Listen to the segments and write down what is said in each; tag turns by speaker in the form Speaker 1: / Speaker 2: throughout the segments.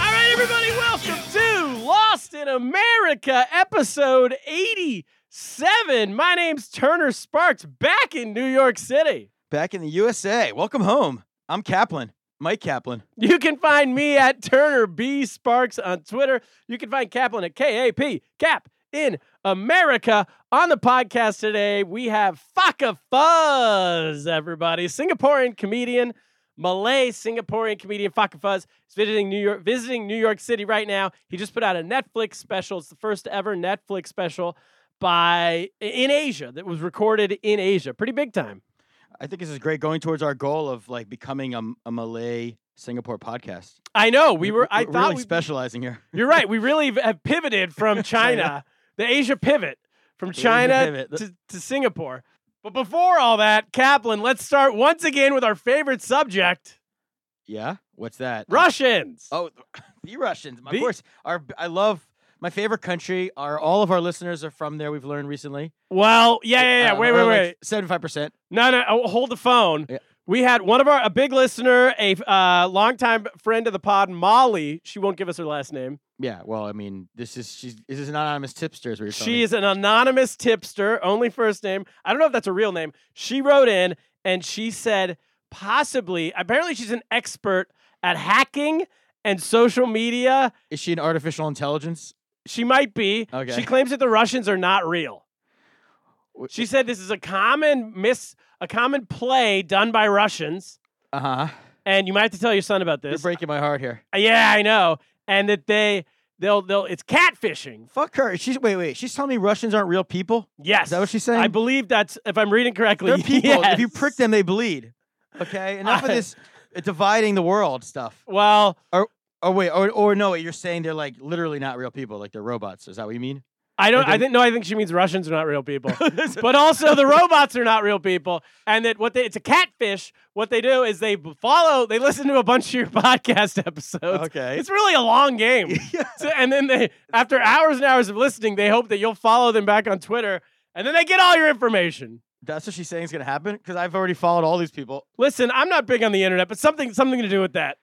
Speaker 1: All right, everybody, welcome to Lost in America, episode 87. My name's Turner Sparks, back in New York City.
Speaker 2: back in the USA. Welcome home. I'm Kaplan, Mike Kaplan.
Speaker 1: You can find me at Turner B Sparks on Twitter. You can find Kaplan at KAP, Cap in America. On the podcast today, we have Faka Fuzz, everybody, Singaporean comedian. Malay Singaporean comedian Faka Fuzz is visiting New York, visiting New York City right now. He just put out a Netflix special. It's the first ever Netflix special by in Asia that was recorded in Asia. Pretty big time.
Speaker 2: I think this is great going towards our goal of like becoming a, a Malay Singapore podcast.
Speaker 1: I know we were. I
Speaker 2: we're
Speaker 1: thought
Speaker 2: really
Speaker 1: we,
Speaker 2: specializing here.
Speaker 1: You're right. We really have pivoted from China, the Asia pivot, from
Speaker 2: Asia
Speaker 1: China
Speaker 2: pivot.
Speaker 1: To, to Singapore. But before all that, Kaplan, let's start once again with our favorite subject
Speaker 2: Yeah, what's that?
Speaker 1: Russians.
Speaker 2: Oh, the Russians. Of
Speaker 1: The-
Speaker 2: course. Our I love my favorite country. Are all of our listeners are from there? We've learned recently.
Speaker 1: Well, yeah, yeah,
Speaker 2: Uh,
Speaker 1: yeah. Wait, wait, wait.
Speaker 2: Seventy-five percent.
Speaker 1: No, no, oh, hold the phone.
Speaker 2: Yeah.
Speaker 1: We had one of our, a big listener, a uh, longtime friend of the pod, Molly. She won't give us her last name.
Speaker 2: Yeah. Well, I mean, this is she's this is an anonymous tipster. Is what you're telling
Speaker 1: She
Speaker 2: me.
Speaker 1: is an anonymous tipster, only first name. I don't know if that's a real name. She wrote in and she said, possibly, apparently, she's an expert at hacking and social media.
Speaker 2: Is she an artificial intelligence?
Speaker 1: She might be.
Speaker 2: Okay.
Speaker 1: She claims that the Russians are not real. She said this is a common miss, a common play done by Russians.
Speaker 2: Uh huh.
Speaker 1: And you might have to tell your son about
Speaker 2: You're
Speaker 1: this.
Speaker 2: breaking my heart here.
Speaker 1: Yeah, I know. And that they, they'll, they'll, it's catfishing.
Speaker 2: Fuck her. She's wait, wait. She's telling me Russians aren't real people.
Speaker 1: Yes.
Speaker 2: Is that what she's saying?
Speaker 1: I believe that's, if I'm reading correctly.
Speaker 2: They're people. If you
Speaker 1: yes.
Speaker 2: prick them, they bleed. Okay, enough of
Speaker 1: I-
Speaker 2: this uh, dividing the world stuff.
Speaker 1: Well,
Speaker 2: Oh wait, or, or no, wait, you're saying they're like literally not real people, like they're robots. Is that what you mean?
Speaker 1: I don't.
Speaker 2: Okay.
Speaker 1: I think no. I think she means Russians are not real people, but also the robots are not real people, and that what they it's a catfish. What they do is they b- follow. They listen to a bunch of your podcast episodes.
Speaker 2: Okay.
Speaker 1: it's really a long game. So- and then they, after hours and hours of listening, they hope that you'll follow them back on Twitter, and then they get all your information.
Speaker 2: That's what she's saying is gonna happen because I've already followed all these people.
Speaker 1: Listen, I'm not big on the internet, but something something to do with that.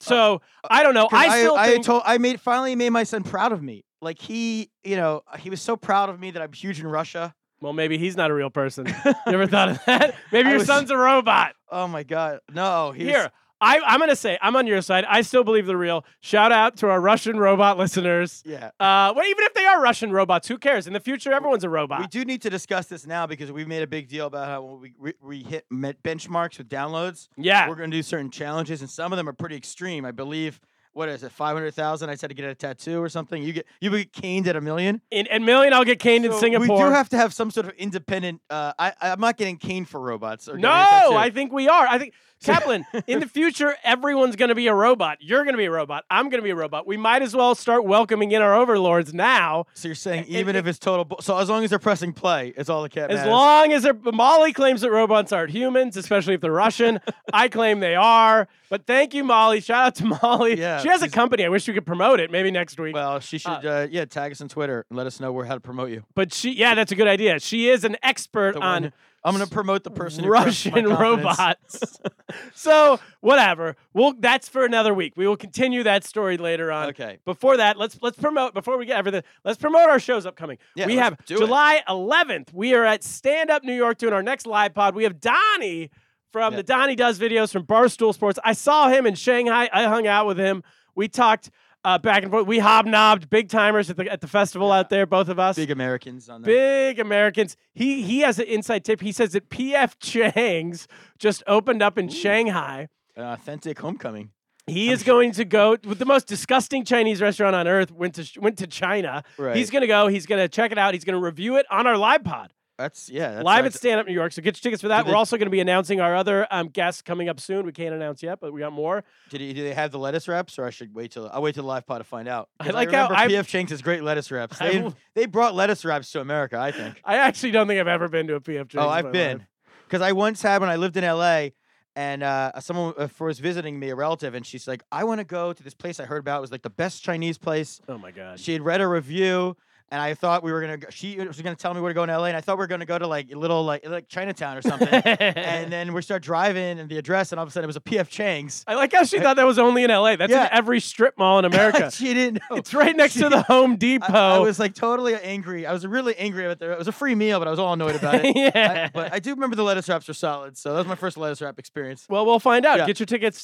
Speaker 1: So I don't know.
Speaker 2: 'Cause
Speaker 1: I still
Speaker 2: Uh, I,
Speaker 1: think
Speaker 2: told I made finally made my son proud of me. Like he, you know, he was so proud of me that I'm huge in Russia.
Speaker 1: well, maybe he's not a real person. you ever thought of that? Maybe
Speaker 2: I
Speaker 1: your
Speaker 2: was-
Speaker 1: son's a robot.
Speaker 2: Oh my god, no, he was-
Speaker 1: Here, I, I'm going to say I'm on your side. I still believe the real. Shout out to our Russian robot listeners.
Speaker 2: yeah.
Speaker 1: Uh, well, even if they are Russian robots, who cares? In the future, everyone's a
Speaker 2: We
Speaker 1: robot.
Speaker 2: do need to discuss this now because we've made a big deal about how we we, we hit met benchmarks with downloads.
Speaker 1: yeah.
Speaker 2: we're going to do certain challenges, and some of them are pretty extreme. I believe, what is it, 500,000? I said to get a tattoo or something. You get you get caned at a million.
Speaker 1: In, and million, I'll get caned in
Speaker 2: So
Speaker 1: Singapore.
Speaker 2: We do have to have some sort of independent. Uh, I, I- I'm not getting caned for robots. Or getting a
Speaker 1: no,
Speaker 2: tattoo.
Speaker 1: I think we are. I think Kaplan. in the future, everyone's going to be a robot. You're going to be a robot. I'm going to be a robot. We might as well start welcoming in our overlords now.
Speaker 2: So you're saying even if it's total, bu- so as long as they're pressing play, it's all the cat
Speaker 1: As
Speaker 2: matters.
Speaker 1: long as they're, Molly claims that robots aren't humans, especially if they're Russian. I claim they are. But thank you, Molly. Shout out to Molly.
Speaker 2: Yeah,
Speaker 1: she has a
Speaker 2: she's-
Speaker 1: company. I wish we could promote it maybe next week.
Speaker 2: Well, she should, uh, yeah, tag us on Twitter and let us know where how to promote you.
Speaker 1: but she, yeah, that's a good idea. She is an expert
Speaker 2: The one-
Speaker 1: on
Speaker 2: I'm gonna promote the person who crushed my
Speaker 1: Russian
Speaker 2: confidence.
Speaker 1: robots. so whatever. Well, that's for another week. We will continue that story later on.
Speaker 2: Okay.
Speaker 1: Before that, let's let's promote before we get everything. Let's promote our shows upcoming.
Speaker 2: Yeah,
Speaker 1: we
Speaker 2: let's
Speaker 1: have
Speaker 2: do it.
Speaker 1: July 11th. We are at Stand Up New York doing our next live pod. We have Donnie from
Speaker 2: Yeah.
Speaker 1: the Donnie Does videos from Barstool Sports. I saw him in Shanghai. I hung out with him. We talked uh, back and forth. We hobnobbed big timers at the at the festival
Speaker 2: Yeah.
Speaker 1: out there. Both of us.
Speaker 2: Big Americans on there.
Speaker 1: Big Americans. He he has an inside tip. He says that PF Chang's just opened up in Shanghai.
Speaker 2: An authentic homecoming.
Speaker 1: He is going to go with the most disgusting Chinese restaurant on earth. Went to went to China.
Speaker 2: Right.
Speaker 1: He's going to go. He's going to check it out. He's going to review it on our live pod.
Speaker 2: That's yeah. That's
Speaker 1: Live
Speaker 2: I-
Speaker 1: at Stand Up New York. So get your tickets for that.
Speaker 2: Do
Speaker 1: We're
Speaker 2: they-
Speaker 1: also going to be announcing our other um, guests coming up soon. We can't announce yet, but we got more.
Speaker 2: Did he, do they have the lettuce wraps, or I should wait till I'll wait till the live pod to find out.
Speaker 1: I
Speaker 2: 'Cause
Speaker 1: like how
Speaker 2: remember
Speaker 1: I-
Speaker 2: PF Chang's has great lettuce wraps.
Speaker 1: I
Speaker 2: They,
Speaker 1: will-
Speaker 2: they brought lettuce wraps to America. I think.
Speaker 1: I actually don't think I've ever been to a PF Chang's. in
Speaker 2: oh,
Speaker 1: my
Speaker 2: I've
Speaker 1: life.
Speaker 2: been because I once had when I lived in L.A. and uh, someone uh, was visiting me, a relative, and she's like, "I want to go to this place I heard about. It was like the best Chinese place."
Speaker 1: Oh my god.
Speaker 2: She had read a review, and I thought we were gonna. Go, she was gonna tell me where to go in LA, and I thought we were gonna go to like a little like like Chinatown or something. and then we start driving, and the address, and all of a sudden it was a PF Chang's.
Speaker 1: I like how she thought that was only in LA. That's
Speaker 2: Yeah.
Speaker 1: in every strip mall in America. Oh,
Speaker 2: she didn't know.
Speaker 1: it's right next to the Home Depot.
Speaker 2: I, I was like totally angry. I was really angry about the. It was a free meal, but I was all annoyed about it.
Speaker 1: yeah.
Speaker 2: I- but I do remember the lettuce wraps were solid, so that was my first lettuce wrap experience.
Speaker 1: well, we'll find out.
Speaker 2: Yeah.
Speaker 1: Get your tickets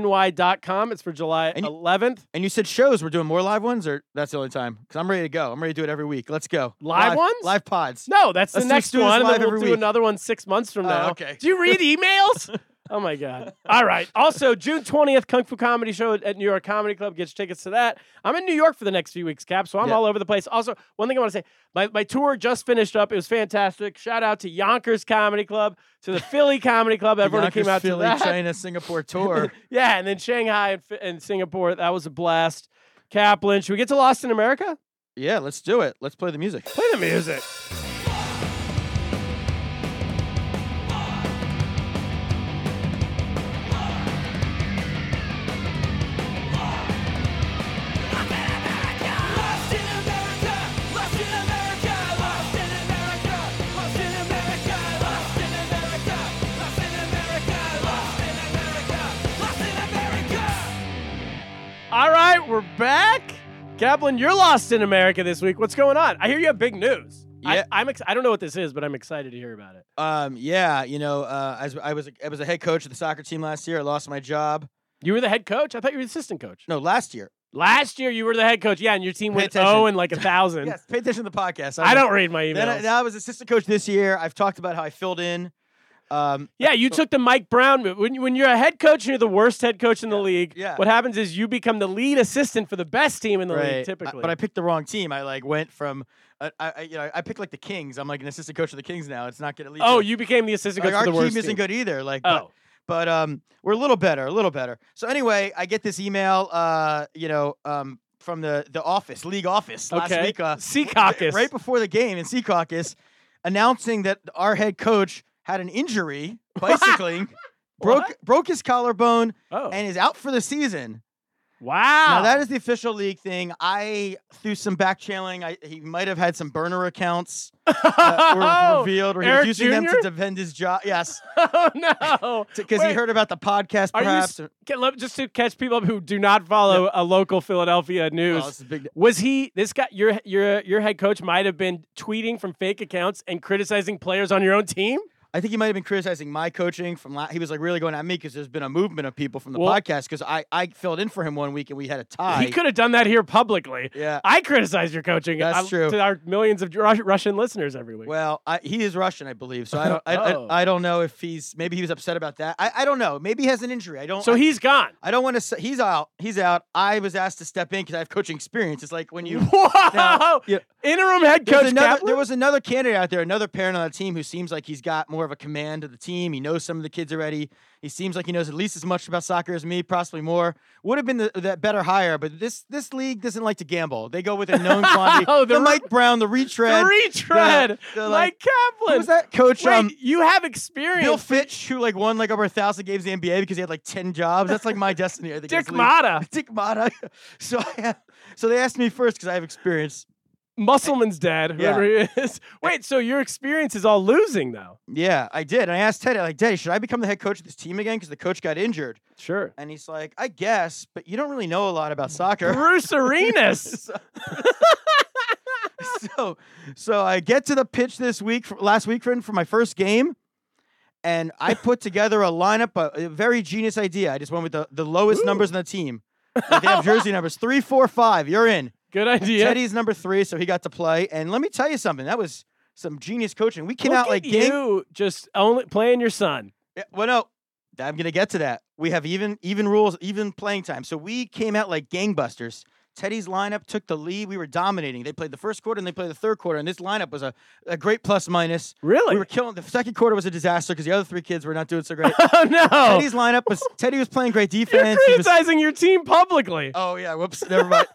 Speaker 1: standupny.com. It's for July
Speaker 2: And you-
Speaker 1: 11th.
Speaker 2: And you said shows. We're doing more live ones, or that's the only time? Because I'm ready to go. I'm ready to do it every week. Let's go.
Speaker 1: Live ones?
Speaker 2: Live pods.
Speaker 1: No, that's
Speaker 2: Let's
Speaker 1: the
Speaker 2: do-
Speaker 1: next
Speaker 2: do this
Speaker 1: one. And
Speaker 2: live
Speaker 1: then we'll
Speaker 2: every
Speaker 1: do
Speaker 2: week.
Speaker 1: another one six months from
Speaker 2: Oh,
Speaker 1: now.
Speaker 2: okay.
Speaker 1: Do you read emails? oh my god. All right. Also, June twentieth, Kung Fu Comedy Show at New York Comedy Club. Get your tickets to that. I'm in New York for the next few weeks, Cap. So I'm
Speaker 2: Yeah.
Speaker 1: all over the place. Also, one thing I want to say: my my tour just finished up. It was fantastic. Shout out to Yonkers Comedy Club, to the Philly Comedy Club.
Speaker 2: The
Speaker 1: Everyone who came
Speaker 2: Yonkers,
Speaker 1: out
Speaker 2: Philly,
Speaker 1: to that.
Speaker 2: China, Singapore tour.
Speaker 1: Yeah, and then Shanghai and, Fi- and Singapore. That was a blast. Kaplan, should we get to Lost in America?
Speaker 2: yeah, let's do it. Let's play the music.
Speaker 1: Play the music.
Speaker 3: Lost in America, lost in America, lost in America, lost in America, lost in America, lost in America, lost in America, lost in America.
Speaker 1: All right, we're back. Kaplan, you're lost in America this week. What's going on? I hear you have big news.
Speaker 2: Yeah.
Speaker 1: I, I'm. Ex- I don't know what this is, but I'm excited to hear about it.
Speaker 2: Um, yeah, you know, uh, as I was, I was a head coach of the soccer team last year. I lost my job.
Speaker 1: You were the head coach. I thought you were the assistant coach.
Speaker 2: No, last year.
Speaker 1: Last year, you were the head coach. Yeah, and your team
Speaker 2: Pay
Speaker 1: went
Speaker 2: attention.
Speaker 1: 0 and like a thousand.
Speaker 2: Yes, pay attention to the podcast.
Speaker 1: I don't read my emails.
Speaker 2: Then I, then I was assistant coach this year. I've talked about how I filled in. Um,
Speaker 1: yeah, you took the Mike Brown move. When, you- when you're a head coach and you're the worst head coach in the league,
Speaker 2: yeah.
Speaker 1: what happens is you become the lead assistant for the best team in the
Speaker 2: right, I-
Speaker 1: league, typically.
Speaker 2: but I picked the wrong team. I like went from, uh, I, I, you know, I picked like the Kings. I'm like an assistant coach of the Kings now. It's not going to lead.
Speaker 1: oh,
Speaker 2: to,
Speaker 1: you became the assistant
Speaker 2: like,
Speaker 1: coach
Speaker 2: our
Speaker 1: for the
Speaker 2: team
Speaker 1: worst
Speaker 2: isn't good either. Like, but-
Speaker 1: Oh,
Speaker 2: but um, we're a little better, a little better. So anyway, I get this email, uh, you know, um, from the the office, league office last
Speaker 1: okay.
Speaker 2: week, uh,
Speaker 1: Sea
Speaker 2: r-
Speaker 1: caucus.
Speaker 2: right before the game in Sea Caucus, announcing that our head coach had an injury bicycling, broke broke his collarbone,
Speaker 1: oh.
Speaker 2: and is out for the season.
Speaker 1: wow.
Speaker 2: Now that is the official league thing. I through some back channeling, I, he might have had some burner accounts that were revealed, or he
Speaker 1: Oh, Eric
Speaker 2: was using them to
Speaker 1: Jr.?
Speaker 2: defend his job. Yes,
Speaker 1: Oh no!
Speaker 2: because he
Speaker 1: Wait,
Speaker 2: heard about the podcast,
Speaker 1: Are you
Speaker 2: perhaps. or-
Speaker 1: Can, let, just to catch people up who do not follow a local Philadelphia news.
Speaker 2: Oh, this is big.
Speaker 1: was he this guy? Your your your head coach might have been tweeting from fake accounts and criticizing players on your own team.
Speaker 2: I think he might have been criticizing my coaching from. La- he was like really going at me because there's been a movement of people from the
Speaker 1: Well-
Speaker 2: podcast because I I filled in for him one week and we had a tie.
Speaker 1: he could have done that here publicly.
Speaker 2: yeah.
Speaker 1: I criticize your coaching.
Speaker 2: That's
Speaker 1: uh,
Speaker 2: true.
Speaker 1: to our millions of Rus- Russian listeners every week.
Speaker 2: Well, I, he is Russian, I believe. So I don't. I,
Speaker 1: Oh.
Speaker 2: I, I don't know if he's maybe he was upset about that. I, I don't know. Maybe he has an injury. I don't.
Speaker 1: so
Speaker 2: I,
Speaker 1: he's gone.
Speaker 2: I don't want to. say He's out. He's out. I was asked to step in because I have coaching experience. It's like when you.
Speaker 1: Whoa!
Speaker 2: yeah.
Speaker 1: Interim head
Speaker 2: There's
Speaker 1: coach
Speaker 2: another,
Speaker 1: Kaplan?
Speaker 2: there was another candidate out there, another parent on the team who seems like he's got more of a command of the team. He knows some of the kids already. He seems like he knows at least as much about soccer as me, possibly more. Would have been the, that better hire, but this this league doesn't like to gamble. They go with a known quantity.
Speaker 1: Oh, the
Speaker 2: the
Speaker 1: re-
Speaker 2: Mike Brown, the retread.
Speaker 1: retread.
Speaker 2: the,
Speaker 1: Mike
Speaker 2: like-
Speaker 1: Kaplan.
Speaker 2: who was that coach?
Speaker 1: Wait,
Speaker 2: um,
Speaker 1: you have experience.
Speaker 2: Bill Fitch, who like won like over a thousand games in the NBA because he had like ten jobs. That's like my destiny. I think. in
Speaker 1: Dick
Speaker 2: this league.
Speaker 1: Mata,
Speaker 2: Dick Mata. So I have, so they asked me first because I have experience.
Speaker 1: Musselman's dad,
Speaker 2: Yeah.
Speaker 1: whoever he is. Wait, so your experience is all losing though?
Speaker 2: Yeah, I did. And I asked Teddy, like, Teddy, should I become the head coach of this team again? Because the coach got injured.
Speaker 1: Sure.
Speaker 2: And he's like, I guess, but you don't really know a lot about soccer.
Speaker 1: Bruce Arenas.
Speaker 2: so, so I get to the pitch this week, for, last week, friend, for my first game. And I put together a lineup, a, a very genius idea. I just went with the, the lowest numbers on the team. Like, they have jersey numbers three, four, five. You're in.
Speaker 1: Good idea.
Speaker 2: Teddy's number three, so he got to play. And let me tell you something. That was some genius coaching. We came
Speaker 1: Look
Speaker 2: out like
Speaker 1: at
Speaker 2: gang-
Speaker 1: you just only playing your son.
Speaker 2: Yeah, well, no, I'm gonna get to that. We have even even rules, even playing time. So we came out like gangbusters. Teddy's lineup took the lead. We were dominating. They played the first quarter and they played the third quarter. And this lineup was a, a great plus minus.
Speaker 1: Really?
Speaker 2: We were killing. The second quarter was a disaster because the other three kids were not doing so great.
Speaker 1: Oh no!
Speaker 2: Teddy's lineup was Teddy was playing great
Speaker 1: You're
Speaker 2: defense. He was-
Speaker 1: criticizing your team publicly.
Speaker 2: Oh yeah, whoops, never mind.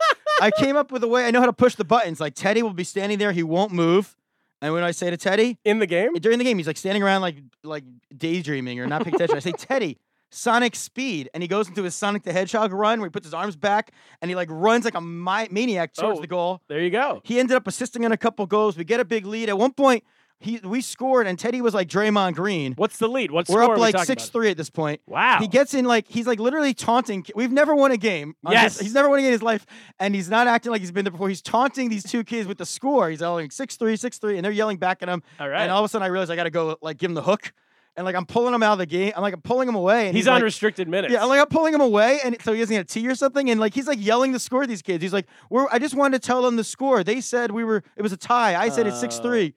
Speaker 2: I came up with a way. I know how to push the buttons. Like Teddy will be standing there, he won't move. And when I say to Teddy
Speaker 1: in the game?
Speaker 2: eh, during the game, he's like standing around, like like daydreaming or not paying attention. I say, Teddy, Sonic speed, and he goes into his Sonic the Hedgehog run where he puts his arms back and he like runs like a mi- maniac towards
Speaker 1: Oh.
Speaker 2: the goal.
Speaker 1: There you go.
Speaker 2: He ended up assisting on a couple goals. We get a big lead. At one point, he we scored, and Teddy was like Draymond Green.
Speaker 1: What's the lead? What
Speaker 2: We're
Speaker 1: score are
Speaker 2: up
Speaker 1: we
Speaker 2: like
Speaker 1: talking about?
Speaker 2: six three at this point.
Speaker 1: Wow.
Speaker 2: He gets in like he's like literally taunting. ki- We've never won a game. on this-
Speaker 1: Yes.
Speaker 2: he's never won a game in his life, and he's not acting like he's been there before. He's taunting these two kids with the score. He's yelling six three, six three, and they're yelling back at him.
Speaker 1: All right.
Speaker 2: And all of a sudden, I realize I got to go like give him the hook, and like I'm pulling him out of the game. I'm like I'm pulling him away. And
Speaker 1: He's
Speaker 2: he's,
Speaker 1: on
Speaker 2: like,
Speaker 1: restricted minutes.
Speaker 2: yeah, like I'm pulling him away, and so he doesn't get a tea or something, and like he's like yelling the score. at These kids, he's like, "We're." I just wanted to tell them the score. They said we were. It was a tie. I said it's six
Speaker 1: Oh.
Speaker 2: three.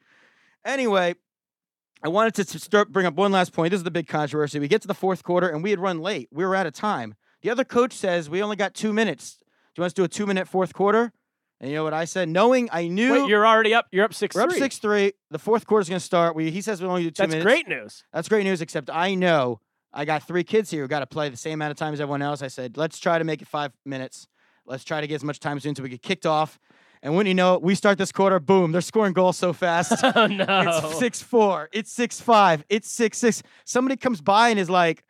Speaker 2: Anyway, I wanted to s- start bring up one last point. This is the big controversy. We get to the fourth quarter, and we had run late. We were out of time. The other coach says we only got two minutes. Do you want us to do a two minute fourth quarter? And you know what I said? Knowing I knew
Speaker 1: Wait, you're already up. You're up 6
Speaker 2: we're up
Speaker 1: three.
Speaker 2: six three. The fourth quarter's going to start. We he says we only do two
Speaker 1: That's
Speaker 2: minutes.
Speaker 1: great news.
Speaker 2: That's great news, except I know I got three kids here who got to play the same amount of time as everyone else. I said, let's try to make it five minutes. Let's try to get as much time as until we get kicked off. And wouldn't you know it, we start this quarter, boom, they're scoring goals so fast.
Speaker 1: Oh no.
Speaker 2: It's six four. It's six five. It's six six. Somebody comes by and is like,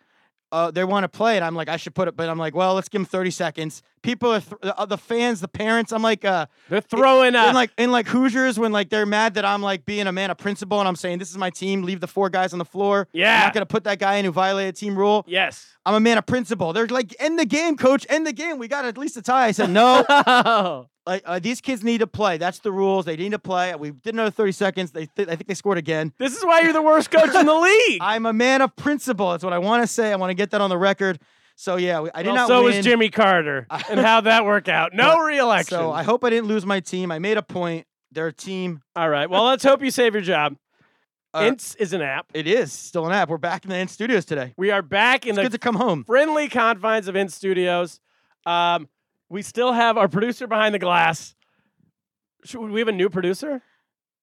Speaker 2: uh, they want to play, and I'm like, I should put it, but I'm like, well, let's give them 30 seconds. People are th- uh, the fans, the parents. I'm like, uh,
Speaker 1: They're throwing
Speaker 2: in
Speaker 1: up.
Speaker 2: like in like Hoosiers when like they're mad that I'm like being a man of principle and I'm saying this is my team. Leave the four guys on the floor. I'm
Speaker 1: Yeah.
Speaker 2: not gonna put that guy in who violated team rule.
Speaker 1: yes.
Speaker 2: I'm a man of principle. They're like end the game, coach. End the game. We got at least a tie. I said no.
Speaker 1: Oh.
Speaker 2: like uh, these kids need to play. That's the rules. They need to play. We did another 30 seconds. They th- I think they scored again.
Speaker 1: This is why you're the worst coach in the league.
Speaker 2: I'm a man of principle. That's what I want to say. I want to get that on the record. So yeah, we, I did
Speaker 1: Well,
Speaker 2: not.
Speaker 1: so
Speaker 2: win.
Speaker 1: was Jimmy Carter and how that worked out. No
Speaker 2: But-
Speaker 1: reelection.
Speaker 2: So I hope I didn't lose my team. I made a point. Their team.
Speaker 1: All right. Well, let's hope you save your job.
Speaker 2: Uh,
Speaker 1: Ints is an app.
Speaker 2: It is still an app. We're back in the end studios today.
Speaker 1: We are back in
Speaker 2: It's
Speaker 1: the
Speaker 2: good to come home.
Speaker 1: friendly confines of In Studios. Um, we still have our producer behind the glass. Should we have a new producer?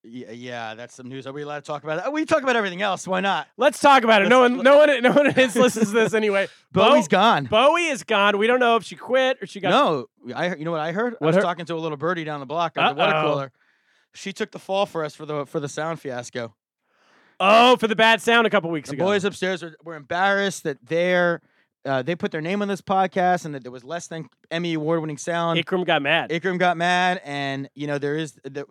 Speaker 2: Yeah, yeah, that's some news. Are we allowed to talk about that? We talk about everything else. Why not?
Speaker 1: Let's talk about it. No one, no one, no one is listens to this anyway.
Speaker 2: Bowie's gone.
Speaker 1: Bowie is gone. We don't know if she quit or she got.
Speaker 2: no, I. heard- You know what I heard? I
Speaker 1: What
Speaker 2: was
Speaker 1: her-
Speaker 2: talking to a little birdie down the block on the water
Speaker 1: Uh-oh.
Speaker 2: cooler. She took the fall for us for the for the sound fiasco.
Speaker 1: Oh, for the bad sound a couple weeks
Speaker 2: The
Speaker 1: ago.
Speaker 2: boys upstairs were, were embarrassed that their uh, they put their name on this podcast and that there was less than Emmy award winning sound.
Speaker 1: Ikram got mad.
Speaker 2: Ikram got mad, and you know there is the,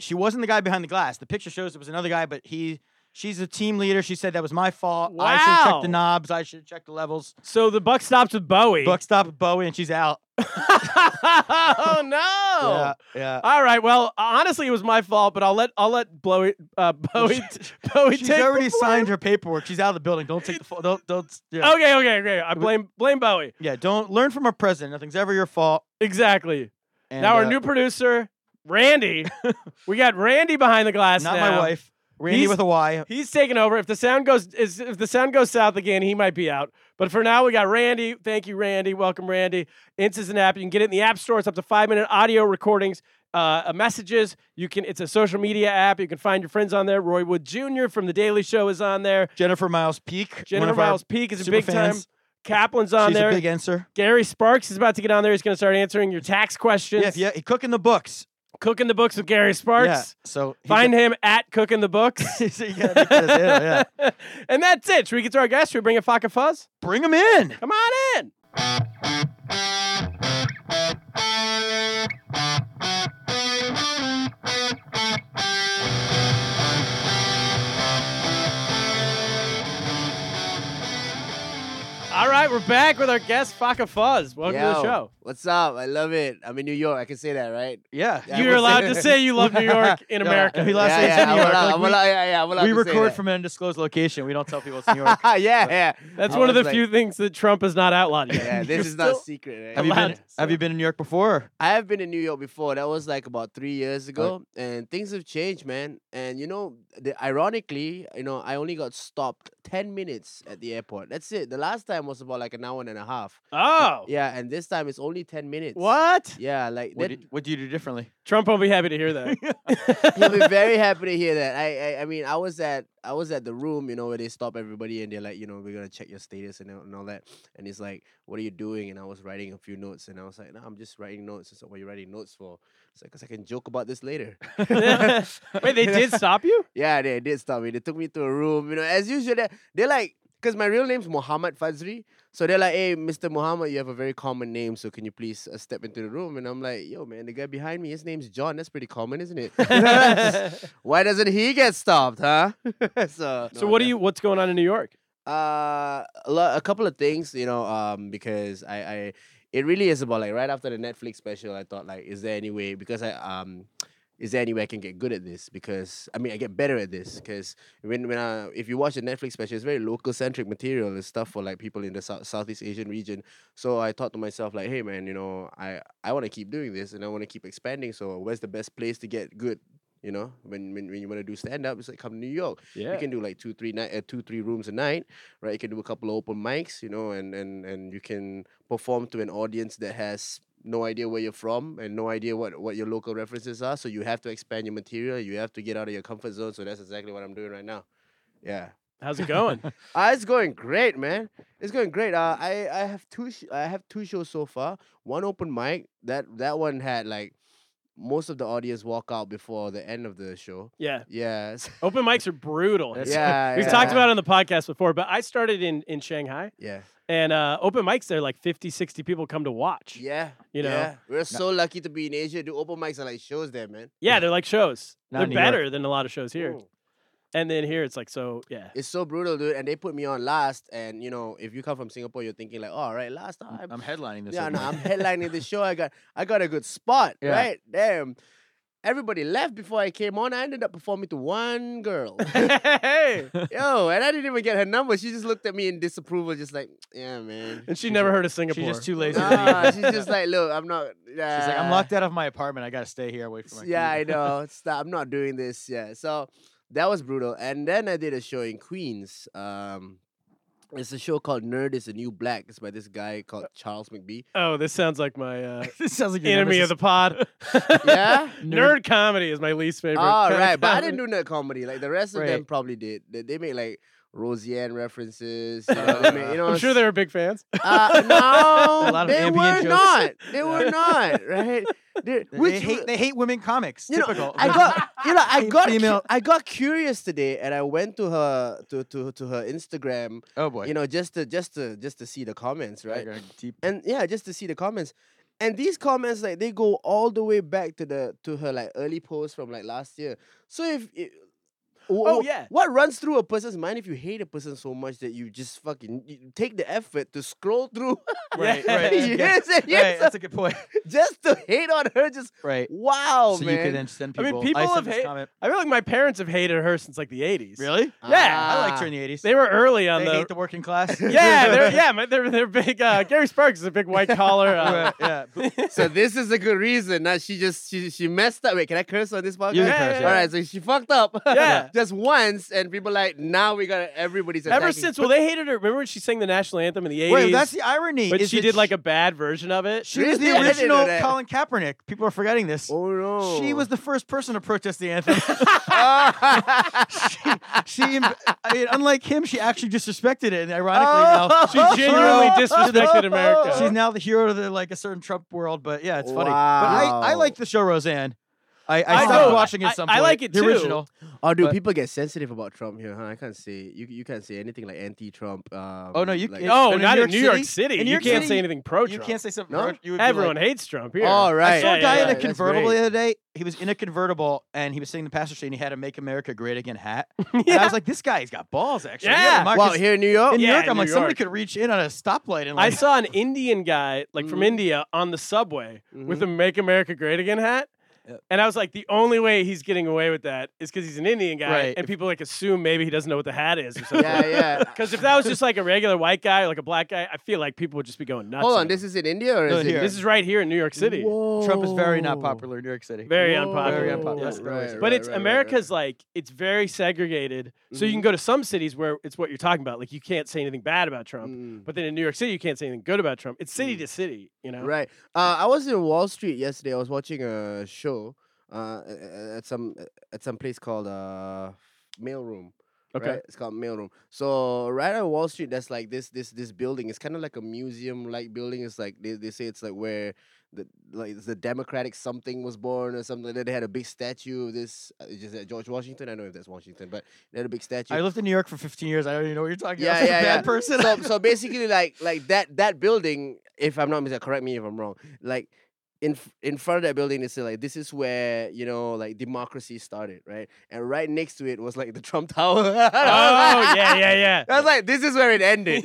Speaker 2: she wasn't the guy behind the glass. The picture shows it was another guy, but he she's a team leader. She said that was my fault. I should check
Speaker 1: Wow.
Speaker 2: the knobs. I should check the levels.
Speaker 1: so the buck stops with Bowie.
Speaker 2: Buck stopped at Bowie, and she's out.
Speaker 1: oh no. Uh,
Speaker 2: Yeah, yeah.
Speaker 1: All right. Well, honestly, it was my fault, but I'll let I'll let Bowie uh, Bowie Bowie
Speaker 2: She's
Speaker 1: take the
Speaker 2: already
Speaker 1: blame. Oh,
Speaker 2: signed her paperwork. She's out of the building. Don't take the fall. Don't, don't. Yeah.
Speaker 1: Okay, okay, okay. I blame blame Bowie.
Speaker 2: yeah, don't learn from our president. Nothing's ever your fault.
Speaker 1: Exactly.
Speaker 2: And,
Speaker 1: now our
Speaker 2: uh,
Speaker 1: new producer, Randy. we got Randy behind the glass.
Speaker 2: not
Speaker 1: now.
Speaker 2: my wife, Randy
Speaker 1: He's-
Speaker 2: with a Y.
Speaker 1: He's taking over. If the sound goes is if the sound goes south again, he might be out. But for now, we got Randy. Thank you, Randy. Welcome, Randy. Ints is an app. You can get it in the app store. It's up to five minute audio recordings, uh, uh, messages. You can. It's a social media app. You can find your friends on there. Roy Wood Jr. from The Daily Show is on there.
Speaker 2: Jennifer Miles Peak. one
Speaker 1: Jennifer
Speaker 2: of our-
Speaker 1: Miles Peak is a
Speaker 2: super
Speaker 1: big time.
Speaker 2: fans.
Speaker 1: Kaplan's on
Speaker 2: she's
Speaker 1: there.
Speaker 2: a big answer.
Speaker 1: Gary Sparks is about to get on there. He's going to start answering your tax questions.
Speaker 2: Yeah, yeah. Cooking the books.
Speaker 1: Cooking the books with Gary Sparks.
Speaker 2: Yeah. So he's
Speaker 1: Find
Speaker 2: a-
Speaker 1: him at Cooking the Books.
Speaker 2: he's a- you gotta make that his handle, yeah.
Speaker 1: and that's it. Should we get to our guest? Should we bring a Faka Fuzz?
Speaker 2: Bring him in.
Speaker 1: Come on in. All right, we're back with our guest Faka Fuzz. Welcome to the
Speaker 4: Yo,
Speaker 1: show.
Speaker 4: What's up? I love it. I'm in New York. I can say that, right?
Speaker 2: Yeah.
Speaker 4: Yeah, I
Speaker 1: You're
Speaker 4: will
Speaker 1: allowed to
Speaker 4: that.
Speaker 1: say you love New York in
Speaker 2: Yeah,
Speaker 1: America.
Speaker 2: he loves- Last
Speaker 4: yeah,
Speaker 2: name's
Speaker 4: yeah,
Speaker 2: in New
Speaker 4: I'm
Speaker 2: York,
Speaker 4: allowed-
Speaker 2: like
Speaker 4: I'm
Speaker 2: we-
Speaker 4: allowed- yeah, yeah, I'm allowed
Speaker 2: we
Speaker 4: to say
Speaker 2: record
Speaker 4: that.
Speaker 2: from an undisclosed location. We don't tell people it's New York.
Speaker 4: yeah, yeah.
Speaker 1: That's
Speaker 4: I
Speaker 1: one of the
Speaker 4: was like,
Speaker 1: few things that Trump has not outlawed yet.
Speaker 4: Yeah,
Speaker 1: You're
Speaker 4: this is not
Speaker 1: still-
Speaker 4: secret. Right?
Speaker 2: have you been?
Speaker 1: Allowed.
Speaker 2: Have you been in New York before?
Speaker 4: I have been in New York before. That was like about three years ago, and things have changed, man. And you know, the, ironically, you know, I only got stopped ten minutes at the airport. That's it. The last time was about like an hour and a half.
Speaker 1: Oh,
Speaker 4: Yeah, and this time it's only ten minutes.
Speaker 1: what?
Speaker 4: Yeah, like
Speaker 2: What,
Speaker 4: that,
Speaker 2: did, what do you do differently?
Speaker 1: Trump won't be happy to hear that.
Speaker 4: He'll be very happy to hear that. I, I I mean I was at I was at the room, you know, where they stop everybody and they're like, you know, we're gonna check your status and all, and all that. And he's like, What are you doing? And I was writing a few notes and I was like, No, I'm just writing notes. It's like, What are you writing notes for? It's like, Cause I can joke about this later.
Speaker 1: Wait, they did stop you?
Speaker 4: yeah, they did stop me. They took me to a room, you know, as usual. They're, they're like, because my real name's Muhammad Fazri. So they're like, hey, Mr. Muhammad, you have a very common name. So can you please uh, step into the room? And I'm like, yo, man, the guy behind me, his name's John. That's pretty common, isn't it? Why doesn't he get stopped, huh? so,
Speaker 1: So what do you? What's going on in New York?
Speaker 4: uh, a, lot, a couple of things, you know, um, because I, I, it really is about like right after the Netflix special, I thought like, is there any way because I um, is there any way I can get good at this? Because I mean, I get better at this because when when I, if you watch the Netflix special, it's very local centric material and stuff for like people in the South, Southeast Asian region. So I thought to myself like, hey man, you know, I I want to keep doing this and I want to keep expanding. So where's the best place to get good? You know, when when, when you want to do stand up, it's like come to New York.
Speaker 1: Yeah.
Speaker 4: You can do like two three night uh, two three rooms a night, right? You can do a couple of open mics, you know, and and and you can perform to an audience that has no idea where you're from and no idea what what your local references are. So you have to expand your material. You have to get out of your comfort zone. So that's exactly what I'm doing right now. Yeah.
Speaker 1: How's it going?
Speaker 4: Uh, it's going great, man. It's going great. Uh, I I have two sh- I have two shows so far. One open mic. That that one had like most of the audience walk out before the end of the show.
Speaker 1: yeah.
Speaker 4: Yes.
Speaker 1: Open mics are brutal. here.
Speaker 4: yeah.
Speaker 1: We've
Speaker 4: yeah.
Speaker 1: talked about it on the podcast before, but I started in in Shanghai
Speaker 4: Yeah.
Speaker 1: and uh open mics there like 50, 60 people come to watch.
Speaker 4: Yeah.
Speaker 1: You know?
Speaker 4: Yeah. We're so lucky to be in Asia. Do open mics are like shows there, man.
Speaker 1: Yeah, they're like shows.
Speaker 2: Not in New
Speaker 1: they're
Speaker 2: York.
Speaker 1: better than a lot of shows here.
Speaker 4: Mm.
Speaker 1: And then here it's like so yeah.
Speaker 4: It's so brutal, dude. And they put me on last. And you know, if you come from Singapore, you're thinking like, "Oh, all right, last time.
Speaker 2: I'm headlining this.
Speaker 4: yeah,
Speaker 2: open
Speaker 4: no,
Speaker 2: mic.
Speaker 4: I'm headlining the show. I got I got a good spot,
Speaker 2: Yeah.
Speaker 4: right? Damn. Everybody left before I came on. I ended up performing to one girl.
Speaker 1: hey.
Speaker 4: Yo, and I didn't even get her number. She just looked at me in disapproval, just like, yeah, man.
Speaker 1: And she never heard of Singapore.
Speaker 2: She's just too lazy. to leave.
Speaker 4: Nah, she's just like, look, I'm not.
Speaker 2: She's like, I'm
Speaker 4: nah."
Speaker 2: locked out of my apartment. I gotta stay here away from my.
Speaker 4: Uh, Yeah, I
Speaker 2: computer."
Speaker 4: know. Stop. I'm not doing this. Yeah. So that was brutal. And then I did a show in Queens. Um, it's a show called Nerd is a New Black. It's by this
Speaker 2: Uh
Speaker 4: guy called Charles McBee.
Speaker 1: oh, this sounds like my uh
Speaker 2: this sounds like your
Speaker 1: enemy of the
Speaker 2: nemesis.
Speaker 1: pod.
Speaker 4: Yeah.
Speaker 1: Nerd comedy is my least favorite.
Speaker 4: All
Speaker 1: kind of
Speaker 4: right, but I
Speaker 1: comedy.
Speaker 4: didn't do nerd comedy. Like the rest of them
Speaker 2: Right.
Speaker 4: probably did. They, they made like Roseanne references. You know, they made- you know
Speaker 1: I'm sure they were big fans.
Speaker 4: Uh,
Speaker 2: A
Speaker 4: no,
Speaker 2: lot of
Speaker 4: they
Speaker 2: ambient
Speaker 4: were
Speaker 2: jokes.
Speaker 4: not. They were not. Right? They,
Speaker 2: They,
Speaker 4: which
Speaker 2: hate, they hate women comics.
Speaker 4: you know,
Speaker 2: Typical.
Speaker 4: I got you know I
Speaker 2: Hey,
Speaker 4: got
Speaker 2: female-
Speaker 4: cu- I got curious today, and I went to her to to to her Instagram.
Speaker 2: oh boy.
Speaker 4: You know, just to just to just to see the comments,
Speaker 2: I
Speaker 4: right?
Speaker 2: got deep.
Speaker 4: And yeah, just to see the comments. And these comments, like they go all the way back to the to her like early post from like last year. So if it,
Speaker 1: Oh, yeah.
Speaker 4: what runs through a person's mind if you hate a person so much that you just fucking you take the effort to scroll through
Speaker 2: Right,
Speaker 1: Yeah.
Speaker 2: right.
Speaker 4: years
Speaker 2: yeah.
Speaker 4: and years
Speaker 2: Right, that's a good point.
Speaker 4: of- just to hate on her? Just
Speaker 2: Right.
Speaker 4: wow,
Speaker 2: so
Speaker 4: man.
Speaker 2: you could then send
Speaker 1: I
Speaker 2: people.
Speaker 1: mean, people
Speaker 2: sent
Speaker 1: have
Speaker 2: this
Speaker 1: hate-
Speaker 2: comment-
Speaker 1: I feel like my parents have hated her since like the 80s.
Speaker 2: Really?
Speaker 1: Yeah,
Speaker 2: I liked her in
Speaker 4: Ah.
Speaker 2: the 80s.
Speaker 1: They were early on
Speaker 2: They
Speaker 1: the.
Speaker 2: hate the working class.
Speaker 1: yeah, they're, yeah, my- they're they're big. Uh, Gary Sparks is a big white collar. Uh,
Speaker 2: Right, yeah. But
Speaker 4: So this is a good reason. Now she just she she messed up. Wait, can I curse on this podcast?
Speaker 2: You can
Speaker 1: curse, yeah.
Speaker 4: All right, so she fucked up.
Speaker 1: Yeah.
Speaker 4: just once, and people like now we got everybody's
Speaker 1: ever
Speaker 4: attacking.
Speaker 1: since, well, they hated her. Remember when she sang the national anthem in the 80s?
Speaker 2: Wait, that's the irony.
Speaker 1: but
Speaker 2: is
Speaker 1: she
Speaker 2: that
Speaker 1: did like a bad version of it.
Speaker 2: She was
Speaker 4: Yeah,
Speaker 2: the
Speaker 4: I didn't know
Speaker 2: original
Speaker 4: that.
Speaker 2: Colin Kaepernick. People are forgetting this.
Speaker 4: Oh no!
Speaker 2: She was Ah! the first person to protest the anthem. she, she imp- I mean, unlike him, she actually disrespected it. And ironically, now
Speaker 1: She genuinely disrespected America.
Speaker 2: She's now the hero of the, like a certain Trump world, but yeah, it's funny. But I, I
Speaker 4: Wow.
Speaker 2: like the show Roseanne. I, I,
Speaker 1: I
Speaker 2: stopped
Speaker 1: know.
Speaker 2: watching it
Speaker 1: I-
Speaker 2: at some
Speaker 1: I
Speaker 2: point.
Speaker 1: like it
Speaker 2: the
Speaker 1: too.
Speaker 2: original.
Speaker 4: Oh, dude,
Speaker 2: But-
Speaker 4: people get sensitive about Trump here, huh? I can't say you. You can't say anything like anti-Trump. Um,
Speaker 2: Oh no, you
Speaker 4: Like,
Speaker 2: it-
Speaker 1: oh,
Speaker 2: but in
Speaker 1: not
Speaker 2: New
Speaker 1: in New
Speaker 2: York
Speaker 1: York
Speaker 2: City-
Speaker 1: City.
Speaker 2: in New
Speaker 1: You
Speaker 2: York
Speaker 1: can't
Speaker 2: City,
Speaker 1: say anything pro
Speaker 2: You
Speaker 1: Trump.
Speaker 2: can't say something.
Speaker 4: No?
Speaker 2: You would be
Speaker 1: Everyone
Speaker 2: like-
Speaker 1: hates Trump here.
Speaker 4: All right.
Speaker 2: I saw a
Speaker 1: yeah,
Speaker 2: guy
Speaker 1: yeah,
Speaker 2: in a
Speaker 4: that's
Speaker 2: convertible
Speaker 4: great.
Speaker 2: the other day. He was in a convertible and he was sitting the passenger seat and he had a "Make America Great Again" hat. And I was like, this guy's got balls, actually. He had a
Speaker 1: Yeah.
Speaker 2: Marcus-
Speaker 4: wow, here in New York.
Speaker 2: in New
Speaker 1: Yeah,
Speaker 2: York,
Speaker 1: in
Speaker 2: I'm
Speaker 1: New
Speaker 2: like, somebody
Speaker 1: York.
Speaker 2: could reach in on a stoplight and
Speaker 1: I
Speaker 2: like, Mm-hmm.
Speaker 1: saw an Indian guy, like from
Speaker 4: Mhm.
Speaker 1: India, on the subway with a "Make America Great Again" hat,
Speaker 2: Yep.
Speaker 1: And I was like, the only way he's getting away with that is because he's an Indian guy,
Speaker 2: Right.
Speaker 1: and people like assume maybe he doesn't know what the hat is or something.
Speaker 4: yeah, yeah.
Speaker 1: Because if that was just like a regular white guy or like a black guy, I feel like people would just be going nuts.
Speaker 4: Hold
Speaker 1: at
Speaker 4: on,
Speaker 1: him.
Speaker 4: this is in India or
Speaker 2: No,
Speaker 4: is
Speaker 2: here.
Speaker 4: it
Speaker 1: this is right here in New York City.
Speaker 2: Trump is very not
Speaker 4: Whoa.
Speaker 2: popular in New York City.
Speaker 1: Very
Speaker 4: Whoa.
Speaker 1: unpopular.
Speaker 2: Very unpopular. That's the
Speaker 4: Right,
Speaker 2: noise.
Speaker 1: But
Speaker 4: right,
Speaker 1: it's
Speaker 4: right, right,
Speaker 1: America's like it's very segregated. So you can
Speaker 4: Mhm.
Speaker 1: go to some cities where it's what you're talking about. Like you can't say anything bad about
Speaker 4: right.
Speaker 1: Trump.
Speaker 4: Mm.
Speaker 1: But then in New York City you can't say anything good about Trump. It's city
Speaker 4: Mm.
Speaker 1: to city, you know.
Speaker 4: Right. Uh, I was in Wall Street yesterday. I was watching a show uh, a- a- at some at some place called uh, Mailroom.
Speaker 1: Okay.
Speaker 4: right? It's called Mailroom. So right on Wall Street, that's like this this this building. It's kind of like a museum like building. It's like they, they say it's like where the like it's the Democratic something was born or something. like that. They had a big statue of this uh, just at George Washington. I don't know if that's Washington, but they had a big statue.
Speaker 2: I lived in New York for 15 years. I don't even know what you're talking
Speaker 4: Yeah,
Speaker 2: about. I'm
Speaker 4: yeah,
Speaker 2: a bad
Speaker 4: yeah.
Speaker 2: person.
Speaker 4: so so basically like like that that building if i'm not mistaken correct me if i'm wrong like in f- in front of that building they say like this is where you know like democracy started right and right next to it was like the trump tower
Speaker 1: Oh yeah, yeah, yeah.
Speaker 4: i was like this is where it ended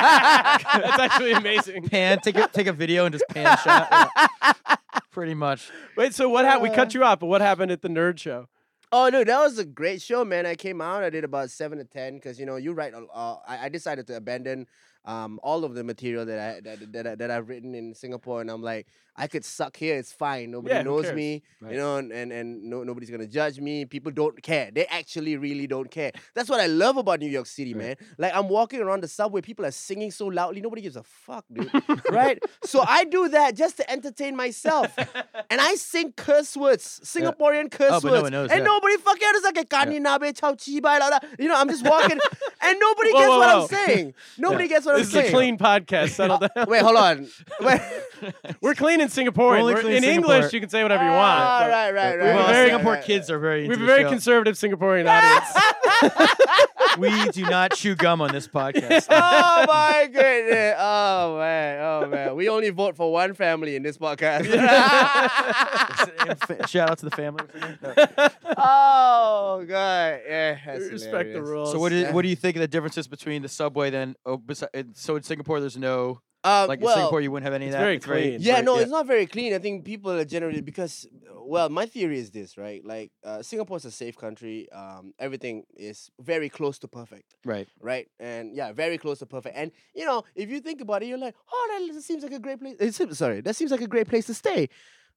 Speaker 1: That's actually amazing.
Speaker 2: pan, take a, take a video and just pan shot. Yeah. Pretty much.
Speaker 1: Wait, so what happened? We
Speaker 4: Uh.
Speaker 1: cut you off, but what happened at the nerd show?
Speaker 4: oh dude that was a great show man i came out i did about seven to ten because you know you write a l- uh, I, I decided to abandon um, all of the material that I that, that, I- that I've written in Singapore, and I'm like, I could suck here. It's fine. Nobody
Speaker 1: Yeah, who
Speaker 4: knows
Speaker 1: cares?
Speaker 4: me, you know, and and, and no, nobody's gonna judge me. People don't care. They actually really don't care. That's what I love about New York City, man. Like I'm walking around the subway, people are singing so loudly, nobody gives a fuck, dude. right? So I do that just to entertain myself, and I sing curse words, Singaporean curse
Speaker 2: Uh, Oh, but no
Speaker 4: words,
Speaker 2: one knows,
Speaker 4: and
Speaker 2: yeah.
Speaker 4: nobody fucking understands. Like, "Kani nabe chao chi bai la la." You know, I'm just walking, and nobody
Speaker 1: Whoa,
Speaker 4: gets
Speaker 1: whoa,
Speaker 4: what
Speaker 1: whoa.
Speaker 4: I'm saying. Nobody gets what
Speaker 1: This
Speaker 4: I'm
Speaker 1: is
Speaker 4: saying.
Speaker 1: a clean podcast. Settle down.
Speaker 4: Wait, hold on. Wait.
Speaker 1: We're clean in Singaporean.
Speaker 2: only
Speaker 1: We're-
Speaker 2: clean
Speaker 1: in
Speaker 2: Singapore.
Speaker 1: English, you can say whatever you want.
Speaker 4: Ah,
Speaker 1: but
Speaker 4: right, right, right.
Speaker 2: Well,
Speaker 4: right,
Speaker 1: very-
Speaker 4: right,
Speaker 2: Singapore
Speaker 4: right.
Speaker 2: kids are very
Speaker 1: We have
Speaker 2: into
Speaker 1: a very
Speaker 2: the show.
Speaker 1: conservative Singaporean audience.
Speaker 2: We do not chew gum on this podcast.
Speaker 4: Oh my goodness! Oh man! Oh man! We only vote for one family in this podcast.
Speaker 2: And fa- Shout out to the family.
Speaker 4: oh god! Yeah, that's
Speaker 1: We respect the
Speaker 4: hilarious.
Speaker 1: rules.
Speaker 2: So what do you,
Speaker 4: Yeah.
Speaker 2: what do you think of the differences between the subway then? Oh, besi- and so in Singapore, there's no
Speaker 4: Um,
Speaker 2: like in
Speaker 4: well,
Speaker 2: Singapore you wouldn't have any of
Speaker 1: It's
Speaker 2: that.
Speaker 1: very clean.
Speaker 4: Yeah,
Speaker 2: very-
Speaker 4: no,
Speaker 2: yeah.
Speaker 4: it's not very clean. I think people are generally because, well, my theory is this, right? Like, uh, Singapore's a safe country. Um, everything is very close to perfect,
Speaker 2: right.
Speaker 4: right? And yeah, very close to perfect. And you know, if you think about it, you're like, oh, that l- seems like a great place. It seems, sorry, that seems like a great place to stay.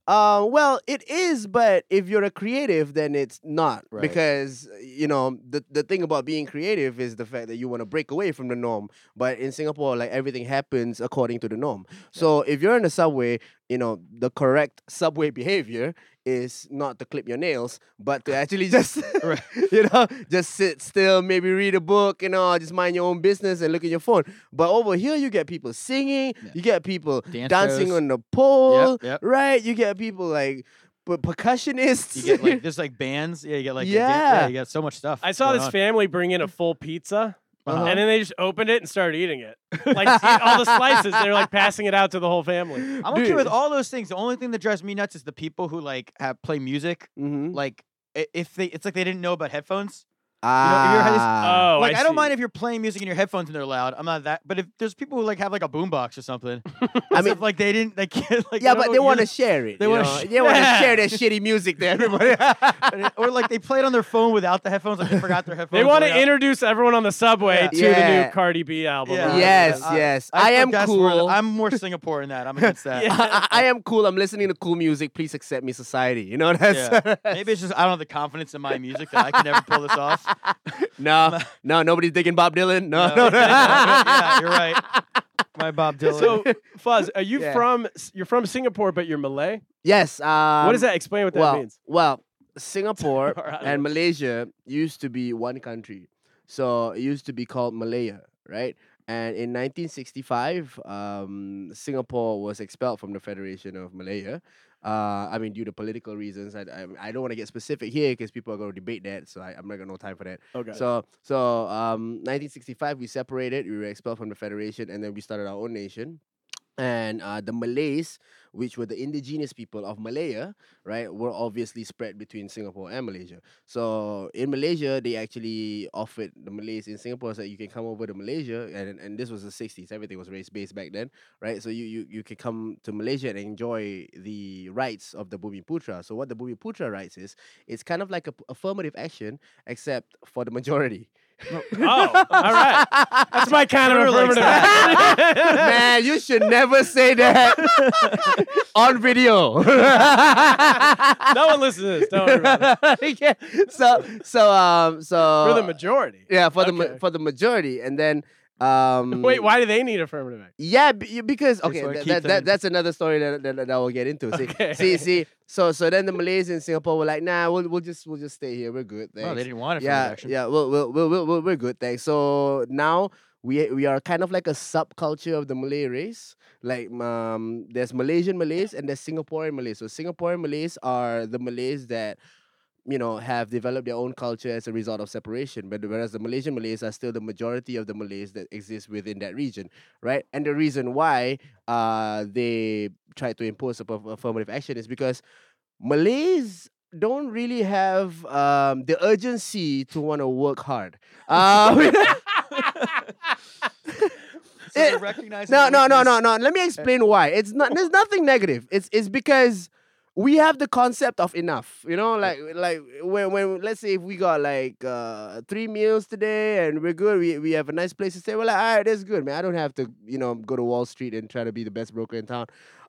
Speaker 4: Uh, well, it is, but if you're a creative, then it's not
Speaker 2: Right.
Speaker 4: because uh, you know the the thing about being creative is the fact that you want to break away from the norm. But in Singapore, like everything happens according to the norm. So if you're in the subway, you know the correct subway behavior is not to clip your nails, but to actually just
Speaker 2: Right.
Speaker 4: you know just sit still, maybe read a book, you know, just mind your own business and look at your phone. But over here, you get people singing,
Speaker 2: Yeah.
Speaker 4: you get people
Speaker 2: Dance
Speaker 4: dancing
Speaker 2: shows.
Speaker 4: on the pole,
Speaker 2: yep.
Speaker 4: right? You get people like per- percussionists.
Speaker 2: You get like there's like bands. Yeah, you get like a dan- yeah
Speaker 4: Yeah.
Speaker 2: you got so much stuff.
Speaker 1: I saw
Speaker 2: going
Speaker 1: this
Speaker 2: on.
Speaker 1: family bring in a full pizza,
Speaker 2: Uh-huh.
Speaker 1: and then they just opened it and started eating it. Like see, all the slices, they're like passing it out to the whole family.
Speaker 2: I'm okay
Speaker 4: Dude.
Speaker 2: with all those things. The only thing that drives me nuts is the people who like have play music.
Speaker 4: Mhm.
Speaker 2: Like i- if they, it's like they didn't know about headphones. if you're-
Speaker 4: Ah.
Speaker 1: oh,
Speaker 2: uh, like I, don't
Speaker 1: see.
Speaker 2: mind if you're playing music in your headphones and they're loud. I'm not that. But if there's people who like have like a boombox or something, I mean,
Speaker 4: mean-
Speaker 2: like they didn't, they can't, like
Speaker 4: yeah,
Speaker 2: don't know
Speaker 4: but
Speaker 2: what
Speaker 4: they want to
Speaker 2: music-
Speaker 4: share it.
Speaker 2: they
Speaker 4: They want
Speaker 2: wanna
Speaker 4: to
Speaker 2: sh-
Speaker 4: they want to
Speaker 2: Yeah.
Speaker 4: share their shitty music to everybody.
Speaker 2: or like they play it on their phone without the headphones. Like they forgot their headphones.
Speaker 1: They want
Speaker 2: were
Speaker 1: to
Speaker 2: out.
Speaker 1: introduce everyone on the subway
Speaker 2: Yeah.
Speaker 1: to the
Speaker 4: Yeah.
Speaker 1: new Cardi B album.
Speaker 2: Yeah.
Speaker 1: or
Speaker 4: yes,
Speaker 2: I-
Speaker 4: yes.
Speaker 2: I
Speaker 4: I,
Speaker 2: feel
Speaker 4: am
Speaker 2: that's more-
Speaker 4: cool.
Speaker 2: I'm more Singapore in that. I'm against that.
Speaker 1: Yeah.
Speaker 4: I, I- I am cool. I'm listening to cool music. Please accept me, society. You know that's
Speaker 2: Yeah. Maybe it's just I don't have the confidence in my music that I can never pull this off.
Speaker 4: no, no. Nobody's digging Bob Dylan. No, no.
Speaker 2: No,
Speaker 4: no.
Speaker 2: yeah, you're right. My Bob Dylan.
Speaker 1: So, Fuzz, are you
Speaker 4: Yeah.
Speaker 1: from? You're from Singapore, but you're Malay.
Speaker 4: Yes. Um,
Speaker 1: what does that explain? What that
Speaker 4: well,
Speaker 1: means?
Speaker 4: Well, Singapore
Speaker 1: Or I don't
Speaker 4: and
Speaker 1: know.
Speaker 4: Malaysia used to be one country. So it used to be called Malaya, right? And in 1965, um, Singapore was expelled from the Federation of Malaya. Uh, I mean, due to political reasons, I, I, I don't want to get specific here because people are going to debate that, so I, I'm not going to no time for that.
Speaker 2: Oh,
Speaker 1: Okay.
Speaker 4: So, so um, 1965, we separated, we were expelled from the Federation, and then we started our own nation. and uh, the Malays, which were the indigenous people of Malaya, right, were obviously spread between Singapore and Malaysia. So in Malaysia, they actually offered the Malays in Singapore that you can come over to Malaysia, and and this was the '60s. Everything was race based back then, right? So you you you could come to Malaysia and enjoy the rights of the Bumi Putra. So what the Bumi Putra rights is, it's kind of like a p- affirmative action, except for the majority.
Speaker 1: Oh, all right. That's my kind of affirmative action.
Speaker 4: Man, you should never say that on video.
Speaker 1: no one listens to this. Don't worry about it.
Speaker 4: Yeah. So so um so
Speaker 1: We're the majority.
Speaker 4: yeah for the ma-
Speaker 1: Okay.
Speaker 4: for the majority and then um
Speaker 1: Wait, why do they need affirmative action?
Speaker 4: yeah, be- because okay,
Speaker 2: wanna
Speaker 4: that,
Speaker 2: keep
Speaker 4: that,
Speaker 2: them-
Speaker 4: that, that's another story that, that, that I will get into. See,
Speaker 1: Okay.
Speaker 4: see, see. So, so then the Malays in Singapore were like, "Nah, we'll, we'll just we'll just stay here. We're good."
Speaker 2: No, Oh, they
Speaker 4: thanks."
Speaker 2: didn't want it.
Speaker 4: yeah, yeah. We'll, we'll, we'll, we'll, we'll- we're good. Thanks. So now we we are kind of like a subculture of the Malay race. Like um, there's Malaysian Malays and there's Singaporean Malays. So Singaporean Malays are the Malays that you know have developed their own culture as a result of separation. But whereas the Malaysian Malays are still the majority of the Malays that exist within that region, right? And the reason why uh they tried to impose aff- affirmative action is because Malays don't really have um, the urgency to want to work hard. Um,
Speaker 2: So they're
Speaker 4: it-
Speaker 2: recognizing
Speaker 4: no,
Speaker 2: the
Speaker 4: no, no,
Speaker 2: weakness.
Speaker 4: no, no. Let me explain why. It's not. There's nothing negative. It's it's because we have the concept of enough. You know, like like when when let's say if we got like uh, three meals today and we're good, we we have a nice place to stay. We're like, all right, that's good, man. I don't have to you know go to Wall Street and try to be the best broker in town.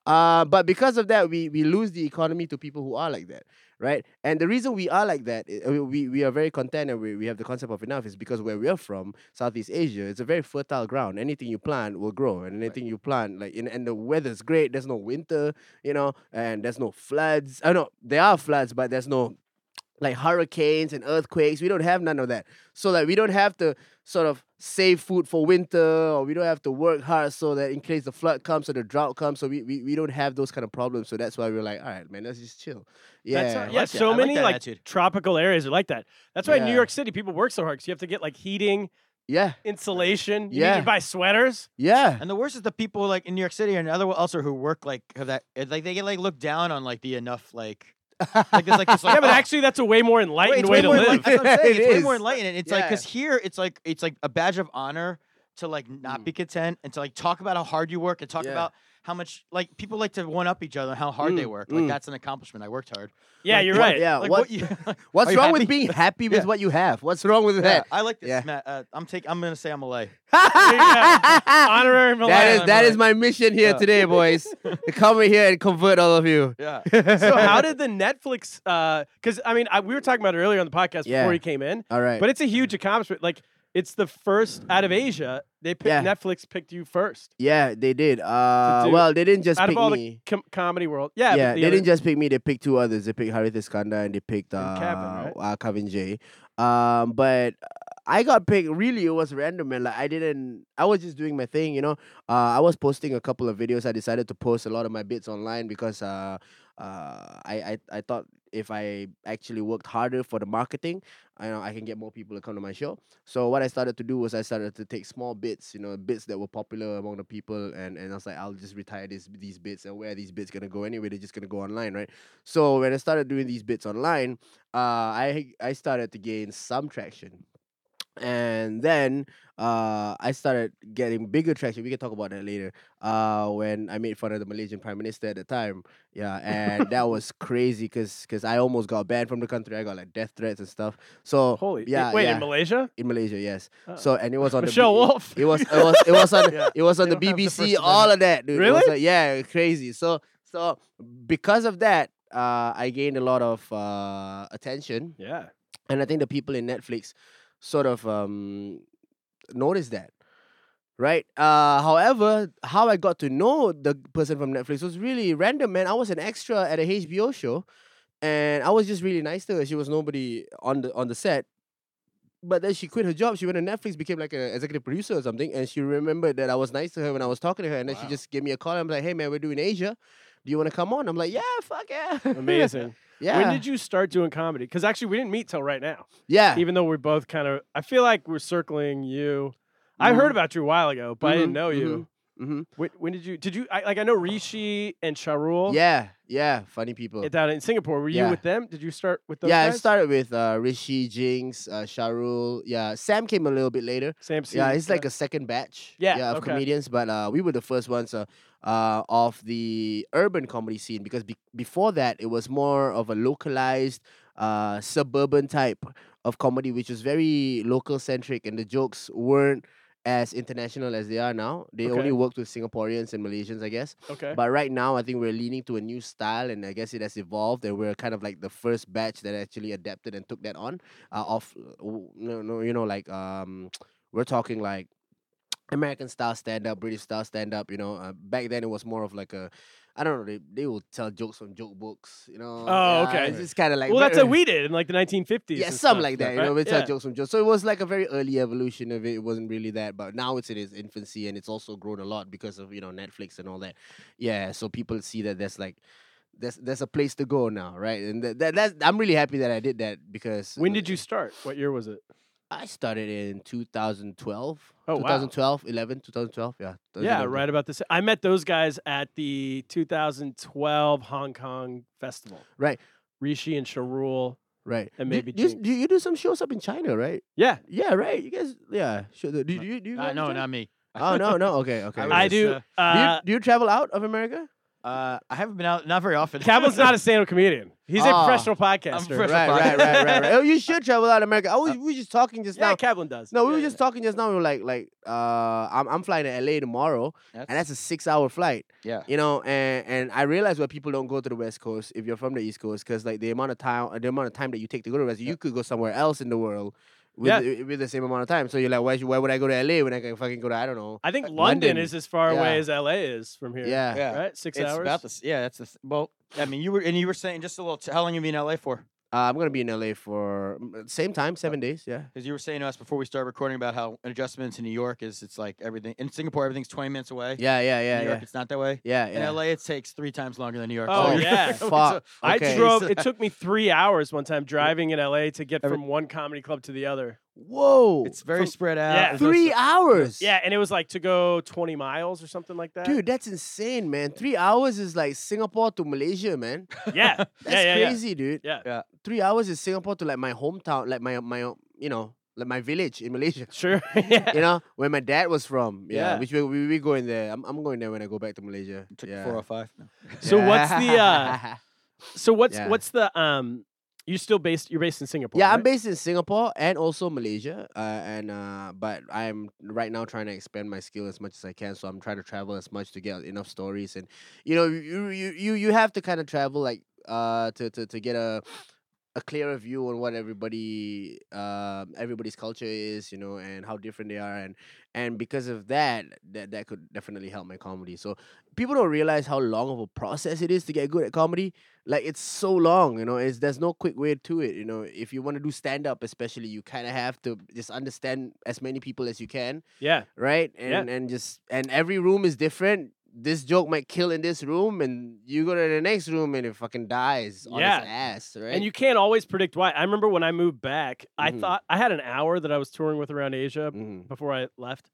Speaker 4: Uh, but because of that, we we lose the economy to people who are like that, right? And the reason we are like that, i- uh, we we are very content and we, we have the concept of enough is because where we're from, Southeast Asia, it's a very fertile ground. Anything you plant will grow, and anything you plant, like in, and the weather's great. There's no winter, you know, and there's no floods. I know there are floods, but there's no like hurricanes and earthquakes. We don't have none of that. So like we don't have to sort of save food for winter or we don't have to work hard so that in case the flood comes or the drought comes. So we, we, we don't have those kind of problems. So that's why we're like, all right, man, let's just chill. Yeah.
Speaker 2: That's all-
Speaker 1: Yeah,
Speaker 2: like that. I
Speaker 1: so
Speaker 2: like
Speaker 1: many
Speaker 2: that
Speaker 1: like,
Speaker 2: attitude.
Speaker 1: tropical areas are like that. That's why in New
Speaker 4: Yeah.
Speaker 1: York City people work so hard because you have to get like heating,
Speaker 4: Yeah.
Speaker 1: insulation. You need
Speaker 4: Yeah.
Speaker 1: to buy sweaters.
Speaker 4: Yeah.
Speaker 2: And the worst is the people like in New York City and other also who work like have that like they get like looked down on like the enough like like it's like this like
Speaker 1: Yeah, but
Speaker 2: "Oh,
Speaker 1: actually that's a way more enlightened
Speaker 2: it's
Speaker 1: way
Speaker 2: way
Speaker 1: to
Speaker 2: more enli-
Speaker 1: live.
Speaker 2: that's what I'm saying.
Speaker 4: It
Speaker 2: It's way
Speaker 4: is.
Speaker 2: more enlightening. It's like because
Speaker 4: Yeah.
Speaker 2: here it's like it's like a badge of honor to like not be content and to like talk about how hard you work and talk
Speaker 4: Mm. Yeah.
Speaker 2: about how much like people like to one up each other and how hard they
Speaker 4: Mm,
Speaker 2: work. Like
Speaker 4: mm.
Speaker 2: that's an accomplishment. I worked hard.
Speaker 1: Yeah,
Speaker 2: Like,
Speaker 1: you're
Speaker 2: what-
Speaker 1: right.
Speaker 4: Yeah.
Speaker 2: Like
Speaker 4: what,
Speaker 2: you,
Speaker 4: what's
Speaker 2: Are you
Speaker 4: wrong with
Speaker 2: happy?
Speaker 4: being happy with
Speaker 2: Yeah.
Speaker 4: what you have? What's wrong with
Speaker 2: yeah,
Speaker 4: that?
Speaker 2: I like this.
Speaker 4: Yeah.
Speaker 2: Matt, uh, I'm take. I'm gonna say I'm a lay.
Speaker 1: Honorary
Speaker 4: That
Speaker 1: Malay.
Speaker 4: is that is my mission here
Speaker 2: Yeah.
Speaker 4: today, boys. to come here and convert all of you.
Speaker 2: Yeah.
Speaker 1: so how did the Netflix? Because I mean, I, we were talking about it earlier on the podcast
Speaker 4: Yeah.
Speaker 1: before you came in,
Speaker 4: All right.
Speaker 1: but it's a huge accomplishment. Like it's the first out of Asia. They picked
Speaker 4: Yeah.
Speaker 1: Netflix picked you first
Speaker 4: yeah, they did. Uh,
Speaker 1: do-
Speaker 4: well, they didn't just
Speaker 1: out
Speaker 4: pick
Speaker 1: of all
Speaker 4: me.
Speaker 1: the com- comedy world. Yeah, but
Speaker 4: yeah,
Speaker 1: the
Speaker 4: they
Speaker 1: other-
Speaker 4: didn't just pick me. They picked two others. They picked Harith Iskandar and they picked uh,
Speaker 1: And Kevin, right?
Speaker 4: uh, Kevin J. Um, but I got picked. Really, it was random, and like I didn't. I was just doing my thing, you know. Uh, I was posting a couple of videos. I decided to post a lot of my bits online because uh, uh, I, I I thought if I actually worked harder for the marketing, I know I can get more people to come to my show. So what I started to do was I started to take small bits, you know, bits that were popular among the people, and, and I was like, I'll just retire these these bits, and where are these bits gonna go anyway? They're just gonna go online, right? So when I started doing these bits online, uh, I I started to gain some traction, and then uh, I started getting bigger traction. We can talk about that later. Uh, when I made fun of the Malaysian prime minister at the time, yeah, and that was crazy because I almost got banned from the country. I got like death threats and stuff. So
Speaker 1: Holy
Speaker 4: yeah,
Speaker 1: Wait,
Speaker 4: yeah.
Speaker 1: in Malaysia?
Speaker 4: in Malaysia, yes.
Speaker 1: Oh.
Speaker 4: So and it was on
Speaker 1: Michelle
Speaker 4: the B-
Speaker 1: Wolf.
Speaker 4: It was it was it was on it was on
Speaker 2: they
Speaker 4: the
Speaker 2: don't have the First
Speaker 4: BBC.
Speaker 2: Amendment.
Speaker 4: all of that, dude. It was
Speaker 1: Really?
Speaker 4: like- yeah, crazy. So so because of that, uh, I gained a lot of uh, attention,
Speaker 1: Yeah.
Speaker 4: and I think the people in Netflix sort of um, noticed that. Right. Uh, however, how I got to know the person from Netflix was really random, man. I was an extra at a HBO show, and I was just really nice to her. She was nobody on the on the set, but then she quit her job. She went to Netflix, became like an executive producer or something, and she remembered that I was nice to her when I was talking to her, and then she just gave me a call. I'm like, "Hey, man, we're doing Asia. Do you want to come on?" I'm like, "Yeah, fuck yeah,
Speaker 1: Amazing.
Speaker 4: yeah,
Speaker 1: When did you start doing comedy? Because actually, we didn't meet till right now.
Speaker 4: yeah,
Speaker 1: Even though we're both
Speaker 4: Mm-hmm.
Speaker 1: kind of, I feel like we're circling you. I heard about you a while ago, but I didn't
Speaker 4: Mhm,
Speaker 1: know you.
Speaker 4: hmm
Speaker 1: When, when did you? Did you? I, like I know Rishi and Charul.
Speaker 4: Yeah, yeah, funny people.
Speaker 1: Down in Singapore, were you
Speaker 4: Yeah.
Speaker 1: with them? Did you start with those
Speaker 4: yeah,
Speaker 1: guys?
Speaker 4: I started with uh, Rishi, Jinx, uh, Sharul. Yeah, Sam came a little bit later.
Speaker 1: Sam.
Speaker 4: Yeah, it's like a second batch.
Speaker 1: Yeah,
Speaker 4: of
Speaker 1: okay.
Speaker 4: comedians, but uh, we were the first ones uh, uh, of the urban comedy scene because be- before that it was more of a localized uh, suburban type of comedy, which was very local centric, and the jokes weren't as international as they are now. They
Speaker 1: Okay.
Speaker 4: only worked with Singaporeans and Malaysians, I guess.
Speaker 1: okay.
Speaker 4: But right now, I think we're leaning to a new style, and I guess it has evolved. And we're kind of like the first batch that actually adapted and took that on. Uh, off, no, no, you know, like um, we're talking like American style stand up, British style stand up. You know, uh, back then it was more of like a. I don't know. They, they will tell jokes from joke books, you know.
Speaker 1: Oh,
Speaker 4: yeah,
Speaker 1: okay.
Speaker 4: It's, it's kind of like
Speaker 1: well, that's what
Speaker 4: very-
Speaker 1: we did in like the 1950s.
Speaker 4: yeah,
Speaker 1: and
Speaker 4: something
Speaker 1: stuff,
Speaker 4: like that. You
Speaker 1: right?
Speaker 4: know, we
Speaker 1: yeah.
Speaker 4: tell jokes from jokes. So it was like a very early evolution of it. It wasn't really that, but now it's in its infancy and it's also grown a lot because of you know Netflix and all that. Yeah, so people see that there's like there's there's a place to go now, right? And that, that that's I'm really happy that I did that because
Speaker 1: When did you start? What year was it?
Speaker 4: I started in 2012.
Speaker 1: Oh, wow.
Speaker 4: 2012, 11, 2012. Yeah.
Speaker 1: Yeah,
Speaker 4: 2011.
Speaker 1: right about this. I met those guys at the 2012 Hong Kong Festival.
Speaker 4: Right.
Speaker 1: Rishi and Sharul.
Speaker 4: Right.
Speaker 1: And
Speaker 4: Do-
Speaker 1: maybe
Speaker 4: do, you-
Speaker 1: Jinx.
Speaker 4: do you do some shows up in China, right?
Speaker 1: Yeah,
Speaker 4: Yeah, right. You guys, yeah. Sure. Do, do, you- do you? go
Speaker 2: Uh,
Speaker 4: up
Speaker 2: no,
Speaker 4: to China?
Speaker 2: not me.
Speaker 4: Oh no, no. Okay, okay.
Speaker 2: was
Speaker 1: I
Speaker 2: just,
Speaker 1: do.
Speaker 2: uh,
Speaker 4: Do you-
Speaker 1: Uh,
Speaker 4: do you travel out of America?
Speaker 2: Uh, I haven't been out not very often.
Speaker 1: Campbell's not a stand-up comedian. He's a
Speaker 4: Ah,
Speaker 1: professional podcaster.
Speaker 2: professional.
Speaker 4: right, right, right, right, right. Oh, you should travel out America. I was, we were just talking just
Speaker 1: Yeah,
Speaker 4: now.
Speaker 1: Kaplan does.
Speaker 4: No, we
Speaker 1: Yeah,
Speaker 4: were
Speaker 1: yeah.
Speaker 4: just talking just now. We were like, like, uh, I'm, I'm flying to LA tomorrow, and that's a six-hour flight.
Speaker 2: Yeah.
Speaker 4: You know, and and I realize why people don't go to the West Coast if you're from the East Coast, because like the amount of time, the amount of time that you take to go to the West, you could go somewhere else in the world with
Speaker 1: Yeah.
Speaker 4: the- with the same amount of time. So you're like, why should, why would I go to LA when I can fucking go to I don't know.
Speaker 1: I think London,
Speaker 4: London.
Speaker 1: is as far away
Speaker 4: Yeah.
Speaker 1: as LA is from here.
Speaker 4: Yeah.
Speaker 2: Yeah.
Speaker 1: Right? Six
Speaker 2: it's
Speaker 1: hours.
Speaker 2: about this. Yeah, that's the. Th- well, I mean, you were and you were saying just a little. T- how long you been in LA for?
Speaker 4: Uh, I'm gonna be in LA for mm, same time, seven days. Yeah.
Speaker 2: Because you were saying to us before we started recording about how adjustments in New York is it's like everything in Singapore everything's twenty minutes away.
Speaker 4: Yeah, yeah,
Speaker 2: In
Speaker 4: yeah,
Speaker 2: New York
Speaker 4: yeah,
Speaker 2: it's not that way.
Speaker 4: yeah, yeah.
Speaker 2: In LA it takes three times longer than New York.
Speaker 1: Oh,
Speaker 2: City.
Speaker 1: yeah.
Speaker 4: fuck.
Speaker 1: I
Speaker 4: Okay.
Speaker 1: drove.
Speaker 2: So-
Speaker 1: It took me three hours one time driving in LA to get
Speaker 2: Every-
Speaker 1: from one comedy club to the other.
Speaker 4: Whoa.
Speaker 2: it's very spread out.
Speaker 1: yeah.
Speaker 2: There's no
Speaker 4: Three
Speaker 2: s-
Speaker 4: hours.
Speaker 1: Yeah, and it was like to go 20 miles or something like that.
Speaker 4: Dude, that's insane, man. Three hours is like Singapore to Malaysia, man.
Speaker 1: Yeah. yeah,
Speaker 4: That's
Speaker 1: yeah, yeah.
Speaker 4: crazy, dude.
Speaker 1: Yeah.
Speaker 2: Yeah.
Speaker 4: Three hours is Singapore to like my hometown, like my my you know, like my village in Malaysia.
Speaker 1: Sure. yeah.
Speaker 4: You know, where my dad was from. Yeah.
Speaker 1: Yeah.
Speaker 4: Which we we we going there. I'm I'm going there when I go back to Malaysia.
Speaker 2: It took
Speaker 4: yeah.
Speaker 2: four or five. No.
Speaker 1: So what's the uh
Speaker 4: Yeah.
Speaker 1: so what's
Speaker 4: Yeah.
Speaker 1: what's the um you're still based you're based in Singapore.
Speaker 4: Yeah, I'm
Speaker 1: right?
Speaker 4: based in Singapore and also Malaysia, uh, and uh, but I'm right now trying to expand my skill as much as I can. So I'm trying to travel as much to get enough stories, and you know, you you you, you have to kind of travel like uh to, to to get a a clearer view on what everybody um everybody's culture is, you know, and how different they are, and and because of that, that that could definitely help my comedy. So people don't realize how long of a process it is to get good at comedy. Like it's so long, you know. It's there's no quick way to it, you know. If you want to do stand up, especially, you kind of have to just understand as many people as you can,
Speaker 1: Yeah.
Speaker 4: right?
Speaker 1: Yeah.
Speaker 4: And and just and every room is different. This joke might kill in this room, and you go to the next room and it fucking dies on
Speaker 1: Yeah.
Speaker 4: its ass, right?
Speaker 1: And you can't always predict why. I remember when I moved back, I
Speaker 4: Mhm.
Speaker 1: thought I had an hour that I was touring with around Asia
Speaker 4: Mhm.
Speaker 1: before I left.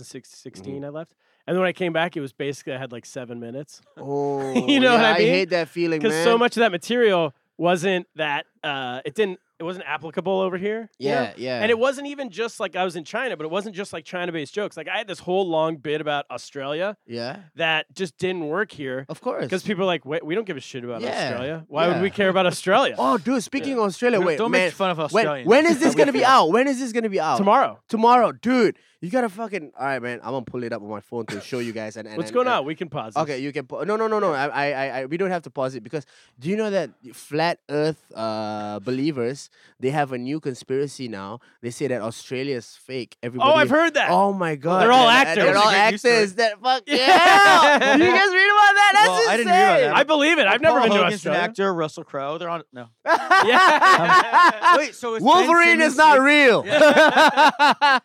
Speaker 1: 2016
Speaker 4: Mm-hmm.
Speaker 1: I left. And then when I came back, it was basically I had like 7 minutes.
Speaker 4: oh,
Speaker 1: know what
Speaker 4: yeah,
Speaker 1: I mean?
Speaker 4: hate that feeling,
Speaker 1: Cuz
Speaker 4: man.
Speaker 1: so much of that material wasn't that uh it didn't it wasn't applicable over here. you know?
Speaker 4: Yeah, yeah.
Speaker 1: And it wasn't even just like I was in China, but it wasn't just like China based jokes. Like I had this whole long bit about Australia
Speaker 4: yeah,
Speaker 1: that just didn't work here
Speaker 4: of course.
Speaker 1: because people are like, wait, we don't give a shit about
Speaker 4: Yeah,
Speaker 1: Australia. Why would
Speaker 4: yeah.
Speaker 1: we care about Australia?
Speaker 4: Oh, dude, speaking of Australia,
Speaker 2: Don't-
Speaker 4: wait,
Speaker 2: don't
Speaker 4: man,
Speaker 2: make fun of
Speaker 4: when,
Speaker 2: Australians.
Speaker 4: when is this
Speaker 2: We
Speaker 4: gonna be
Speaker 2: feel-
Speaker 4: out? When is this gonna be out?
Speaker 1: Tomorrow.
Speaker 4: Tomorrow, dude. You gotta fucking. All right, man. I'm gonna pull it up on my phone to show you guys. And, and
Speaker 1: What's
Speaker 4: and-
Speaker 1: going
Speaker 4: and-
Speaker 1: on? We can pause. this.
Speaker 4: Okay, you can. Pa- no, no, no, no. I, I, I, I, we don't have to pause it because do you know that flat Earth uh, believers they have a new conspiracy now. They say that Australia's fake. Everybody.
Speaker 1: Oh, I've heard that.
Speaker 4: Oh my god.
Speaker 1: they're all
Speaker 4: and- and
Speaker 1: actors.
Speaker 4: They're
Speaker 2: That
Speaker 4: all
Speaker 2: was a great news story.
Speaker 4: actors. That fuck
Speaker 1: Yeah.
Speaker 4: yeah. Did you guys read about that? That's
Speaker 2: Well, I
Speaker 4: insane.
Speaker 2: didn't read about that.
Speaker 1: I believe it. I've never
Speaker 2: Paul
Speaker 1: been to
Speaker 2: Hogan's an
Speaker 1: Australia.
Speaker 2: actor. Russell Crowe. They're on. No.
Speaker 1: yeah.
Speaker 2: Wait. So it's Ben
Speaker 4: Ah, Wolverine
Speaker 2: Simmons-
Speaker 4: is not real.
Speaker 1: yeah,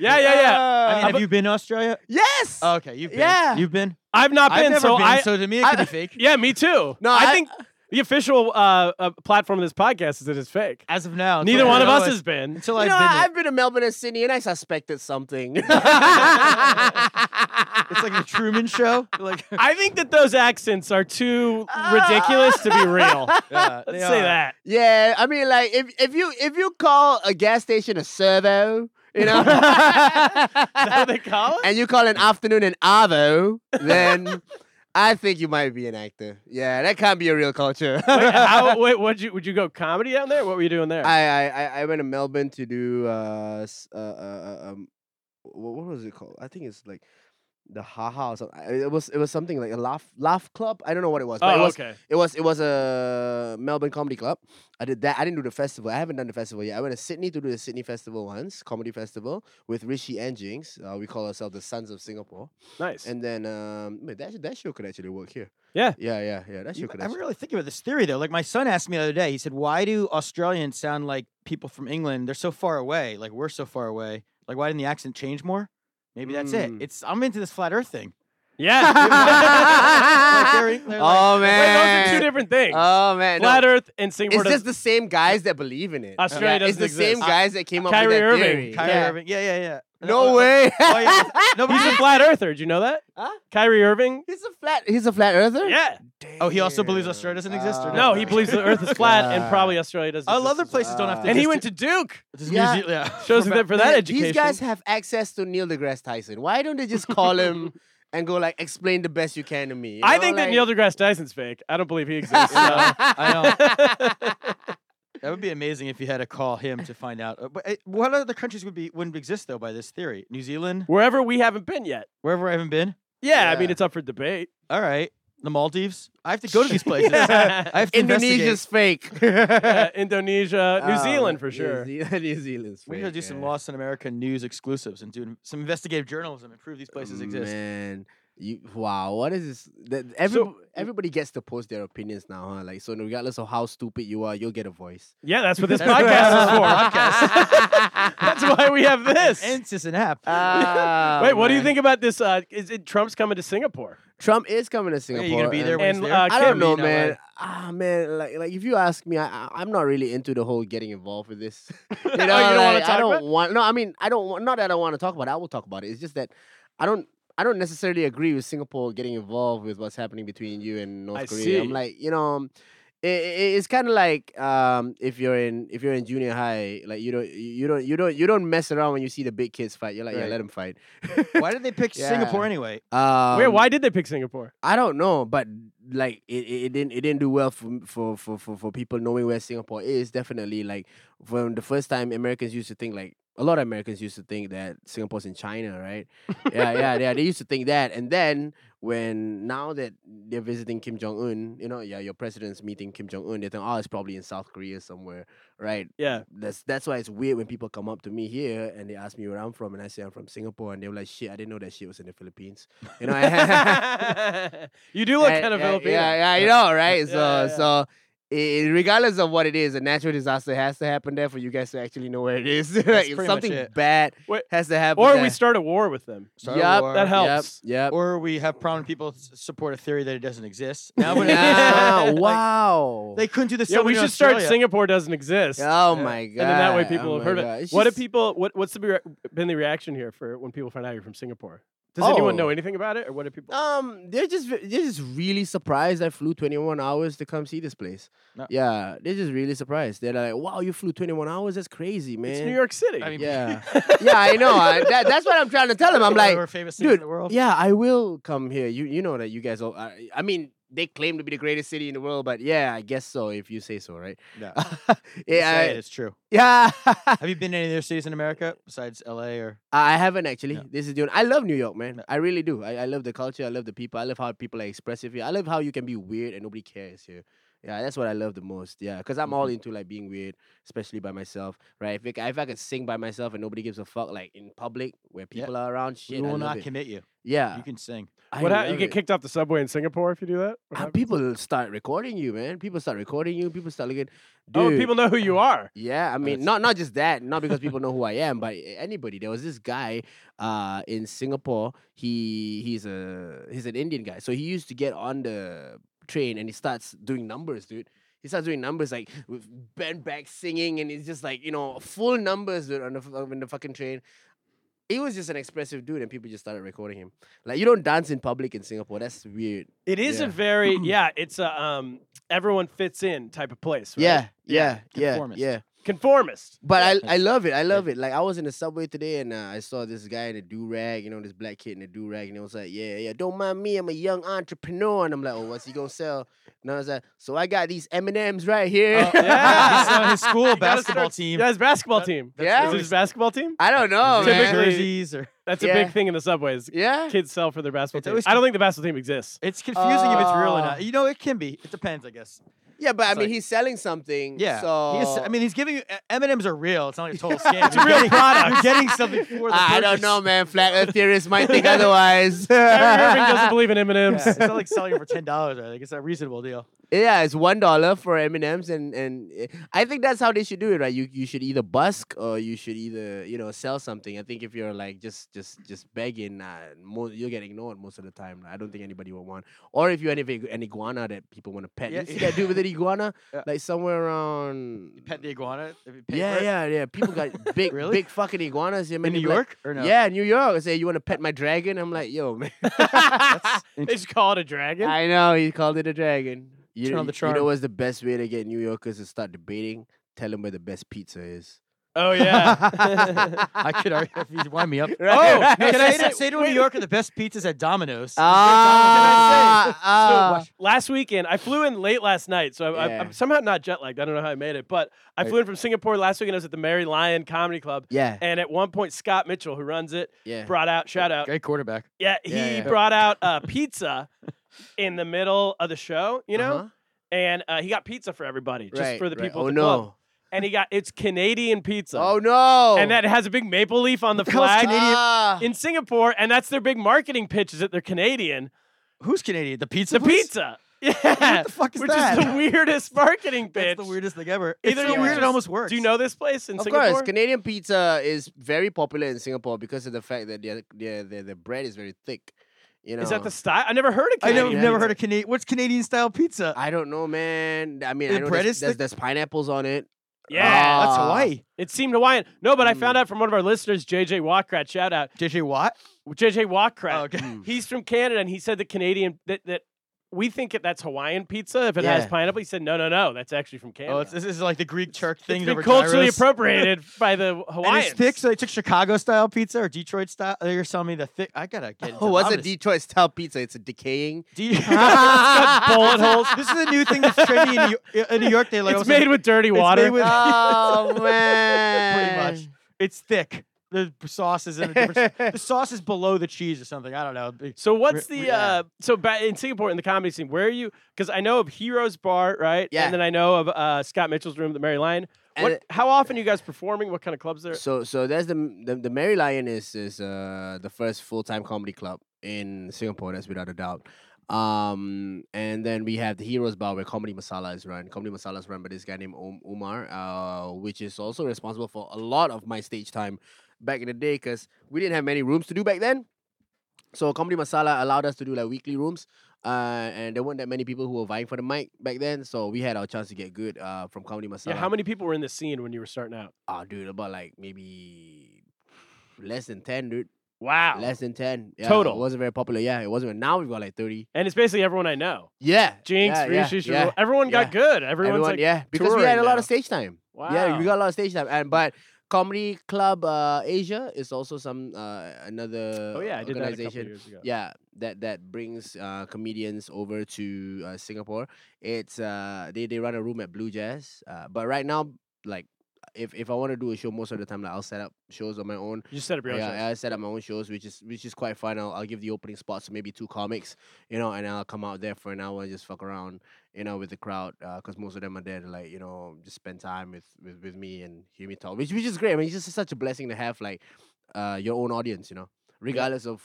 Speaker 1: yeah, yeah.
Speaker 2: I mean,
Speaker 1: Uh,
Speaker 2: have you been to Australia?
Speaker 4: yes.
Speaker 2: Oh, okay, you've been.
Speaker 4: Yeah.
Speaker 2: You've been.
Speaker 1: I've not been,
Speaker 2: I've never
Speaker 1: so
Speaker 2: been.
Speaker 1: I.
Speaker 2: so to me, it could
Speaker 4: I-
Speaker 2: be fake.
Speaker 1: yeah, me too.
Speaker 4: No,
Speaker 1: I,
Speaker 4: I-
Speaker 1: think The official uh, uh, platform of this podcast is that it's fake.
Speaker 2: As of now,
Speaker 1: Neither one of us has
Speaker 2: is
Speaker 1: been.
Speaker 2: until
Speaker 4: You
Speaker 2: I've
Speaker 4: know,
Speaker 2: been. there.
Speaker 4: I- I've been to Melbourne and Sydney, and I suspected something.
Speaker 2: It's like the Truman Show. Like
Speaker 1: I think that those accents are too ridiculous to be real.
Speaker 2: yeah, they
Speaker 1: Let's say
Speaker 2: are.
Speaker 1: that.
Speaker 4: yeah, I mean, like if if you if you call a gas station a servo, you
Speaker 1: Is that what
Speaker 4: know,
Speaker 1: they call it?
Speaker 4: and you call an afternoon an avo, then I think you might be an actor. Yeah, that can't be a real culture.
Speaker 1: Wait, how, wait, would you would you go comedy down there? What were you doing there?
Speaker 4: I, I I- I went to Melbourne to do uh, s- uh, uh uh, um wh- what was it called? I think it's like the haha or something. I- It was it was something like a laugh laugh club. I don't know what it was. but
Speaker 1: oh,
Speaker 4: it was,
Speaker 1: okay.
Speaker 4: It was it was a Melbourne comedy club. I did that. I didn't do the festival. I haven't done the festival yet. I went to Sydney to do the Sydney festival once, comedy festival with Rishi and Jinx. Uh, we call ourselves the Sons of Singapore.
Speaker 1: Nice.
Speaker 4: And then um wait, that that show could actually work here.
Speaker 1: Yeah.
Speaker 4: Yeah, yeah, yeah. That show
Speaker 2: You-
Speaker 4: could.
Speaker 2: I'm
Speaker 4: Actually.
Speaker 2: really thinking about this theory though. Like my son asked me the other day. He said, "Why do Australians sound like people from England? They're so far away. Like we're so far away. Like why didn't the accent change more? Maybe that's
Speaker 4: Mm.
Speaker 2: it. It's I'm into this flat Earth thing.
Speaker 1: yeah.
Speaker 4: Ah.
Speaker 2: Like, they're- they're like-
Speaker 4: oh
Speaker 1: Wait,
Speaker 4: man.
Speaker 1: those are two different things.
Speaker 4: Oh man. no.
Speaker 1: Flat Earth and Singapore.
Speaker 4: It's
Speaker 1: does-
Speaker 4: just the same guys that believe in it.
Speaker 1: Australia
Speaker 4: Yeah,
Speaker 1: doesn't
Speaker 4: It's the same
Speaker 1: exist.
Speaker 4: guys that came up
Speaker 1: Kyrie
Speaker 4: with that
Speaker 1: Irving.
Speaker 4: theory.
Speaker 2: Kyrie
Speaker 4: Oh. Yeah.
Speaker 2: Irving. Yeah, yeah, yeah.
Speaker 4: No
Speaker 2: Uh,
Speaker 4: way.
Speaker 2: oh, yeah. No, but
Speaker 1: He's a flat earther. Do you know that?
Speaker 4: Huh?
Speaker 1: Kyrie Irving?
Speaker 4: He's a flat. He's a flat earther.
Speaker 1: Yeah.
Speaker 2: Oh, he also believes
Speaker 4: Damn.
Speaker 2: Australia doesn't exist, or
Speaker 1: No, he believes the earth is flat and
Speaker 4: Uh, Oh, God.
Speaker 1: probably Australia doesn't.
Speaker 2: All
Speaker 1: exist
Speaker 2: other
Speaker 1: as well.
Speaker 2: places don't have to.
Speaker 1: And he
Speaker 2: just-
Speaker 1: went to Duke.
Speaker 2: just
Speaker 4: Yeah.
Speaker 2: New Zealand- yeah.
Speaker 1: Shows that for that
Speaker 4: Man,
Speaker 1: education.
Speaker 4: These guys have access to Neil deGrasse Tyson. Why don't they just call him and go like, explain the best you can to me? you
Speaker 1: I
Speaker 4: know,
Speaker 1: think that
Speaker 4: like-
Speaker 1: Neil deGrasse Tyson's fake. I don't believe he exists. so-
Speaker 2: I know. that would be amazing if you had to call him to find out. Uh, But uh, what other countries would be wouldn't exist though by this theory? New Zealand,
Speaker 1: Wherever we haven't been yet.
Speaker 2: wherever I haven't been.
Speaker 1: Yeah, I mean
Speaker 4: Yeah.
Speaker 1: it's up for debate.
Speaker 2: All right, the Maldives. I have to go to these places.
Speaker 1: Yeah.
Speaker 2: I have to
Speaker 4: Indonesia's
Speaker 2: investigate.
Speaker 4: fake. New
Speaker 1: Yeah, Uh, Indonesia, New Zealand for sure.
Speaker 4: Oh, New, Ze- New Zealand's fake.
Speaker 2: We gotta do some
Speaker 4: yeah.
Speaker 2: Lost in America news exclusives and do some investigative journalism and prove these places exist.
Speaker 4: Man, you wow, what is this? That every,
Speaker 1: So-
Speaker 4: everybody gets to post their opinions now, huh? Like so, regardless of how stupid you are, you'll get a voice.
Speaker 1: Yeah, that's what this
Speaker 2: That's what
Speaker 1: podcast is for.
Speaker 2: this
Speaker 1: That's why we have this.
Speaker 2: And it's just an app.
Speaker 4: Ah,
Speaker 1: Wait, what do you
Speaker 4: man.
Speaker 1: think about this? Uh, is it Trump's coming to Singapore?
Speaker 4: Trump is coming to Singapore.
Speaker 2: you gonna be
Speaker 4: and-
Speaker 2: there when he's
Speaker 1: And,
Speaker 2: there?
Speaker 1: uh,
Speaker 4: I don't know,
Speaker 2: Can't be in
Speaker 4: man.
Speaker 2: LA.
Speaker 4: Ah, man. Like, like if you ask me, I, I, I'm not really into the whole getting involved with this. you
Speaker 1: Oh,
Speaker 4: know,
Speaker 1: you don't wanna
Speaker 4: like, I
Speaker 1: talk
Speaker 4: don't
Speaker 1: about it?
Speaker 4: want. No, I mean, I don't. want. Not that I want to talk about it. I will talk about it. It's just that I don't. I don't necessarily agree with Singapore getting involved with what's happening between you and North
Speaker 1: I
Speaker 4: Korea.
Speaker 1: see.
Speaker 4: I'm like, you know, um, it, it, it's kind of like um, if you're in if you're in junior high, like you don't you don't you don't you don't mess around when you see the big kids fight. You're like, yeah,
Speaker 2: Right.
Speaker 4: let them fight.
Speaker 2: Why did they pick
Speaker 4: Yeah.
Speaker 2: Singapore anyway?
Speaker 4: Um,
Speaker 1: Where? Why did they pick Singapore?
Speaker 4: I don't know, but like it, it it didn't it didn't do well for, for for for for people knowing where Singapore is. Definitely, like from the first time Americans used to think like a lot of Americans used to think that Singapore's in China, right? yeah, yeah, yeah. They used to think that, and then when now that they're visiting Kim Jong Un, you know, yeah, your president's meeting Kim Jong Un, they think oh, it's probably in South Korea somewhere, right?
Speaker 1: Yeah.
Speaker 4: That's that's why it's weird when people come up to me here and they ask me where I'm from, and I say I'm from Singapore, and they were like, shit, I didn't know that shit was in the Philippines, you know.
Speaker 1: you do look
Speaker 4: Yeah,
Speaker 1: kind of
Speaker 4: yeah,
Speaker 1: Filipino.
Speaker 4: Yeah, yeah, I know, right? So,
Speaker 1: Yeah, yeah.
Speaker 4: so i regardless of what it is, a natural disaster has to happen there for you guys to actually know where it is. Like,
Speaker 2: pretty much
Speaker 4: something
Speaker 2: it.
Speaker 4: bad
Speaker 1: Wait,
Speaker 4: has to happen.
Speaker 1: Or
Speaker 4: there.
Speaker 1: we start a war with them.
Speaker 2: Start a
Speaker 4: Yup,
Speaker 2: war.
Speaker 1: That helps.
Speaker 4: Yep. Yep.
Speaker 2: Or we have prominent people s- support a theory that it doesn't exist. Now when it
Speaker 4: Yeah,
Speaker 2: exists, like,
Speaker 4: wow.
Speaker 2: they couldn't do this.
Speaker 1: Yeah, we should start Singapore doesn't exist.
Speaker 4: oh my
Speaker 1: and
Speaker 4: god.
Speaker 1: then that way people
Speaker 4: oh
Speaker 1: have heard
Speaker 4: my God.
Speaker 1: it.
Speaker 4: It's
Speaker 1: What do
Speaker 4: just-
Speaker 1: people? What, what's the re- been the reaction here for when people find out you're from Singapore? Does
Speaker 4: Oh.
Speaker 1: anyone know anything about it, or what do people?
Speaker 4: Um, they're just ve- they're just really surprised I flew 21 hours to come see this place.
Speaker 2: No.
Speaker 4: Yeah, they're just really surprised. They're like, "Wow, you flew 21 hours? That's crazy, man."
Speaker 1: It's New York City.
Speaker 2: I mean,
Speaker 4: Yeah, yeah, I know. I, that, that's what I'm trying to tell them. I'm like,
Speaker 2: we're famous cities
Speaker 4: dude,
Speaker 2: in the world.
Speaker 4: yeah, I will come here. You you know that you guys all. I, I mean, they claim to be the greatest city in the world, but yeah, I guess so if you say so, right?
Speaker 2: No. Just
Speaker 4: yeah,
Speaker 2: say it,
Speaker 4: I,
Speaker 2: it's true.
Speaker 4: yeah.
Speaker 2: Have you been to any other cities in America besides LA or?
Speaker 4: I haven't actually.
Speaker 2: Yeah.
Speaker 4: This is the. only- I love New York, man. I really do. I, I love the culture. I love the people. I love how people are expressive here. I love how you can be weird and nobody cares here. Yeah, that's what I love the most. Yeah, because I'm
Speaker 2: Mm-hmm.
Speaker 4: all into like being weird, especially by myself, right? If, it, if I could sing by myself and nobody gives a fuck, like in public where people are around,
Speaker 2: we
Speaker 4: shit, I Ah.
Speaker 2: will
Speaker 4: love
Speaker 2: not
Speaker 4: it.
Speaker 2: commit you.
Speaker 4: Yeah,
Speaker 2: You can sing.
Speaker 4: I
Speaker 1: what hap- you
Speaker 4: love
Speaker 1: get
Speaker 4: it.
Speaker 1: kicked off the subway in Singapore if you do that? What
Speaker 4: Uh,
Speaker 1: happens?
Speaker 4: people start recording you, man. People start recording you. People start looking.
Speaker 1: oh,
Speaker 4: Dude,
Speaker 1: people know who you are.
Speaker 4: Yeah, I mean,
Speaker 2: that's-
Speaker 4: not not just that, not because people know who I am, but a- anybody. There was this guy uh, in Singapore. He he's a he's an Indian guy, so he used to get on the train and he starts doing numbers, dude. He starts doing numbers like with bent back singing, and it's just like you know full numbers dude, on the f- on the fucking train. He was just an expressive dude, and people just started recording him. Like you don't dance in public in Singapore. That's weird.
Speaker 1: It is a
Speaker 4: Yeah.
Speaker 1: very yeah. It's a um everyone fits in type of place. right?
Speaker 4: Yeah, yeah, yeah,
Speaker 2: conformist.
Speaker 4: yeah.
Speaker 1: conformist.
Speaker 4: But I, I love it. I love it. Like I was in the subway today and uh, I saw this guy in a do rag. You know, this black kid in a do rag, and it was like, yeah, yeah. Don't mind me. I'm a young entrepreneur, and I'm like, oh, what's he gonna sell? And I was like, so I got these M and M's right here.
Speaker 2: Oh,
Speaker 1: yeah.
Speaker 2: He's on his school
Speaker 1: gotta
Speaker 2: basketball
Speaker 1: start-
Speaker 2: team.
Speaker 1: Yeah, his basketball team.
Speaker 4: Yeah.
Speaker 1: is it his basketball team?
Speaker 4: I don't know, man.
Speaker 1: Typically-
Speaker 2: jerseys or
Speaker 1: That's a
Speaker 4: Yeah.
Speaker 1: big thing in the subways.
Speaker 4: Yeah.
Speaker 1: Kids sell for their basketball
Speaker 2: It's
Speaker 1: team.
Speaker 2: always
Speaker 1: I don't think the basketball team exists.
Speaker 2: it's confusing if it's real or
Speaker 4: Uh,
Speaker 2: not. You know, it can be. It depends, I guess.
Speaker 4: Yeah, but I
Speaker 2: It's
Speaker 4: mean,
Speaker 2: like-
Speaker 4: he's selling something.
Speaker 2: Yeah.
Speaker 4: So
Speaker 2: He is- I mean, he's giving you uh, M and M's are real. It's not like a total scam.
Speaker 1: a
Speaker 2: You're
Speaker 1: real
Speaker 2: getting-
Speaker 1: product.
Speaker 2: You're getting something for the
Speaker 4: I don't
Speaker 2: purchase.
Speaker 4: know, man. Flat Earth theorists might think otherwise.
Speaker 1: Kyrie Irving doesn't believe in M and
Speaker 2: Yeah,
Speaker 1: M's.
Speaker 2: it's not like selling it for ten dollars. I think it's a reasonable deal.
Speaker 4: Yeah, it's one dollar for M and M's, and and uh, I think that's how they should do it, right? You you should either busk or you should either you know sell something. I think if you're like just just just begging, uh, mo you'll get ignored most of the time. I don't think anybody will want. Or if you're an, ig- an iguana that people want to pet,
Speaker 2: Yeah,
Speaker 4: you see that dude with an iguana,
Speaker 2: Yeah.
Speaker 4: like somewhere around.
Speaker 2: Pet the iguana. if you pay for
Speaker 4: Yeah,
Speaker 2: it.
Speaker 4: yeah, yeah. People got big,
Speaker 2: Really?
Speaker 4: big fucking iguanas. here,
Speaker 2: In
Speaker 4: man.
Speaker 2: New
Speaker 4: They'd be
Speaker 2: York
Speaker 4: like,
Speaker 2: or no?
Speaker 4: Yeah, New York. I say, you want to pet my dragon? I'm like, yo, man.
Speaker 1: They just call it a dragon.
Speaker 4: I know he called it a dragon. You,
Speaker 2: Turn on
Speaker 4: you-
Speaker 2: the
Speaker 4: You
Speaker 2: charm.
Speaker 4: know what's the best way to get New Yorkers to start debating? Tell them where the best pizza is.
Speaker 1: oh yeah.
Speaker 2: I could argue if you wind me up.
Speaker 4: Right,
Speaker 2: oh,
Speaker 4: right.
Speaker 2: can I
Speaker 1: Say
Speaker 2: say,
Speaker 1: to-
Speaker 2: say to New Yorker the best pizzas at Domino's?
Speaker 4: Uh. Ah,
Speaker 2: Domino's,
Speaker 4: ah.
Speaker 1: last weekend I flew in late last night, so I, I,
Speaker 4: Yeah.
Speaker 1: I'm somehow not jet lagged. I don't know how I made it, but I
Speaker 4: Right.
Speaker 1: flew in from Singapore last weekend. I was at the Mary Lion Comedy Club,
Speaker 4: yeah,
Speaker 1: and at one point Scott Mitchell, who runs it,
Speaker 4: yeah.
Speaker 1: brought out shout out.
Speaker 2: Great quarterback.
Speaker 1: Yeah, he
Speaker 4: Yeah, yeah.
Speaker 1: brought out uh, pizza in the middle of the show, you know,
Speaker 4: Uh-huh.
Speaker 1: and uh, he got pizza for everybody, just
Speaker 4: Right,
Speaker 1: for the
Speaker 4: right.
Speaker 1: people.
Speaker 4: Oh
Speaker 1: at the
Speaker 4: no!
Speaker 1: Club. And he got it's Canadian pizza.
Speaker 4: Oh no!
Speaker 1: And that has a big maple leaf on the
Speaker 2: hell's
Speaker 1: flag
Speaker 4: Ah.
Speaker 1: in Singapore, and that's their big marketing pitch is that they're Canadian.
Speaker 2: Who's Canadian? The pizza.
Speaker 1: The
Speaker 2: place?
Speaker 1: pizza. Yeah.
Speaker 2: What the fuck is
Speaker 1: Which
Speaker 2: that?
Speaker 1: is the weirdest marketing pitch.
Speaker 2: That's the weirdest thing ever.
Speaker 1: Either
Speaker 2: it's
Speaker 1: you
Speaker 2: so weird.
Speaker 1: just-
Speaker 2: It almost works.
Speaker 1: Do you know this place in
Speaker 4: Of
Speaker 1: Singapore?
Speaker 4: course, Canadian pizza is very popular in Singapore because of the fact that their their their, their bread is very thick. You know,
Speaker 1: Is that the style? I never heard of
Speaker 2: I
Speaker 1: Canadian.
Speaker 2: know.
Speaker 4: Canadian
Speaker 2: never
Speaker 4: pizza.
Speaker 2: heard of Canadian. What's Canadian style pizza?
Speaker 4: I don't know, man. I mean,
Speaker 2: The
Speaker 4: I know
Speaker 2: uh bread
Speaker 4: there's,
Speaker 2: is
Speaker 4: there's,
Speaker 2: thick?
Speaker 4: there's pineapples on it.
Speaker 1: Yeah.
Speaker 4: Ah.
Speaker 2: That's Hawaii.
Speaker 1: it seemed Hawaiian. No, but I found
Speaker 2: Hmm.
Speaker 1: out from one of our listeners, JJ Wackrat, shout out.
Speaker 2: JJ Watt.
Speaker 1: JJ Wackrat.
Speaker 2: Oh, okay.
Speaker 1: He's from Canada and he said the Canadian that, that we think that that's Hawaiian pizza if it has
Speaker 4: Yeah.
Speaker 1: pineapple. He said, no, no, no, that's actually from Canada.
Speaker 2: Oh, it's, this is like the Greek Turk thing.
Speaker 1: it's been culturally appropriated by the
Speaker 2: And
Speaker 1: Hawaiians.
Speaker 2: it's thick, so they took Chicago style pizza or Detroit style. You're telling me the thick. I gotta get. into
Speaker 4: Oh, what's a
Speaker 2: Domino's.
Speaker 4: Detroit style pizza? It's a decaying.
Speaker 2: D-
Speaker 1: got bullet holes.
Speaker 2: This is a new thing that's trendy in New, in New York. They like
Speaker 1: It's
Speaker 2: also-
Speaker 1: made with dirty
Speaker 2: it's
Speaker 1: water.
Speaker 2: made with-
Speaker 4: Oh
Speaker 2: pretty
Speaker 4: man!
Speaker 2: much. It's thick. The sauce is in a different. the sauce is below the cheese or something. I don't know.
Speaker 1: So what's the
Speaker 2: Re-
Speaker 1: uh so ba- in Singapore in the comedy scene where are you cuz I know of Heroes Bar, right?
Speaker 4: Yeah.
Speaker 1: And then I know of uh, Scott Mitchell's room at the Mary Lion.
Speaker 4: And
Speaker 1: What
Speaker 4: it-
Speaker 1: how often are you guys performing? What kind of clubs there?
Speaker 4: So so there's the the, the Mary Lion is is uh the first full time comedy club in Singapore. That's without a doubt. Um and then we have the Heroes Bar where Comedy Masala is run. Comedy Masala is run by this guy named um, Umar, uh, which is also responsible for a lot of my stage time back in the day because we didn't have many rooms to do back then. So Comedy Masala allowed us to do like weekly rooms. Uh, and there weren't that many people who were vying for the mic back then, so we had our chance to get good uh, from Comedy Masala.
Speaker 1: yeah, how many people were in the scene when you were starting out?
Speaker 4: Oh, dude, about like maybe less than ten, dude.
Speaker 1: Wow.
Speaker 4: Less than ten. Yeah,
Speaker 1: Total.
Speaker 4: It wasn't very popular. Yeah, it wasn't. Now we've got like thirty.
Speaker 1: and it's basically everyone I know.
Speaker 4: Yeah.
Speaker 1: Jinx,
Speaker 4: yeah, yeah,
Speaker 1: Rishi, Sharul.
Speaker 4: yeah.
Speaker 1: everyone got
Speaker 4: yeah.
Speaker 1: good. Everyone's
Speaker 4: Everyone,
Speaker 1: like,
Speaker 4: yeah, because we had a
Speaker 1: touring
Speaker 4: lot
Speaker 1: now.
Speaker 4: of stage time.
Speaker 1: wow.
Speaker 4: Yeah, we got a lot of stage time. And but Comedy Club uh, Asia is also some uh, another.
Speaker 1: Oh yeah, I did that a couple
Speaker 4: organization.
Speaker 1: years ago.
Speaker 4: Yeah, that that brings uh, comedians over to uh, Singapore. It's uh, they they run a room at Blue Jazz. Uh, but right now, like, if if I want to do a show, most of the time, like, I'll set up shows on my own.
Speaker 1: You just set up your own shows.
Speaker 4: Yeah, I set up my own shows, which is which is quite fun. I'll, I'll give the opening spots to maybe two comics, you know, and I'll come out there for an hour and just fuck around, you know, with the crowd, because most of them are there to like, you know, just spend time with with, with me and hear me talk, which which is great. I mean, it's just such a blessing to have like uh, your own audience, you know, regardless of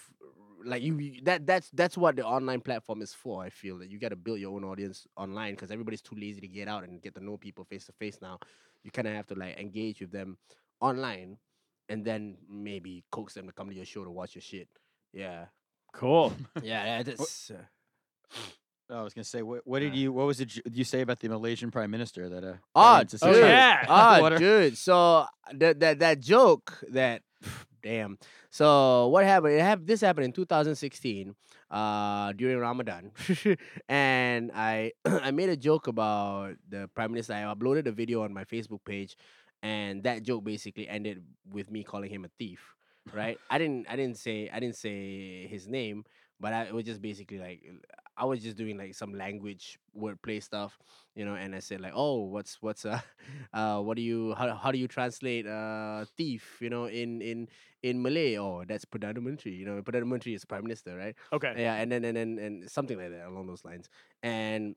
Speaker 4: like you- you that that's that's what the online platform is for. I feel that you got to build your own audience online because everybody's too lazy to get out and get to know people face to face now. You kind of have to like engage with them online and then maybe coax them to come to your show to watch your shit. Yeah,
Speaker 1: Cool.
Speaker 4: yeah, that- that's uh,
Speaker 2: Oh, I was gonna say, what, what did you, what was it j- you say about the Malaysian prime minister that uh? that
Speaker 4: Ah,
Speaker 2: went to
Speaker 4: dude.
Speaker 1: Oh,
Speaker 2: Seychelles?
Speaker 1: yeah.
Speaker 4: Ah,
Speaker 2: Water.
Speaker 4: dude. So that that that joke that damn. So what happened? It happened. This happened in 2016, uh, during Ramadan, and I I made a joke about the prime minister. I uploaded a video on my Facebook page, and that joke basically ended with me calling him a thief. Right? I didn't I didn't say I didn't say his name, but I it was just basically like I was just doing like some language wordplay stuff, you know, and I said like, oh, what's what's uh, uh what do you how, how do you translate uh thief, you know, in in in Malay? Oh, that's Perdana Menteri, you know, Perdana Menteri is prime minister, right?
Speaker 1: Okay.
Speaker 4: Yeah, and then and then and something like that along those lines, and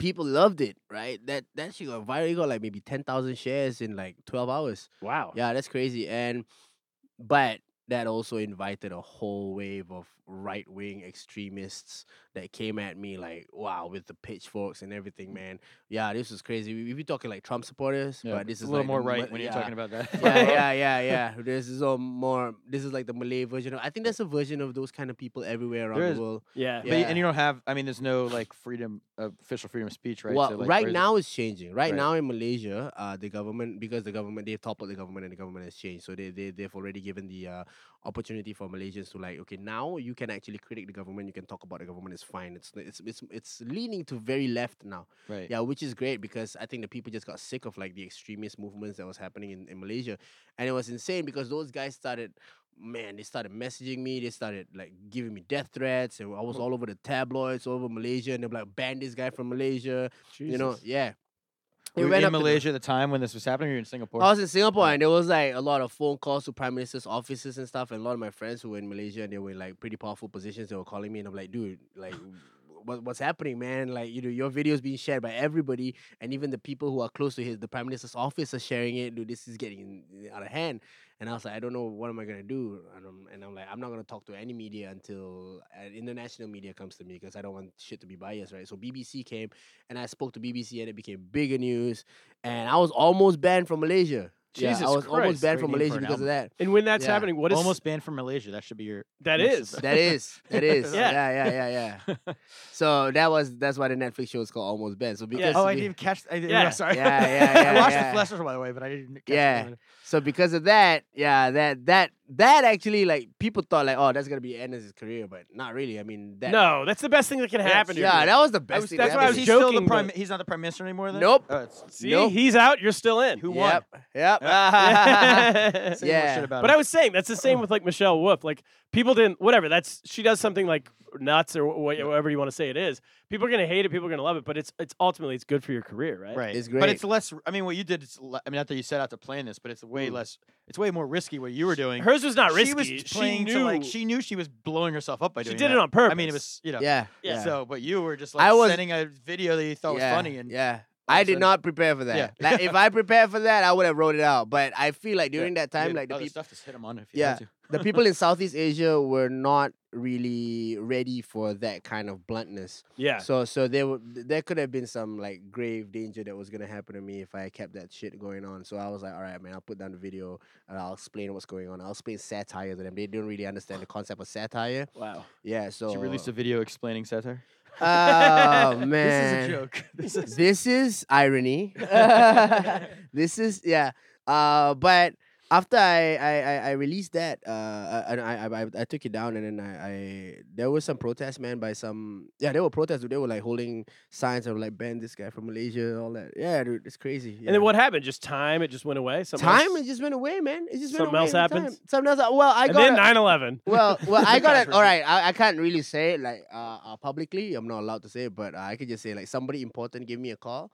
Speaker 4: people loved it, right? That that shit got viral. It got like maybe ten thousand shares in like twelve hours.
Speaker 1: Wow.
Speaker 4: Yeah, that's crazy. And but that also invited a whole wave of right wing extremists that came at me like, wow, with the pitchforks and
Speaker 2: Mm.
Speaker 4: everything, man. Yeah, this was crazy. We, we be talking like Trump supporters,
Speaker 2: Yeah,
Speaker 4: but this
Speaker 2: a
Speaker 4: is
Speaker 2: little
Speaker 4: like the
Speaker 2: more
Speaker 4: Ma-
Speaker 2: right when you're
Speaker 4: yeah.
Speaker 2: talking about that.
Speaker 4: yeah, yeah, yeah, yeah. This is all more. This is like the Malay version of. I think that's a version of those kind of people everywhere around
Speaker 2: There is-
Speaker 4: the world.
Speaker 1: Yeah.
Speaker 2: But, y-
Speaker 4: Yeah.
Speaker 2: and you don't have. I mean, there's no like freedom, of official freedom of speech, right?
Speaker 4: Well,
Speaker 2: So, like,
Speaker 4: right
Speaker 2: where is it-
Speaker 4: now it's changing. Right,
Speaker 2: Right.
Speaker 4: now in Malaysia, uh, the government because the government they've toppled the government and the government has changed. So they they they've already given the uh, opportunity for Malaysians to like okay now you can actually critic the government. You can talk about the government. It's fine. It's it's it's it's leaning to very left now.
Speaker 2: right?
Speaker 4: Yeah, which is great because I think the people just got sick of like the extremist movements that was happening in, in Malaysia. And it was insane because those guys started man, they started messaging me, they started like giving me death threats, and I
Speaker 2: Hmm.
Speaker 4: was all over the tabloids, all over Malaysia, and they're like, ban this guy from Malaysia. You know, yeah.
Speaker 2: We
Speaker 4: It
Speaker 2: were
Speaker 4: went
Speaker 2: in
Speaker 4: up to the-
Speaker 2: Malaysia at the time when this was happening. or You were in Singapore.
Speaker 4: I was in Singapore
Speaker 2: Yeah.
Speaker 4: and there was like a lot of phone calls to prime minister's offices and stuff. And a lot of my friends who were in Malaysia and they were in like pretty powerful positions. They were calling me and I'm like, dude, like, what, what's happening, man? Like, you know, your video is being shared by everybody, and even the people who are close to his the prime minister's office are sharing it. Dude, this is getting out of hand. And I was like, I don't know what am I gonna do. And I'm, and I'm like, I'm not gonna talk to any media until uh, international media comes to me because I don't want shit to be biased, right? So BBC came, and I spoke to BBC, and it became bigger news. And I was almost banned from Malaysia.
Speaker 1: Jesus
Speaker 4: yeah, I was
Speaker 1: Christ.
Speaker 4: almost banned
Speaker 2: Great name
Speaker 4: from
Speaker 2: for
Speaker 4: Malaysia
Speaker 2: an
Speaker 4: because of that.
Speaker 1: And when that's
Speaker 4: Yeah.
Speaker 1: happening, what is
Speaker 2: almost banned from Malaysia. That should be your.
Speaker 1: that
Speaker 2: Yes,
Speaker 1: is?
Speaker 4: That is, that is,
Speaker 1: Yeah.
Speaker 4: yeah, yeah, yeah, yeah. So that was that's why the Netflix show is called Almost Banned. So because
Speaker 2: Oh, I
Speaker 4: we-
Speaker 2: didn't even catch. I didn't,
Speaker 1: Yeah.
Speaker 2: yeah. Sorry.
Speaker 4: Yeah, yeah,
Speaker 2: I
Speaker 4: yeah,
Speaker 2: watched
Speaker 4: yeah.
Speaker 2: the Flashdance, by the way, but I didn't. Catch the
Speaker 4: Yeah.
Speaker 2: one.
Speaker 4: So because of that, yeah, that that that actually like people thought like, oh, that's gonna be Ennis' career, but not really. I mean, that
Speaker 1: no, that's the best thing that can
Speaker 4: yeah,
Speaker 1: happen. to
Speaker 4: Yeah,
Speaker 1: you.
Speaker 4: that was the
Speaker 1: I
Speaker 4: best.
Speaker 1: was-
Speaker 4: thing
Speaker 1: that's
Speaker 4: that
Speaker 1: why I
Speaker 2: Is
Speaker 1: was
Speaker 4: happened.
Speaker 2: he still
Speaker 1: joking,
Speaker 2: the
Speaker 1: but-
Speaker 2: prime? He's not the prime minister anymore. Then.
Speaker 4: Nope.
Speaker 2: Oh, it's-
Speaker 1: See,
Speaker 4: Nope.
Speaker 1: he's out. You're still in.
Speaker 2: who won?
Speaker 4: Yep. Yep.
Speaker 2: Say more
Speaker 4: Yeah.
Speaker 2: shit about
Speaker 1: But
Speaker 2: him.
Speaker 1: I was saying that's the same with like Michelle Wolf. Like people didn't whatever. That's she does something like nuts or wh- whatever you want to say it is. People are gonna hate it. People are gonna love it. But it's it's ultimately it's good for your career, right?
Speaker 2: Right.
Speaker 4: It's
Speaker 2: But
Speaker 4: great.
Speaker 2: it's less. I mean, what you did. It's, le- I mean, not that you set out to plan this, but it's
Speaker 4: Hmm.
Speaker 2: way less. It's way more risky what you were doing.
Speaker 1: Hers was not risky.
Speaker 2: She was playing
Speaker 1: knew.
Speaker 2: to like. She knew she was blowing herself up by
Speaker 1: She
Speaker 2: doing.
Speaker 1: did it
Speaker 2: that.
Speaker 1: on purpose.
Speaker 2: I mean, it was you know.
Speaker 4: Yeah.
Speaker 1: Yeah.
Speaker 2: So, but you were just like
Speaker 4: I was-
Speaker 2: sending a video that you thought
Speaker 4: yeah,
Speaker 2: was funny, and
Speaker 4: yeah.
Speaker 2: all of
Speaker 4: I
Speaker 2: a
Speaker 4: did
Speaker 2: sudden-
Speaker 4: not prepare for that.
Speaker 2: Yeah.
Speaker 4: Like, if I prepared for that, I would have wrote it out. But I feel like
Speaker 2: Yeah,
Speaker 4: during that
Speaker 2: you
Speaker 4: time,
Speaker 2: had
Speaker 4: like the
Speaker 2: other
Speaker 4: people.
Speaker 2: stuff to hit him on if you
Speaker 4: Yeah.
Speaker 2: had to.
Speaker 4: the people in Southeast Asia were not really ready for that kind of bluntness.
Speaker 1: yeah.
Speaker 4: So so there were there could have been some like grave danger that was gonna happen to me if I kept that shit going on. So I was like, all right, man, I'll put down the video and I'll explain what's going on. I'll explain satire to them. They don't really understand the concept of satire.
Speaker 1: wow.
Speaker 4: Yeah. So
Speaker 2: She released a video explaining satire.
Speaker 4: Oh man,
Speaker 2: This is a joke. This is
Speaker 4: this is irony. this is yeah. Uh, but after I I, I, I released that, uh, I, I I I- I took it down, and then I, I there was some protests, man, by some yeah, there were protests. They were like holding signs and were like ban this guy from Malaysia, all that. Yeah, dude, it's crazy.
Speaker 1: And then
Speaker 4: yeah.
Speaker 1: what happened? Just time. It just went away. Something
Speaker 4: Time
Speaker 1: else?
Speaker 4: it just went away, man. It just went
Speaker 1: Something
Speaker 4: away
Speaker 1: else
Speaker 4: with
Speaker 1: happens?
Speaker 4: Time. Something else. uh, Well, I
Speaker 1: and
Speaker 4: got
Speaker 1: then
Speaker 4: a-
Speaker 1: 9/11.
Speaker 4: well, well, I got it.
Speaker 2: Controversy.
Speaker 4: All right, I, I can't really say it like uh, uh publicly. I'm not allowed to say it, but uh, I could just say like somebody important gave me a call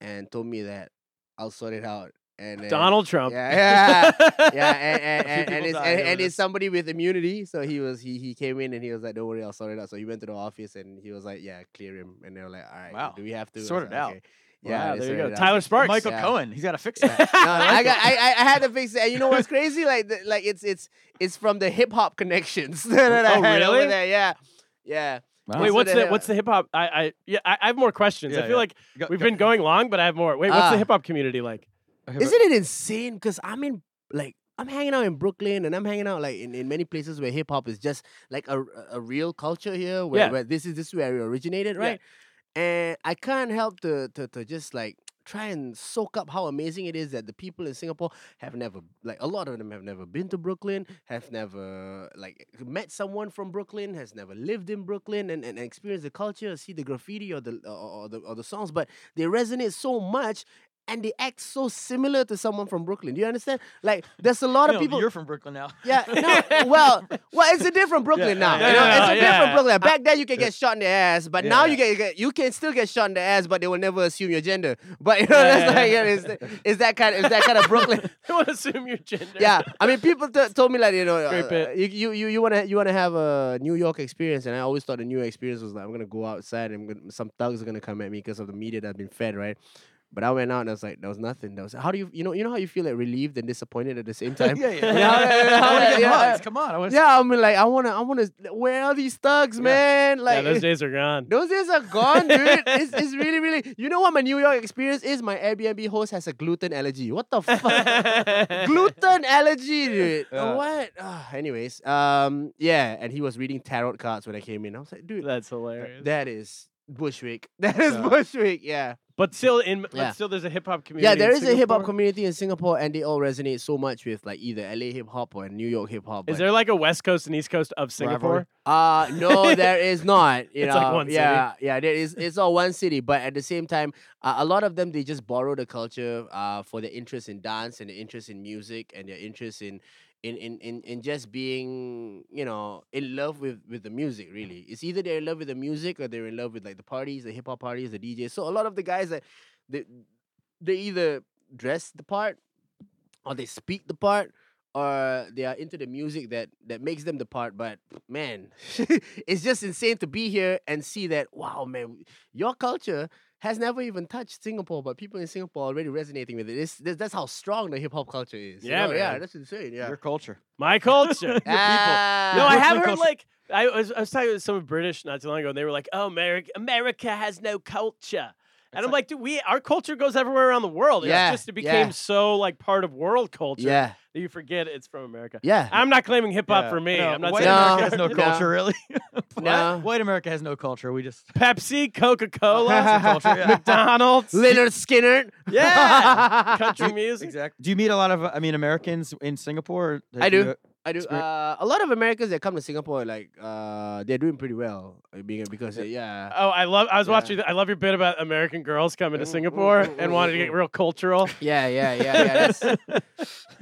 Speaker 4: and told me that I'll sort it out. And then,
Speaker 1: Donald Trump.
Speaker 4: Yeah, yeah, yeah, and and,
Speaker 2: few
Speaker 4: and, and
Speaker 2: people
Speaker 4: it's
Speaker 2: died
Speaker 4: and,
Speaker 2: over
Speaker 4: and
Speaker 2: this.
Speaker 4: it's somebody with immunity. So he was he he came in and he was like, "Don't worry, I'll sort it out." So he went to the office and he was like, "Yeah, clear him." And they were like, "All right,
Speaker 2: Wow.
Speaker 4: do we have to I was
Speaker 2: Sort
Speaker 4: like,
Speaker 2: it out.
Speaker 4: okay." Yeah,
Speaker 1: Wow, there you
Speaker 4: they sorted
Speaker 1: go.
Speaker 4: it out.
Speaker 1: Tyler Sparks.
Speaker 2: Michael
Speaker 4: Yeah.
Speaker 2: Cohen. He's got to fix
Speaker 4: Yeah.
Speaker 2: that.
Speaker 4: no, I got. I, I I had to fix it. And you know what's crazy? Like, the, like it's it's it's from the hip hop connections that I
Speaker 1: Oh,
Speaker 4: had over
Speaker 1: really?
Speaker 4: there. Yeah, yeah.
Speaker 1: Wait,
Speaker 4: So
Speaker 1: what's
Speaker 4: they
Speaker 1: the
Speaker 4: have-
Speaker 1: what's the hip hop? I, I yeah, I, I have more questions. I
Speaker 2: uh, Yeah,
Speaker 1: feel
Speaker 2: yeah.
Speaker 1: like
Speaker 2: Go-
Speaker 1: we've
Speaker 2: go-
Speaker 1: been going long, but I have more. Wait, what's the
Speaker 4: Ah.
Speaker 1: hip hop community like?
Speaker 2: Okay, but-
Speaker 4: Isn't it insane? Because I'm in like I'm hanging out in Brooklyn and I'm hanging out like in, in many places where hip hop is just like a, a real culture here where,
Speaker 1: Yeah.
Speaker 4: where this is this is where it originated,
Speaker 1: Yeah.
Speaker 4: right? And I can't help to, to to just like try and soak up how amazing it is that the people in Singapore have never like a lot of them have never been to Brooklyn, have never like met someone from Brooklyn, has never lived in Brooklyn and, and experienced the culture, see the graffiti or the or, or the or the songs, but they resonate so much and they act so similar to someone from Brooklyn. Do you understand? Like there's a lot of
Speaker 2: No,
Speaker 4: people
Speaker 2: You're from Brooklyn now.
Speaker 4: yeah, no, well, well, it's a different Brooklyn now.
Speaker 1: yeah,
Speaker 4: you know?
Speaker 1: yeah,
Speaker 4: it's
Speaker 1: yeah,
Speaker 4: a different
Speaker 1: yeah.
Speaker 4: Brooklyn. Back then, you can get shot in the ass, but now
Speaker 2: Yeah.
Speaker 4: you get, get you can still get shot in the ass, but they will never assume your gender. But you know, that's like, yeah, it's, it's that kind, it's that kind of Brooklyn.
Speaker 1: I want to assume your gender.
Speaker 4: yeah, I mean, people t- told me like you know,
Speaker 1: Great
Speaker 4: uh,
Speaker 1: bit.
Speaker 4: you you you- you wanna you wanna have a New York experience, and I always thought the New York experience was like I'm gonna go outside and I'm gonna, some thugs are gonna come at me because of the media that I've been fed, right? But I went out and I was like, there was nothing. That was how do you you know you know how you feel like relieved and disappointed at the same time.
Speaker 2: yeah, yeah.
Speaker 4: yeah,
Speaker 2: I want to get
Speaker 4: yeah.
Speaker 2: hugs. Come on. I want
Speaker 4: Yeah, I mean, like, I wanna, I wanna. Where are these thugs, man?
Speaker 1: yeah,
Speaker 4: Like,
Speaker 1: those days are gone.
Speaker 4: those days are gone, dude. It's, it's really, really. You know what my New York experience is? My Airbnb host has a gluten allergy. What the fuck? gluten allergy, dude.
Speaker 2: Yeah.
Speaker 4: What? Ah, anyways, um, yeah, and he was reading tarot cards when I came in. I was like, dude, uh,
Speaker 1: That's hilarious.
Speaker 4: that is Bushwick. That is
Speaker 2: Yeah.
Speaker 4: Bushwick. Yeah.
Speaker 1: but still, in
Speaker 4: Yeah.
Speaker 1: but still, there's a hip hop community.
Speaker 4: Yeah,
Speaker 1: in
Speaker 4: there is a hip hop
Speaker 1: Singapore.
Speaker 4: community in Singapore, and they all resonate so much with like either LA hip hop or New York hip hop.
Speaker 1: Is there like a West Coast and East Coast of Singapore?
Speaker 4: Uh no, there is not. You
Speaker 1: It's
Speaker 4: know,
Speaker 1: like one city.
Speaker 4: yeah, yeah, there is. It's all one city, but at the same time, uh, a lot of them they just borrow the culture uh, for their interest in dance and their interest in music and their interest in, in, in, in, in just being you know in love with with the music. Really, it's either they're in love with the music or they're in love with like the parties, the hip hop parties, the DJs. So a lot of the guys that they they either dress the part or they speak the part or they are into the music that that makes them the part but man it's just insane to be here and see that wow man your culture has never even touched singapore but people in singapore are already resonating with it it's, that- that's how strong the hip-hop culture is you
Speaker 1: Yeah,
Speaker 4: know? yeah
Speaker 1: man.
Speaker 4: that's insane yeah
Speaker 2: Your culture.
Speaker 1: My culture.
Speaker 4: Ah,
Speaker 1: No, I have heard
Speaker 2: Brooklyn culture.
Speaker 1: like I was I was talking to some British not too long ago, and they were like, "Oh, America, America has no culture." And I'm like, dude, we our culture goes everywhere around the world.
Speaker 4: Yeah,
Speaker 1: it's just it
Speaker 4: yeah.
Speaker 1: became so like part of world culture
Speaker 4: yeah
Speaker 1: that you forget it's from America.
Speaker 4: yeah
Speaker 1: I'm not claiming hip hop
Speaker 2: Yeah.
Speaker 1: for me.
Speaker 2: No,
Speaker 1: I'm not
Speaker 2: white
Speaker 1: saying
Speaker 2: America
Speaker 4: No.
Speaker 2: has no
Speaker 4: No.
Speaker 2: culture, really. What?
Speaker 4: No.
Speaker 2: White America has no culture. We just.
Speaker 1: Pepsi, Coca Cola,
Speaker 2: That's the culture, yeah.
Speaker 1: McDonald's,
Speaker 4: leonard skinner
Speaker 1: yeah, country music.
Speaker 2: Exactly. Do you meet a lot of, uh, I mean, Americans in Singapore? Or
Speaker 4: I
Speaker 2: do
Speaker 4: do.
Speaker 2: you-
Speaker 4: I do.
Speaker 2: Spirit-
Speaker 4: Uh, a lot of Americans that come to Singapore, like uh, they're doing pretty well, uh, being because uh, yeah,
Speaker 1: Oh, I love. I was
Speaker 4: Yeah.
Speaker 1: watching. I love your bit about American girls coming to
Speaker 4: Mm, mm,
Speaker 1: Singapore
Speaker 4: mm,
Speaker 1: and
Speaker 4: mm,
Speaker 1: wanted to
Speaker 4: mm.
Speaker 1: get real cultural.
Speaker 4: Yeah, yeah, yeah, yeah. That's, um,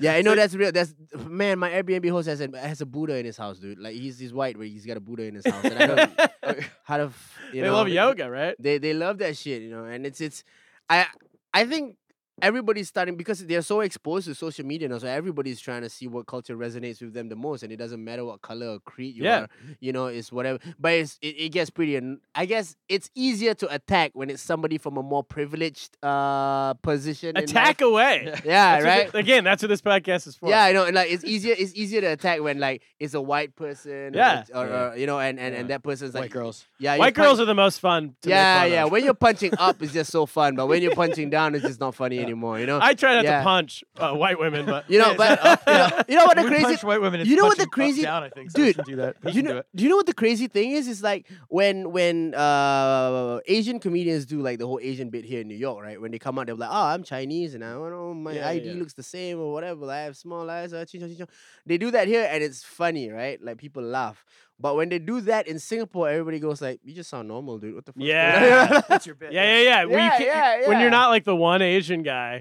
Speaker 4: yeah, I know that's real. That's man. My Airbnb host has a has a Buddha in his house, dude. Like he's he's white, but he's got a Buddha in his house. And I don't how to, f- you
Speaker 1: they
Speaker 4: know,
Speaker 1: love yoga, right?
Speaker 4: They they love that shit, you know. And it's it's, I I think everybody's starting because they're so exposed to social media now. So everybody's trying to see what culture resonates with them the most, and it doesn't matter what color or creed you
Speaker 1: Yeah.
Speaker 4: are. You know, it's whatever. But it's it, it gets pretty. an- I guess it's easier to attack when it's somebody from a more privileged uh position. in life.
Speaker 1: Attack away.
Speaker 4: Yeah,
Speaker 1: That's what
Speaker 4: right.
Speaker 1: thi- again, that's what this podcast is for.
Speaker 4: Yeah, I know. and, Like it's easier. It's easier to attack when like it's a white person. or
Speaker 1: Yeah.
Speaker 4: it's- Or,
Speaker 2: Yeah.
Speaker 4: or, you know, and and, and
Speaker 2: Yeah.
Speaker 4: that person's like
Speaker 2: White girls.
Speaker 4: Yeah,
Speaker 1: White girls are the most fun. To make
Speaker 4: yeah,
Speaker 1: fun
Speaker 4: yeah.
Speaker 1: of.
Speaker 4: When you're punching up, it's just so fun, but when you're punching down, it's just not funny anymore. You know.
Speaker 1: I try not
Speaker 4: Yeah.
Speaker 1: to punch uh, white women, but
Speaker 4: you know,
Speaker 2: Wait, is
Speaker 4: but uh,
Speaker 2: that up?
Speaker 4: you, know, you know what the
Speaker 2: we
Speaker 4: crazy.
Speaker 2: punch white women. it's
Speaker 4: you know what the
Speaker 2: punching up,
Speaker 4: crazy-
Speaker 2: down, I think, so
Speaker 4: Dude,
Speaker 2: We should do that. We
Speaker 4: you
Speaker 2: should do it.
Speaker 4: know, do you know what the crazy thing is? It's like when when uh, Asian comedians do like the whole Asian bit here in New York, right? When they come out, they're like, "Oh, I'm Chinese, and I don't know, my
Speaker 1: Yeah, yeah,
Speaker 4: ID
Speaker 1: yeah.
Speaker 4: looks the same or whatever. like, I have small eyes." Uh, ching, chong, ching, chong." They do that here, and it's funny, right? Like people laugh. But when they do that in Singapore, everybody goes like, "You just sound normal, dude. What the fuck?"
Speaker 1: Yeah.
Speaker 2: That's your bit.
Speaker 1: yeah, yeah, yeah. When you
Speaker 4: Yeah,
Speaker 1: can't-
Speaker 4: yeah,
Speaker 1: When
Speaker 4: yeah.
Speaker 1: you're not like the one Asian guy,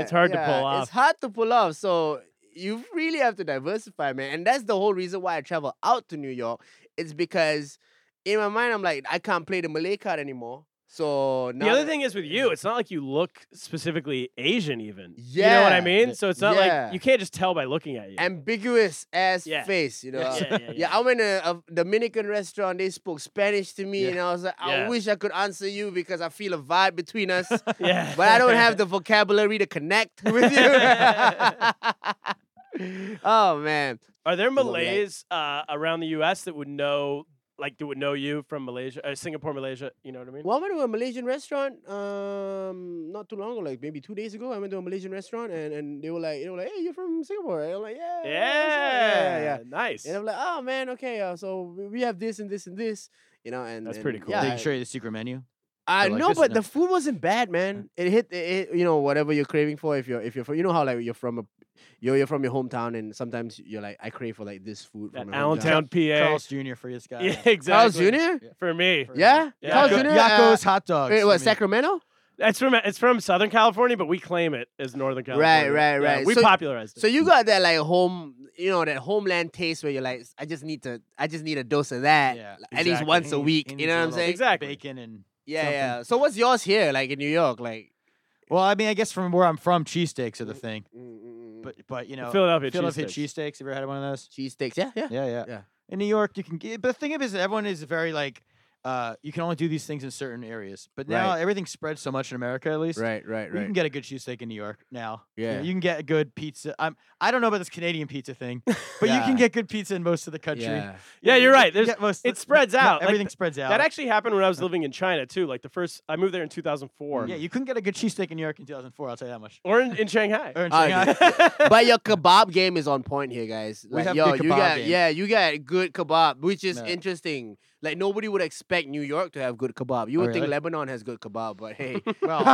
Speaker 1: It's hard to
Speaker 4: yeah,
Speaker 1: pull off.
Speaker 4: It's hard to pull off. So you really have to diversify, man. And that's the whole reason why I travel out to New York. It's because in my mind I'm like, I can't play the Malay card anymore. So now
Speaker 1: the other
Speaker 4: that-
Speaker 1: thing is with you, it's not like you look specifically Asian, even. you know what I
Speaker 4: Yeah.
Speaker 1: mean. So it's not
Speaker 4: Yeah.
Speaker 1: like you can't just tell by looking at you.
Speaker 4: ambiguous ass
Speaker 1: Yeah.
Speaker 4: face, you know.
Speaker 1: yeah, yeah, yeah.
Speaker 4: Yeah, I went to a Dominican restaurant. They spoke Spanish to me, and I was like, I
Speaker 1: Yeah.
Speaker 4: wish I could answer you because I feel a vibe between us, but
Speaker 1: Yeah.
Speaker 4: I don't have the vocabulary to connect with you. oh man,
Speaker 1: Are there
Speaker 4: Love that.
Speaker 1: Malays uh, around the U.S. that would know like that would know you from Malaysia, uh, Singapore, Malaysia. You know what I mean?
Speaker 4: Well, I went to a Malaysian restaurant um not too long ago, like maybe two days ago. I went to a Malaysian restaurant and, and they were like, they were like, hey, you're from Singapore, right? I'm like, yeah,
Speaker 1: yeah,
Speaker 4: yeah, yeah, yeah, yeah.
Speaker 1: nice.
Speaker 4: And I'm like, oh man, okay, uh, so we- we have this and this and this, you know, and
Speaker 1: That's
Speaker 4: and
Speaker 1: pretty cool.
Speaker 4: Yeah,
Speaker 2: They show you the secret menu.
Speaker 4: I
Speaker 2: They're like,
Speaker 4: know,
Speaker 2: "This is
Speaker 4: but
Speaker 2: not-"
Speaker 4: the food wasn't bad, man. It hit, it, it, you know, whatever you're craving for. If you're, if you're from, you know how like you're from a, you're you're from your hometown, and sometimes you're like, I crave for like this food
Speaker 1: That
Speaker 4: from my
Speaker 1: Allentown,
Speaker 4: hometown.
Speaker 1: PA.
Speaker 2: Carl's Jr. for this guy.
Speaker 1: yeah,
Speaker 4: Carl's
Speaker 1: exactly.
Speaker 4: Jr.
Speaker 1: For me,
Speaker 2: For-
Speaker 4: Yeah,
Speaker 1: Yeah.
Speaker 4: Carl's
Speaker 1: Go-
Speaker 4: Jr. uh,
Speaker 2: Yakko's hot dogs.
Speaker 4: Wait,
Speaker 2: I
Speaker 4: what?
Speaker 2: mean,
Speaker 4: Sacramento?
Speaker 1: it's from it's from Southern California, but we claim it as Northern
Speaker 4: Right,
Speaker 1: California.
Speaker 4: right,
Speaker 1: Yeah,
Speaker 4: right.
Speaker 1: we
Speaker 4: So-
Speaker 1: popularized it.
Speaker 4: So you got that like home, you know, that homeland taste where you're like, I just need to, I just need a dose of that,
Speaker 2: Yeah,
Speaker 4: like, at least
Speaker 1: exactly.
Speaker 4: once a
Speaker 2: Any-
Speaker 4: week.
Speaker 2: any
Speaker 4: You know what I'm
Speaker 2: little
Speaker 4: saying?
Speaker 1: Exactly.
Speaker 2: Bacon and
Speaker 4: Yeah,
Speaker 2: something.
Speaker 4: yeah. So what's yours here, like in New York, like?
Speaker 2: well, I mean, I guess from where I'm from, cheesesteaks are the thing.
Speaker 4: But
Speaker 2: But but you know,
Speaker 1: Philadelphia
Speaker 2: Philadelphia
Speaker 1: cheesesteaks.
Speaker 2: cheesesteaks. Have you ever had one of those?
Speaker 4: cheese sticks, yeah, yeah.
Speaker 2: Yeah, yeah,
Speaker 4: Yeah.
Speaker 2: In New York, you can get, but the thing of it is, everyone is very like, uh, you can only do these things in certain areas. But now
Speaker 4: Right.
Speaker 2: everything spreads so much in America, at least.
Speaker 4: Right, right,
Speaker 2: You can get a good cheesesteak in New York now. You know,
Speaker 4: Yeah.
Speaker 2: You can get a good pizza. I'm, I don't know about this Canadian pizza thing, but you
Speaker 4: Yeah.
Speaker 2: can get good pizza in most of the country.
Speaker 4: Yeah.
Speaker 1: Yeah, you're
Speaker 2: you
Speaker 1: right.
Speaker 2: can
Speaker 1: There's-
Speaker 2: get most
Speaker 1: it spreads
Speaker 2: no,
Speaker 1: out, like,
Speaker 2: everything spreads out.
Speaker 1: That actually happened when I was living in China too. Like the first, I moved there in 2004.
Speaker 4: Mm.
Speaker 2: yeah, you couldn't get a good cheesesteak in New York in 2004. I'll tell you that much.
Speaker 1: or in, in Shanghai.
Speaker 2: Or in
Speaker 4: Oh,
Speaker 2: Shanghai.
Speaker 4: but your kebab game is on point here, guys.
Speaker 2: We
Speaker 4: Like,
Speaker 2: have
Speaker 4: yo,
Speaker 2: good
Speaker 4: you
Speaker 2: kebab
Speaker 4: got
Speaker 2: game.
Speaker 4: yeah, you got good kebab, which is
Speaker 2: Yeah.
Speaker 4: interesting. Like nobody would expect New York to have good kebab. You
Speaker 2: Oh,
Speaker 4: would think
Speaker 2: really?
Speaker 4: Lebanon has good kebab, but hey,
Speaker 2: well,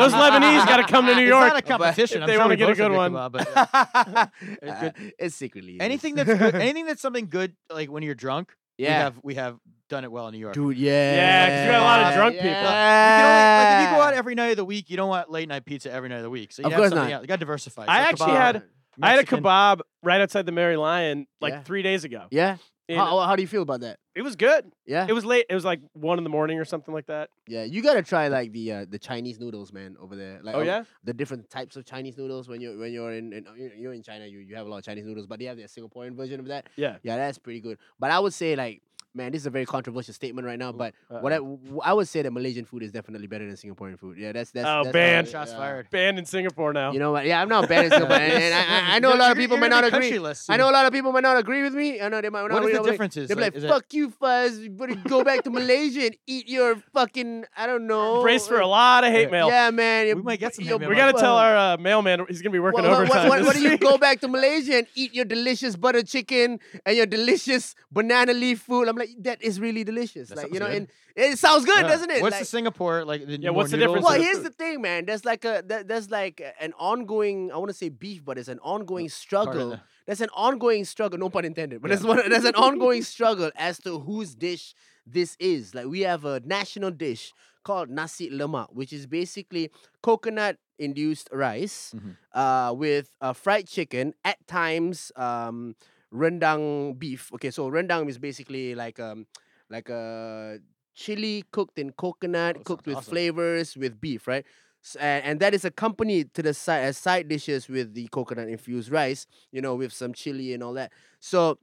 Speaker 1: Those
Speaker 4: uh,
Speaker 1: Lebanese got to come to New York.
Speaker 2: It's not a competition.
Speaker 1: if
Speaker 2: I'm
Speaker 1: they
Speaker 2: sure
Speaker 1: wanna
Speaker 2: we
Speaker 1: get a
Speaker 2: both have
Speaker 1: good one.
Speaker 2: kebab, but-
Speaker 4: uh, it's secretly is.
Speaker 2: anything that's good, anything that's something good, like when you're drunk, we
Speaker 4: yeah,
Speaker 2: have we have done it well in New York.
Speaker 4: dude, yeah,
Speaker 1: Yeah, 'cause you got a lot of drunk people. You
Speaker 2: You can only- like, if you go
Speaker 4: Yeah.
Speaker 2: out every night of the week, you don't want late night pizza every night of the week. So you
Speaker 4: Of
Speaker 2: have
Speaker 4: course
Speaker 2: something
Speaker 4: not.
Speaker 2: else. You got diversified.
Speaker 1: I
Speaker 2: So
Speaker 1: actually
Speaker 2: kebab,
Speaker 1: had- I had a
Speaker 2: Mexican-
Speaker 1: kebab right outside the Mary Lion like
Speaker 4: Yeah.
Speaker 1: three days ago.
Speaker 4: Yeah,
Speaker 1: And
Speaker 4: how, how do you feel about that?
Speaker 1: it was good.
Speaker 4: Yeah,
Speaker 1: It was late. It was like one in the morning or something like that.
Speaker 4: yeah, you gotta try like the uh, the Chinese noodles, man, over there. Like,
Speaker 1: Oh
Speaker 4: um,
Speaker 1: yeah,
Speaker 4: the different types of Chinese noodles when you're when you're in, in you're- you're in China, you, you have a lot of Chinese noodles, but they have their Singaporean version of that.
Speaker 1: yeah.
Speaker 4: Yeah, that's pretty good. But I would say like, man, this is a very controversial statement right now. But what I,
Speaker 1: Uh-oh.
Speaker 4: w- I would say that Malaysian food is definitely better than Singaporean food. Yeah, that's that's.
Speaker 1: Oh,
Speaker 4: that's
Speaker 1: banned.
Speaker 2: Shots
Speaker 4: yeah.
Speaker 2: fired.
Speaker 1: banned in Singapore now.
Speaker 4: You know what? Yeah, I'm not banning Singapore, and, and I- I, I know a lot of
Speaker 2: You're-
Speaker 4: people
Speaker 2: you're in
Speaker 4: might not
Speaker 2: the
Speaker 4: agree.
Speaker 2: country list,
Speaker 4: I
Speaker 2: you
Speaker 4: know a lot of people might not agree with me. I know they might not.
Speaker 2: What
Speaker 4: agree
Speaker 2: is the
Speaker 4: with me.
Speaker 2: differences?
Speaker 4: They'll be like,
Speaker 2: is it-
Speaker 4: "Fuck you, Fuzz! You better go back to Malaysia and eat your fucking I don't know." uh,
Speaker 1: Brace for a lot of hate
Speaker 2: Yeah.
Speaker 1: mail.
Speaker 4: Yeah, man.
Speaker 2: We might get some
Speaker 4: Yo,
Speaker 2: hate mail
Speaker 1: We
Speaker 2: Yeah.
Speaker 1: gotta tell our uh, mailman he's gonna be working
Speaker 4: What- what-
Speaker 1: overtime.
Speaker 4: What, what,
Speaker 1: this
Speaker 4: do you
Speaker 1: week.
Speaker 4: go back to Malaysia and eat your delicious butter chicken and your delicious banana leaf food? I'm like, that is really delicious.
Speaker 2: That
Speaker 4: like, you know,
Speaker 2: sounds
Speaker 4: and it sounds good,
Speaker 2: Yeah.
Speaker 4: doesn't it?
Speaker 2: What's
Speaker 4: Like-
Speaker 2: the Singapore like? The
Speaker 1: Yeah,
Speaker 2: more
Speaker 1: what's the
Speaker 2: noodles
Speaker 1: difference
Speaker 4: well,
Speaker 1: in
Speaker 2: and-
Speaker 1: the
Speaker 4: here's
Speaker 1: food?
Speaker 4: the thing, man. There's like a that, there's like a- an ongoing. I want to say beef, but it's an ongoing struggle.
Speaker 2: the-
Speaker 4: There's an ongoing struggle. No pun intended. But there's one. There's an ongoing struggle as to whose dish this is. Like we have a national dish called nasi lemak, which is basically coconut induced rice
Speaker 1: Mm-hmm.
Speaker 2: Mhm.
Speaker 4: uh, with uh, fried chicken at times um, rendang beef. Okay, so rendang is basically like um like a chili cooked in coconut,
Speaker 2: sounds
Speaker 4: cooked with
Speaker 2: awesome.
Speaker 4: flavors with beef, right? S- and, and that is accompanied to the side as side dishes with the coconut infused rice, you know, with some chili and all that. So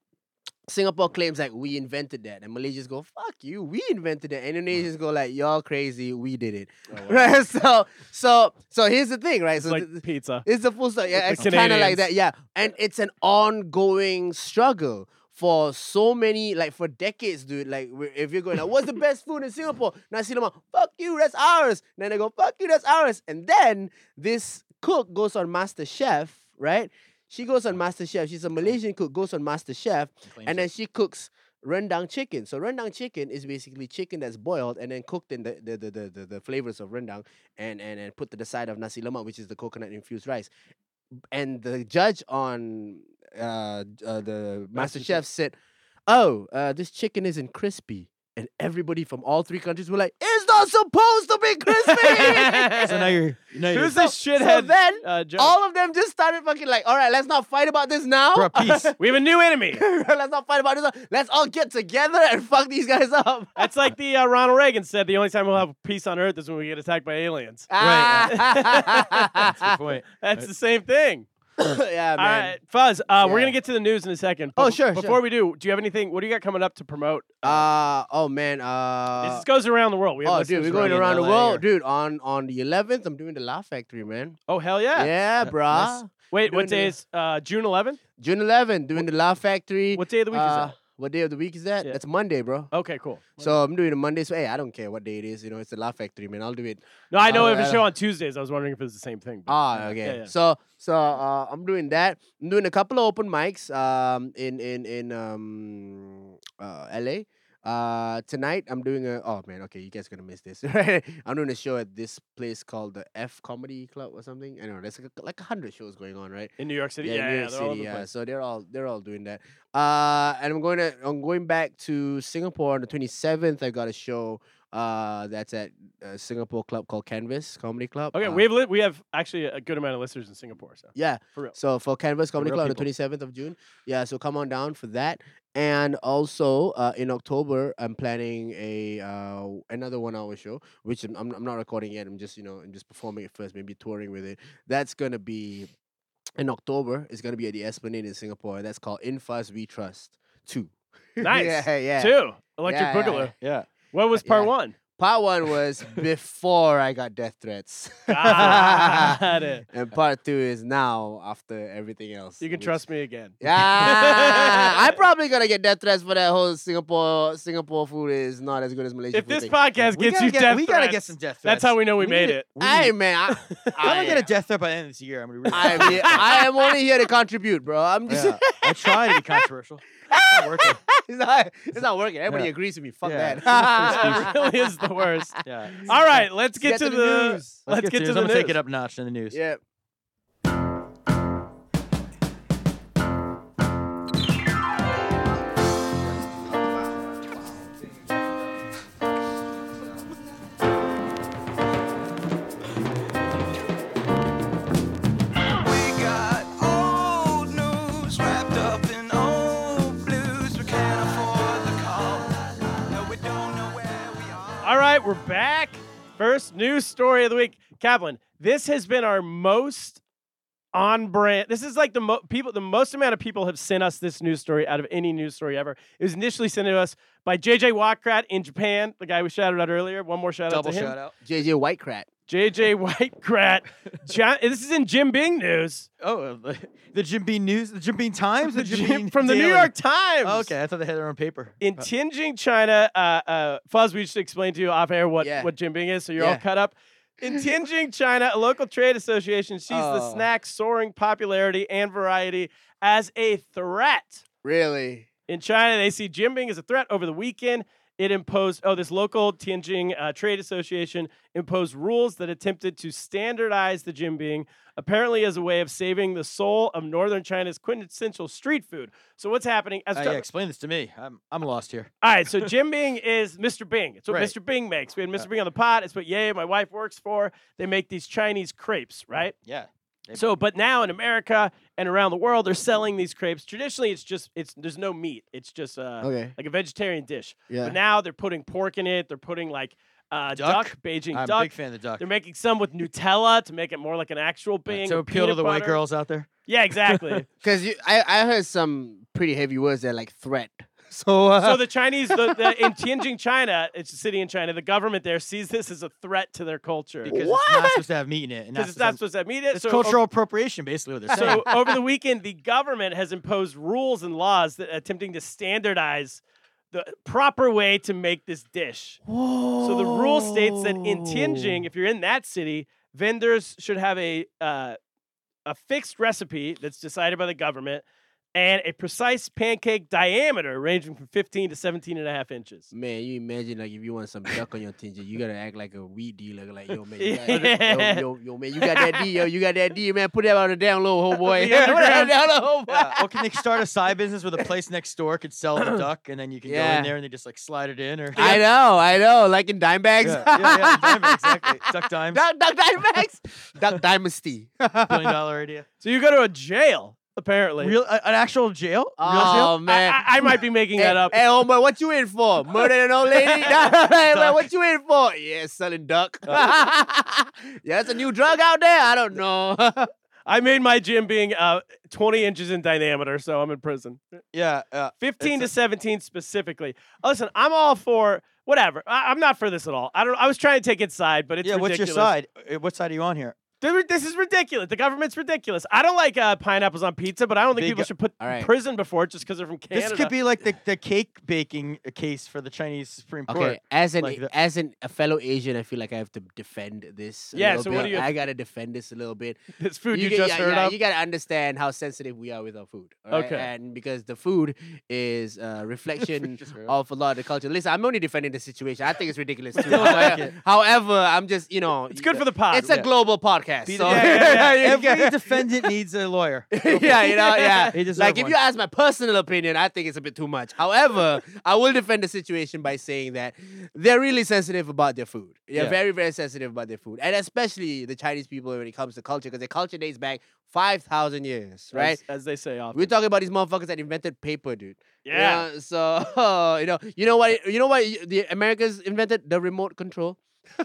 Speaker 4: Singapore claims like we invented that, and Malaysians go fuck you, we invented that. Indonesians go like y'all crazy, we did it, right? So so so here's the thing, right? So
Speaker 1: It's
Speaker 4: th-
Speaker 1: like pizza.
Speaker 4: it's the full story.
Speaker 1: the
Speaker 4: Yeah, it's kind of
Speaker 1: Canadians.
Speaker 4: like that. Yeah, and it's an ongoing struggle for so many, like for decades, dude. Like we- if you're going, like, what's the best food in Singapore? Nasi lemak. Fuck you, that's ours. then they go, fuck you, that's ours. And then this cook goes on Master Chef, right? She goes on Master Chef. She's a Malaysian cook. Goes on Master Chef,
Speaker 2: Claims
Speaker 4: and
Speaker 2: it.
Speaker 4: then she cooks rendang chicken. So rendang chicken is basically chicken that's boiled and then cooked in the the, the, the, the, the flavors of rendang and, and and put to the side of nasi lemak, which is the coconut infused rice. And the judge on uh, j- uh the Master Chef said, "Oh, uh, this chicken isn't crispy." And everybody from all three countries were like, "It's not supposed to be crispy."
Speaker 2: so now you're. Now you're
Speaker 1: Who's this shithead?
Speaker 4: then
Speaker 1: uh, judge?
Speaker 4: all of them just started fucking like, "All right, let's not fight about this now."
Speaker 2: Bro, peace.
Speaker 1: we have a new enemy.
Speaker 4: let's not fight about this. Let's all get together and fuck these guys up.
Speaker 1: That's like the uh, Ronald Reagan said. The only time we'll have peace on Earth is when we get attacked by aliens.
Speaker 2: That's a good
Speaker 4: Ah.
Speaker 2: point.
Speaker 1: That's the same thing.
Speaker 4: yeah,
Speaker 1: All
Speaker 4: man.
Speaker 1: right, Fuzz. Uh, We're
Speaker 4: Yeah.
Speaker 1: gonna get to the news in a second.
Speaker 4: Oh,
Speaker 1: Bef-
Speaker 4: sure,
Speaker 1: Before
Speaker 4: sure.
Speaker 1: we do, do you have anything? What do you got coming up to promote?
Speaker 4: Uh, oh man. Uh,
Speaker 1: this goes around the world. We have
Speaker 4: oh,
Speaker 1: listeners
Speaker 4: dude, we're going
Speaker 1: around-
Speaker 4: around the
Speaker 2: LA
Speaker 4: world,
Speaker 2: or-
Speaker 4: dude. On on the 11th, I'm doing the Laugh Factory, man.
Speaker 1: Oh hell yeah!
Speaker 4: Yeah, bruh.
Speaker 1: Wait, what
Speaker 4: Doing
Speaker 1: day
Speaker 4: the-
Speaker 1: is uh, June 11th?
Speaker 4: June 11th, doing the Laugh Factory.
Speaker 1: What day of the week is
Speaker 4: Uh,
Speaker 1: that?
Speaker 4: What day of the week is that?
Speaker 1: Yeah. Oh,
Speaker 4: That's Monday, bro.
Speaker 1: Okay, cool.
Speaker 4: So I'm doing a Monday. So hey, I don't care what day it is. You know, it's the Laugh Factory, man. I'll do it.
Speaker 1: No, I know
Speaker 4: Oh,
Speaker 1: if it's
Speaker 4: yeah.
Speaker 1: show on Tuesdays. I was wondering if it was the same thing. but-
Speaker 4: Ah,
Speaker 1: yeah,
Speaker 4: okay.
Speaker 1: yeah, yeah.
Speaker 4: So so uh, I'm doing that. I'm doing a couple of open mics um in in in um uh, LA. Uh tonight I'm doing a oh man, okay, you guys are gonna miss this. Right? I'm doing a show at this place called the F Comedy Club or something. I don't know, there's like a, like a hundred shows going on, right?
Speaker 1: in New York City. Yeah,
Speaker 4: New
Speaker 1: yeah,
Speaker 4: York
Speaker 1: they're all over
Speaker 4: City,
Speaker 1: the
Speaker 4: yeah.
Speaker 1: place.
Speaker 4: So they're all they're all doing that. Uh, and I'm going to I'm going back to Singapore on the 27th. I got a show uh that's at a Singapore club called Canvas Comedy Club.
Speaker 1: Okay,
Speaker 4: Uh,
Speaker 1: we have li- we have actually a good amount of listeners in Singapore. So
Speaker 4: yeah.
Speaker 1: for real.
Speaker 4: So for Canvas Comedy
Speaker 2: real
Speaker 4: Club on the
Speaker 2: people.
Speaker 4: twenty seventh of June. Yeah, so come on down for that. And also uh, in October, I'm planning a uh, another one hour show, which I'm, I'm I'm not recording yet. I'm just you know I'm just performing it first, maybe touring with it. That's gonna be in October. It's gonna be at the Esplanade in Singapore. That's called In Fuzz We Trust Two.
Speaker 1: Nice.
Speaker 4: yeah, yeah.
Speaker 1: Two Electric
Speaker 4: Yeah, yeah,
Speaker 1: Boogaloo.
Speaker 4: yeah.
Speaker 2: Yeah.
Speaker 1: What was part
Speaker 4: Yeah.
Speaker 1: one?
Speaker 4: Part one was before I got death threats.
Speaker 1: Got it.
Speaker 4: And part two is now after everything else.
Speaker 1: You can
Speaker 4: which-
Speaker 1: trust me again.
Speaker 4: Yeah, I'm probably gonna get death threats for that whole Singapore. Singapore food is not as good as Malaysian
Speaker 1: If
Speaker 4: food.
Speaker 1: this
Speaker 4: thing.
Speaker 1: podcast
Speaker 2: we
Speaker 1: gets
Speaker 2: gotta
Speaker 1: you
Speaker 2: get,
Speaker 1: death
Speaker 2: we gotta get
Speaker 1: threats,
Speaker 2: some death threats.
Speaker 1: that's how we know we,
Speaker 2: need
Speaker 1: made
Speaker 2: to-
Speaker 1: it.
Speaker 2: we need
Speaker 4: hey
Speaker 2: to-
Speaker 4: man, I,
Speaker 2: I'm
Speaker 4: I,
Speaker 2: gonna get a death threat by the end of this year. I'm gonna be
Speaker 4: I am, here- I am only here to contribute, bro. I'm just
Speaker 2: yeah. I try to be controversial. It's not working.
Speaker 4: it's, not, it's not working. Everybody
Speaker 2: Yeah.
Speaker 4: agrees with me. Fuck
Speaker 2: Yeah.
Speaker 4: that.
Speaker 1: That really is the worst.
Speaker 2: Yeah.
Speaker 1: All right, let's get, to, the,
Speaker 4: news.
Speaker 1: let's get to
Speaker 2: I'm
Speaker 1: the
Speaker 2: gonna
Speaker 1: news.
Speaker 2: take it up a notch in the news.
Speaker 4: yeah.
Speaker 3: We got old news wrapped up in old blues. We can't afford the call. No, we don't know where we are.
Speaker 1: All right, we're back. First news story of the week, Kaplan. This has been our most on brand. This is like the mo- people, the most amount of people have sent us this news story out of any news story ever. It was initially sent to us by JJ Wakrat in Japan, the guy we shouted out earlier. One more shout
Speaker 2: Double
Speaker 1: out to him.
Speaker 2: shout out.
Speaker 4: JJ Whitecrat.
Speaker 1: JJ Whitecrat. John, this is in Jim Bing news.
Speaker 2: Oh, uh, the- the Jim Beam News, the Jim Beam Times, the, Jim Beam
Speaker 1: from the New
Speaker 2: Daily.
Speaker 1: York Times.
Speaker 2: Oh, okay, I thought they had their own paper.
Speaker 1: In
Speaker 2: Uh,
Speaker 1: Tianjin, China, uh, uh, Fuzz, we just explained to you off air what,
Speaker 4: Yeah.
Speaker 1: what Jim Bing is, so you're all
Speaker 4: Yeah.
Speaker 1: cut up. In Tianjin, China, a local trade association sees the
Speaker 4: Oh.
Speaker 1: snack's soaring popularity and variety as a threat.
Speaker 4: Really?
Speaker 1: In China, they see Jim Bing as a threat over the weekend. It imposed, oh, this local Tianjin uh, Trade Association imposed rules that attempted to standardize the Jim Bing, apparently as a way of saving the soul of northern China's quintessential street food. So, what's happening? As
Speaker 2: uh, yeah, explain this to me. I'm I'm lost here.
Speaker 1: all right, so Jim Bing is Mr. Bing. It's what
Speaker 2: Right. Uh.
Speaker 1: Mr. Bing makes. We had Mr.
Speaker 2: Yeah.
Speaker 1: Bing on the pot. It's what Yay, my wife works for. They make these Chinese crepes, right?
Speaker 2: Yeah. They-
Speaker 1: So, but now in America and around the world, they're selling these crepes. Traditionally, it's just it's there's no meat. It's just
Speaker 2: Oh,
Speaker 1: uh,
Speaker 4: Okay.
Speaker 1: like a vegetarian dish.
Speaker 4: Yeah.
Speaker 1: But now they're putting pork in it. They're putting like uh, duck?
Speaker 2: Duck?
Speaker 1: Beijing
Speaker 2: I'm a
Speaker 1: duck.
Speaker 2: big fan of the duck.
Speaker 1: They're making some with Nutella to make it more like an actual Bing.
Speaker 2: so
Speaker 1: or
Speaker 2: appeal to
Speaker 1: peanut
Speaker 2: the white
Speaker 1: butter.
Speaker 2: girls out there.
Speaker 1: Yeah, exactly.
Speaker 4: Because I, I heard some pretty heavy words there, like threat. So, uh,
Speaker 1: so the Chinese, the, the, in Tianjin, China, it's a city in China. The government there sees this as a threat to their culture
Speaker 2: Because it's not
Speaker 4: What?
Speaker 2: supposed to have meat in it. and
Speaker 1: because it's not supposed
Speaker 2: supposed
Speaker 1: to have media.
Speaker 2: to- It's
Speaker 1: so
Speaker 2: cultural appropriation, basically, what they're saying.
Speaker 1: So over the weekend, the government has imposed rules and laws that attempting to standardize the proper way to make this dish. So the rule states that in
Speaker 2: Oh.
Speaker 1: Tianjin, if you're in that city, vendors should have a uh, a fixed recipe that's decided by the government and a precise pancake diameter ranging from 15 to 17 and a half inches.
Speaker 4: Man, you imagine like if you want some duck on your tinge, you gotta act like a weed dealer. Like yo, man, you got,
Speaker 1: Yeah.
Speaker 4: yo, yo, yo, man, you got that D, yo, you got that D, man. Put that on the down low, whole boy.
Speaker 1: The underground.
Speaker 4: down low, homeboy.
Speaker 2: Yeah. Or can they start a side business where the place next door could sell the duck and then you can go
Speaker 4: Yeah.
Speaker 2: in there and they just like slide it in or
Speaker 4: I know, I know. Like in dime bags.
Speaker 2: yeah, yeah, yeah, dime, exactly. Duck dimes,
Speaker 4: duck, duck dime bags. duck dynasty.
Speaker 2: billion dollar idea.
Speaker 1: So you go to a jail, apparently.
Speaker 2: Real uh, an actual jail? Real
Speaker 4: Oh
Speaker 2: jail?
Speaker 4: man.
Speaker 1: I, I, I might be making
Speaker 4: Hey,
Speaker 2: Eh,
Speaker 1: that up.
Speaker 4: hey, homeboy, what you in for? Murdering an old lady? hey, man,
Speaker 2: Duck.
Speaker 4: what you in for? Yeah, selling duck. yeah, it's a new drug out there. I don't know.
Speaker 1: I made my gym being uh, 20 inches in diameter, so I'm in prison.
Speaker 2: Yeah, uh, yeah.
Speaker 1: 15 to
Speaker 2: It's
Speaker 1: 17 specifically. Listen, I'm all for whatever. I, I'm not for this at all. I don't. I was trying to take its side, but it's
Speaker 2: yeah, what's your
Speaker 1: ridiculous.
Speaker 2: side? Uh, What side are you on here?
Speaker 1: Dude, This is ridiculous. The government's ridiculous. I don't like uh, pineapples on pizza, but I don't think
Speaker 2: Big-
Speaker 1: people should put
Speaker 4: All right.
Speaker 1: prison before it just because they're from Canada.
Speaker 2: This could be like the, the cake baking uh, case for the Chinese Supreme Court.
Speaker 4: Okay, as an
Speaker 2: like the-
Speaker 4: as an a fellow Asian, I feel like I have to defend this. A
Speaker 1: Yeah,
Speaker 4: little
Speaker 1: so what do
Speaker 4: bit.
Speaker 1: you-
Speaker 4: I gotta defend this a little bit.
Speaker 1: this food you,
Speaker 4: get-
Speaker 1: just
Speaker 4: yeah,
Speaker 1: heard
Speaker 4: yeah,
Speaker 1: of.
Speaker 4: You gotta understand how sensitive we are with our food. alright?
Speaker 1: Okay.
Speaker 4: And because the food is a reflection
Speaker 2: just heard
Speaker 4: of a lot of the culture. Listen, I'm only defending the situation. I think it's ridiculous too.
Speaker 2: don't like
Speaker 4: However-
Speaker 2: it.
Speaker 4: However, I'm just you know
Speaker 1: it's good for the pod.
Speaker 4: It's a global podcast.
Speaker 2: Be the-
Speaker 4: so-
Speaker 2: yeah,
Speaker 1: yeah, yeah.
Speaker 4: You
Speaker 2: Every
Speaker 4: gotta-
Speaker 2: defendant needs a lawyer.
Speaker 4: yeah, you know, yeah.
Speaker 2: He deserved
Speaker 4: Like if
Speaker 2: one.
Speaker 4: you ask my personal opinion, I think it's a bit too much. However, I will defend the situation by saying that they're really sensitive about their food. They're
Speaker 2: Yeah.
Speaker 4: very, very sensitive about their food, and especially the Chinese people when it comes to culture, because their culture dates back five thousand years, right?
Speaker 1: As, as they say often.
Speaker 4: We're talking about these motherfuckers that invented paper, dude. You
Speaker 1: yeah.
Speaker 4: know, so you know, you know what? You know what? The Americans invented the remote control.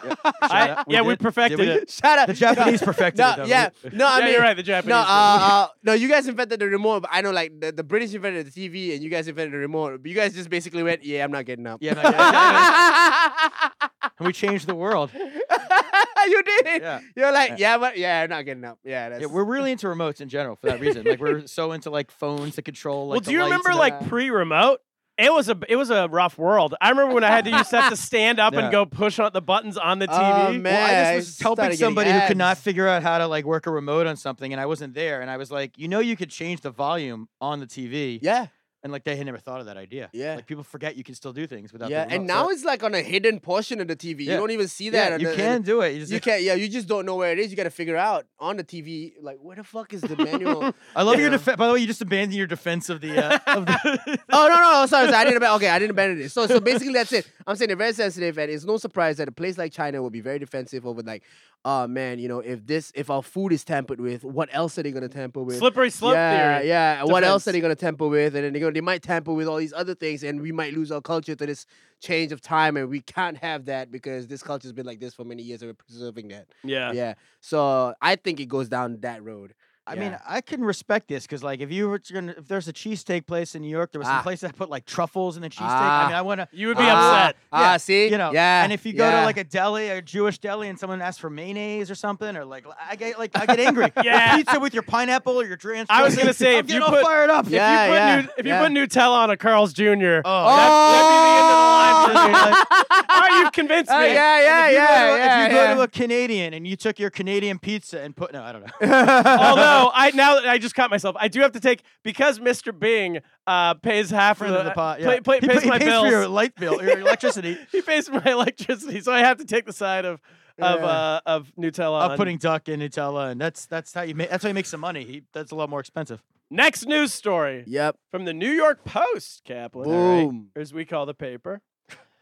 Speaker 1: I-
Speaker 2: Shout out.
Speaker 1: yeah, we
Speaker 2: did- did
Speaker 1: perfected
Speaker 2: we?
Speaker 1: it.
Speaker 4: Shut up.
Speaker 2: The Japanese perfected
Speaker 4: No,
Speaker 2: it. though. We-
Speaker 4: yeah, no, I
Speaker 1: yeah,
Speaker 4: mean,
Speaker 1: you're right. The Japanese.
Speaker 4: no, uh,
Speaker 1: people.
Speaker 4: uh, no, you guys invented the remote. But I know, like the, the British invented the TV, and you guys invented the remote. But you guys just basically went, "Yeah, I'm not getting up."
Speaker 2: Yeah, no, yeah, and we changed the world.
Speaker 4: you did.
Speaker 2: Yeah.
Speaker 4: You're like, yeah, but yeah, I'm not getting up. Yeah, that's.
Speaker 2: Yeah, we're really into remotes in general for that reason. Like we're so into like phones that control. Like,
Speaker 1: well,
Speaker 2: the
Speaker 1: do you
Speaker 2: lights
Speaker 1: remember
Speaker 2: and
Speaker 1: like
Speaker 4: the-
Speaker 1: pre-remote? It was a it was a rough world. I remember when I had to you have to stand up and
Speaker 2: Yeah.
Speaker 1: go push on the buttons on the
Speaker 4: Oh,
Speaker 1: TV.
Speaker 4: man.
Speaker 2: Well, I
Speaker 4: Yeah,
Speaker 2: just
Speaker 4: I
Speaker 2: was
Speaker 4: started
Speaker 2: helping
Speaker 4: getting
Speaker 2: somebody who could not
Speaker 4: ads.
Speaker 2: figure out how to like work a remote on something, and I wasn't there. And I was like, you know, you could change the volume on the TV,
Speaker 4: yeah,
Speaker 2: and like they had never thought of that idea.
Speaker 4: Yeah.
Speaker 2: like people forget you can still do things without. the
Speaker 4: yeah,
Speaker 2: remote.
Speaker 4: and
Speaker 2: So-
Speaker 4: now it's like on a hidden portion of the TV.
Speaker 2: Yeah.
Speaker 4: You don't even see that.
Speaker 2: yeah,
Speaker 4: on
Speaker 2: you
Speaker 4: the-
Speaker 2: can do it. uh, You just,
Speaker 4: You can't. Yeah, you just don't know where it is. You got to figure out on the TV. Like, where the fuck is the manual?
Speaker 2: I love your
Speaker 4: Yeah.
Speaker 2: defense. By the way, you just abandoned your defense of the. Uh, of the
Speaker 4: oh no no no sorry, sorry I didn't aban- okay I didn't abandon it so so basically that's it I'm saying they're very sensitive and it's no surprise that a place like China would be very defensive over like oh man you know if this if our food is tampered with what else are they gonna tamper with
Speaker 1: Slippery slope
Speaker 4: yeah,
Speaker 1: theory.
Speaker 4: Yeah, What else
Speaker 1: Defense.
Speaker 4: are they gonna tamper with? And then they are gonna they might tamper with all these other things, and we might lose our culture to this change of time, and we can't have that because this culture's been like this for many years, and we're preserving that.
Speaker 1: Yeah.
Speaker 4: yeah. So I think it goes down that road.
Speaker 2: I mean,
Speaker 4: Yeah.
Speaker 2: I can respect this because, like, if you were gonna, if there's a cheesesteak place in New York, there was some
Speaker 4: Ah.
Speaker 2: place that put like truffles in the cheesesteak.
Speaker 4: Ah.
Speaker 2: I mean, I want to,
Speaker 1: You would be
Speaker 4: Ah,
Speaker 1: upset.
Speaker 4: Ah,
Speaker 2: uh, Yeah,
Speaker 4: see,
Speaker 2: you know,
Speaker 4: yeah.
Speaker 2: And if you go
Speaker 4: yeah.
Speaker 2: to like a deli, a Jewish deli, and someone asks for mayonnaise or something, or like, I get like, I get angry. Or
Speaker 1: Yeah.
Speaker 2: pizza with your pineapple or your ranch.
Speaker 1: I was
Speaker 2: dressing,
Speaker 1: gonna say,
Speaker 2: I'm
Speaker 1: if you
Speaker 2: getting all
Speaker 1: put-
Speaker 2: fired up.
Speaker 4: Yeah.
Speaker 1: if you put,
Speaker 4: yeah,
Speaker 1: nu- if
Speaker 4: yeah.
Speaker 1: you put Nutella on a Carl's Jr.
Speaker 2: Oh,
Speaker 1: That, that'd be the end of the line.
Speaker 2: that's-
Speaker 1: All right, you've convinced me.
Speaker 4: Oh, yeah, yeah,
Speaker 2: if you go
Speaker 4: yeah,
Speaker 2: to a-
Speaker 4: yeah.
Speaker 2: If you
Speaker 4: yeah.
Speaker 2: go to a Canadian and you took your Canadian pizza and put, no, I don't know.
Speaker 1: Although I now that I just caught myself, I do have to take because Mr. Bing uh, pays half of
Speaker 2: Friend
Speaker 1: the,
Speaker 2: of the pot. Yeah.
Speaker 1: pay- pay-
Speaker 2: he,
Speaker 1: pays
Speaker 2: he
Speaker 1: my
Speaker 2: pays
Speaker 1: bills.
Speaker 2: for your light bill, your electricity.
Speaker 1: he pays my electricity, so I have to take the side of of
Speaker 4: Yeah.
Speaker 1: uh, of Nutella.
Speaker 2: Of
Speaker 1: on-
Speaker 2: putting duck in Nutella, and that's that's how you make that's how you make some money. He, that's a lot more expensive.
Speaker 1: next news story
Speaker 4: Yep.
Speaker 1: from the New York Post, Kaplan, all right,
Speaker 4: Boom.
Speaker 1: or as we call the paper.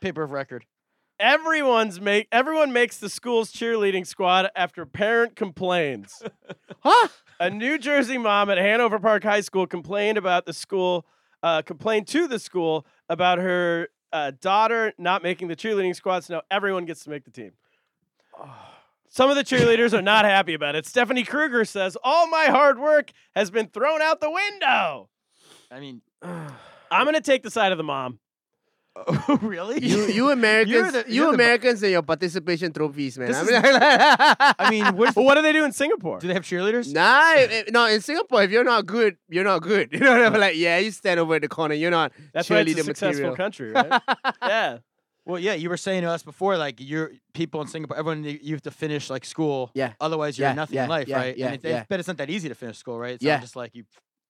Speaker 2: Paper of record.
Speaker 1: Everyone's make everyone makes the school's cheerleading squad after parent complains.
Speaker 4: Huh?
Speaker 1: a New Jersey mom at Hanover Park High School complained about the school, uh, complained to the school about her uh, daughter not making the cheerleading squad. So now everyone gets to make the team. Some of the cheerleaders are not happy about it. Stephanie Kruger says, "All my hard work has been thrown out the window."
Speaker 2: I mean,
Speaker 1: I'm gonna take the side of the mom.
Speaker 2: oh, really?
Speaker 4: You, you Americans,
Speaker 2: the-
Speaker 4: you
Speaker 2: you're the-
Speaker 4: Americans and your participation trophies, man.
Speaker 2: This
Speaker 4: I
Speaker 2: is-
Speaker 4: mean, like-
Speaker 2: I mean, what is
Speaker 1: Well, what do they do in Singapore?
Speaker 2: Do they have cheerleaders?
Speaker 4: nah, if- if- no. In Singapore, if you're not good, you're not good. You know what I mean? Like, yeah, you stand over in the corner. You're not
Speaker 1: That's why it's a
Speaker 4: cheerleader
Speaker 1: successful
Speaker 4: material.
Speaker 1: country, right? yeah.
Speaker 2: Well, yeah, you were saying to us before, like you're people in Singapore, everyone you you have to finish like school.
Speaker 4: Yeah.
Speaker 2: Otherwise, you're
Speaker 4: Yeah,
Speaker 2: nothing
Speaker 4: yeah,
Speaker 2: in life,
Speaker 4: yeah,
Speaker 2: right?
Speaker 4: yeah,
Speaker 2: and it, I
Speaker 4: yeah.
Speaker 2: bet it's not that easy to finish school, right? It's not
Speaker 4: Yeah.
Speaker 2: just like you.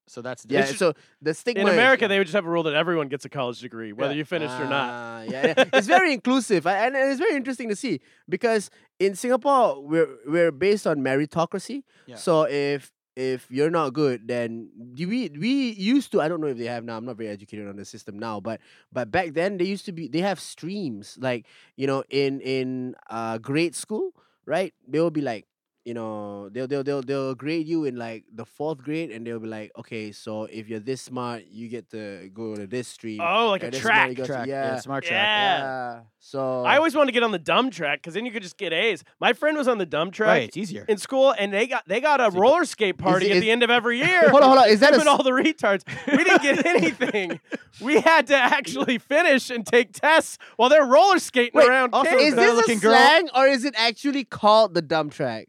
Speaker 2: So that's
Speaker 4: Yeah.
Speaker 2: it's-
Speaker 4: So the stigma
Speaker 1: In
Speaker 4: is-
Speaker 1: America, they would just have a rule that everyone gets a college degree, whether
Speaker 2: Yeah.
Speaker 1: you finished or not.
Speaker 4: Ah, yeah, yeah. it's very inclusive, a- and it's very interesting to see because in Singapore we're we're based on meritocracy.
Speaker 2: Yeah.
Speaker 4: So if if you're not good, then do we we used to I don't know if they have now. I'm not very educated on the system now, but but back then they used to be they have streams like you know in in uh, grade school, right? They will be like. You know, they'll they'll they'll they'll grade you in like the fourth grade, and they'll be like, okay, so if you're this smart, you get to go to this stream.
Speaker 1: Oh, like
Speaker 4: Yeah,
Speaker 1: a
Speaker 4: this Ah, is
Speaker 1: track.
Speaker 4: where you go to-
Speaker 2: track,
Speaker 4: yeah.
Speaker 2: smart
Speaker 1: Yeah.
Speaker 2: track.
Speaker 4: Yeah. So
Speaker 1: I always wanted to get on the dumb track because then you could just get A's. My friend was on the dumb track
Speaker 2: Right, it's easier.
Speaker 1: in school, and they got they got a
Speaker 2: it-
Speaker 1: roller skate party
Speaker 4: it-
Speaker 1: at
Speaker 4: is-
Speaker 1: the end of every year.
Speaker 4: hold on, hold on. Is that
Speaker 1: Him
Speaker 4: a
Speaker 1: and all the retards. We didn't get anything. we had to actually finish and take tests while they're roller skating
Speaker 4: Wait,
Speaker 1: around.
Speaker 2: also,
Speaker 1: campus.
Speaker 4: is this a
Speaker 2: better-looking girl?
Speaker 4: slang or is it actually called the dumb track?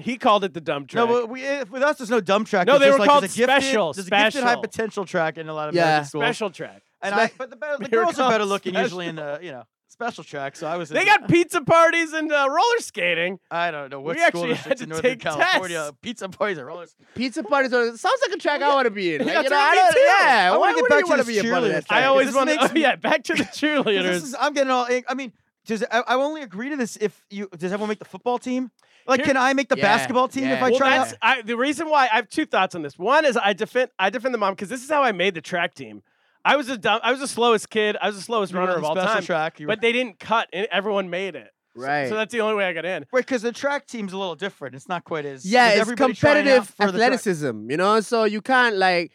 Speaker 1: He called it the dumb track.
Speaker 2: No, but we, eh, with us, there's no dumb track.
Speaker 1: No,
Speaker 2: It's
Speaker 1: they
Speaker 2: just
Speaker 1: were
Speaker 2: like,
Speaker 1: called
Speaker 2: there's a gifted,
Speaker 1: special,
Speaker 2: There's a gifted high
Speaker 1: special.
Speaker 2: potential track in a lot of
Speaker 4: Yeah.
Speaker 2: American schools.
Speaker 1: special track.
Speaker 2: And
Speaker 4: Spe-
Speaker 2: I, but the, be- the
Speaker 1: They were
Speaker 2: girls are better
Speaker 1: called
Speaker 2: looking usually in the you know special track. So I was.
Speaker 1: They
Speaker 2: in,
Speaker 1: got pizza parties and uh, roller skating.
Speaker 2: I don't know what
Speaker 1: we
Speaker 2: school
Speaker 1: actually
Speaker 2: districts
Speaker 1: had to
Speaker 2: in Northern
Speaker 1: take
Speaker 2: California.
Speaker 1: tests.
Speaker 2: Pizza parties are rollers.
Speaker 4: Pizza parties are, sounds like a track I want to be in.
Speaker 2: Yeah,
Speaker 4: Like, you know,
Speaker 2: me
Speaker 4: I don't,
Speaker 2: too.
Speaker 4: yeah,
Speaker 2: I wanna
Speaker 4: why
Speaker 2: get
Speaker 4: would
Speaker 2: back
Speaker 4: you
Speaker 2: to
Speaker 4: wanna
Speaker 2: this
Speaker 4: be a part of
Speaker 2: cheerleader
Speaker 4: that
Speaker 2: thing.
Speaker 1: I
Speaker 4: track?
Speaker 1: always
Speaker 2: This
Speaker 1: want to.
Speaker 2: makes
Speaker 1: Oh,
Speaker 2: me-
Speaker 1: yeah, back to the
Speaker 2: 'Cause this
Speaker 1: cheerleaders.
Speaker 2: is- I'm getting all. ing- I mean, does I, I only agree to this if you does everyone make the football team? Like,
Speaker 1: Here-
Speaker 2: can I make the
Speaker 4: Yeah,
Speaker 2: basketball team if
Speaker 4: yeah.
Speaker 2: I
Speaker 1: well,
Speaker 2: try?
Speaker 1: that's
Speaker 2: out?
Speaker 1: I, the reason why I have two thoughts on this. One is I defend I defend the mom because this is how I made the track team. I was a dumb, I was the slowest kid. I was the slowest
Speaker 2: You were
Speaker 1: runner
Speaker 2: on
Speaker 1: of
Speaker 2: the
Speaker 1: all
Speaker 2: special
Speaker 1: time.
Speaker 2: track, you were-
Speaker 1: but they didn't cut, and everyone made it.
Speaker 4: Right.
Speaker 1: So that's the only way I got in.
Speaker 2: Right, because the track team's a little different. It's not quite as
Speaker 4: yeah,
Speaker 2: is
Speaker 4: it's
Speaker 2: everybody trying out
Speaker 4: competitive
Speaker 2: for the track?
Speaker 4: athleticism, you know? So you can't, like,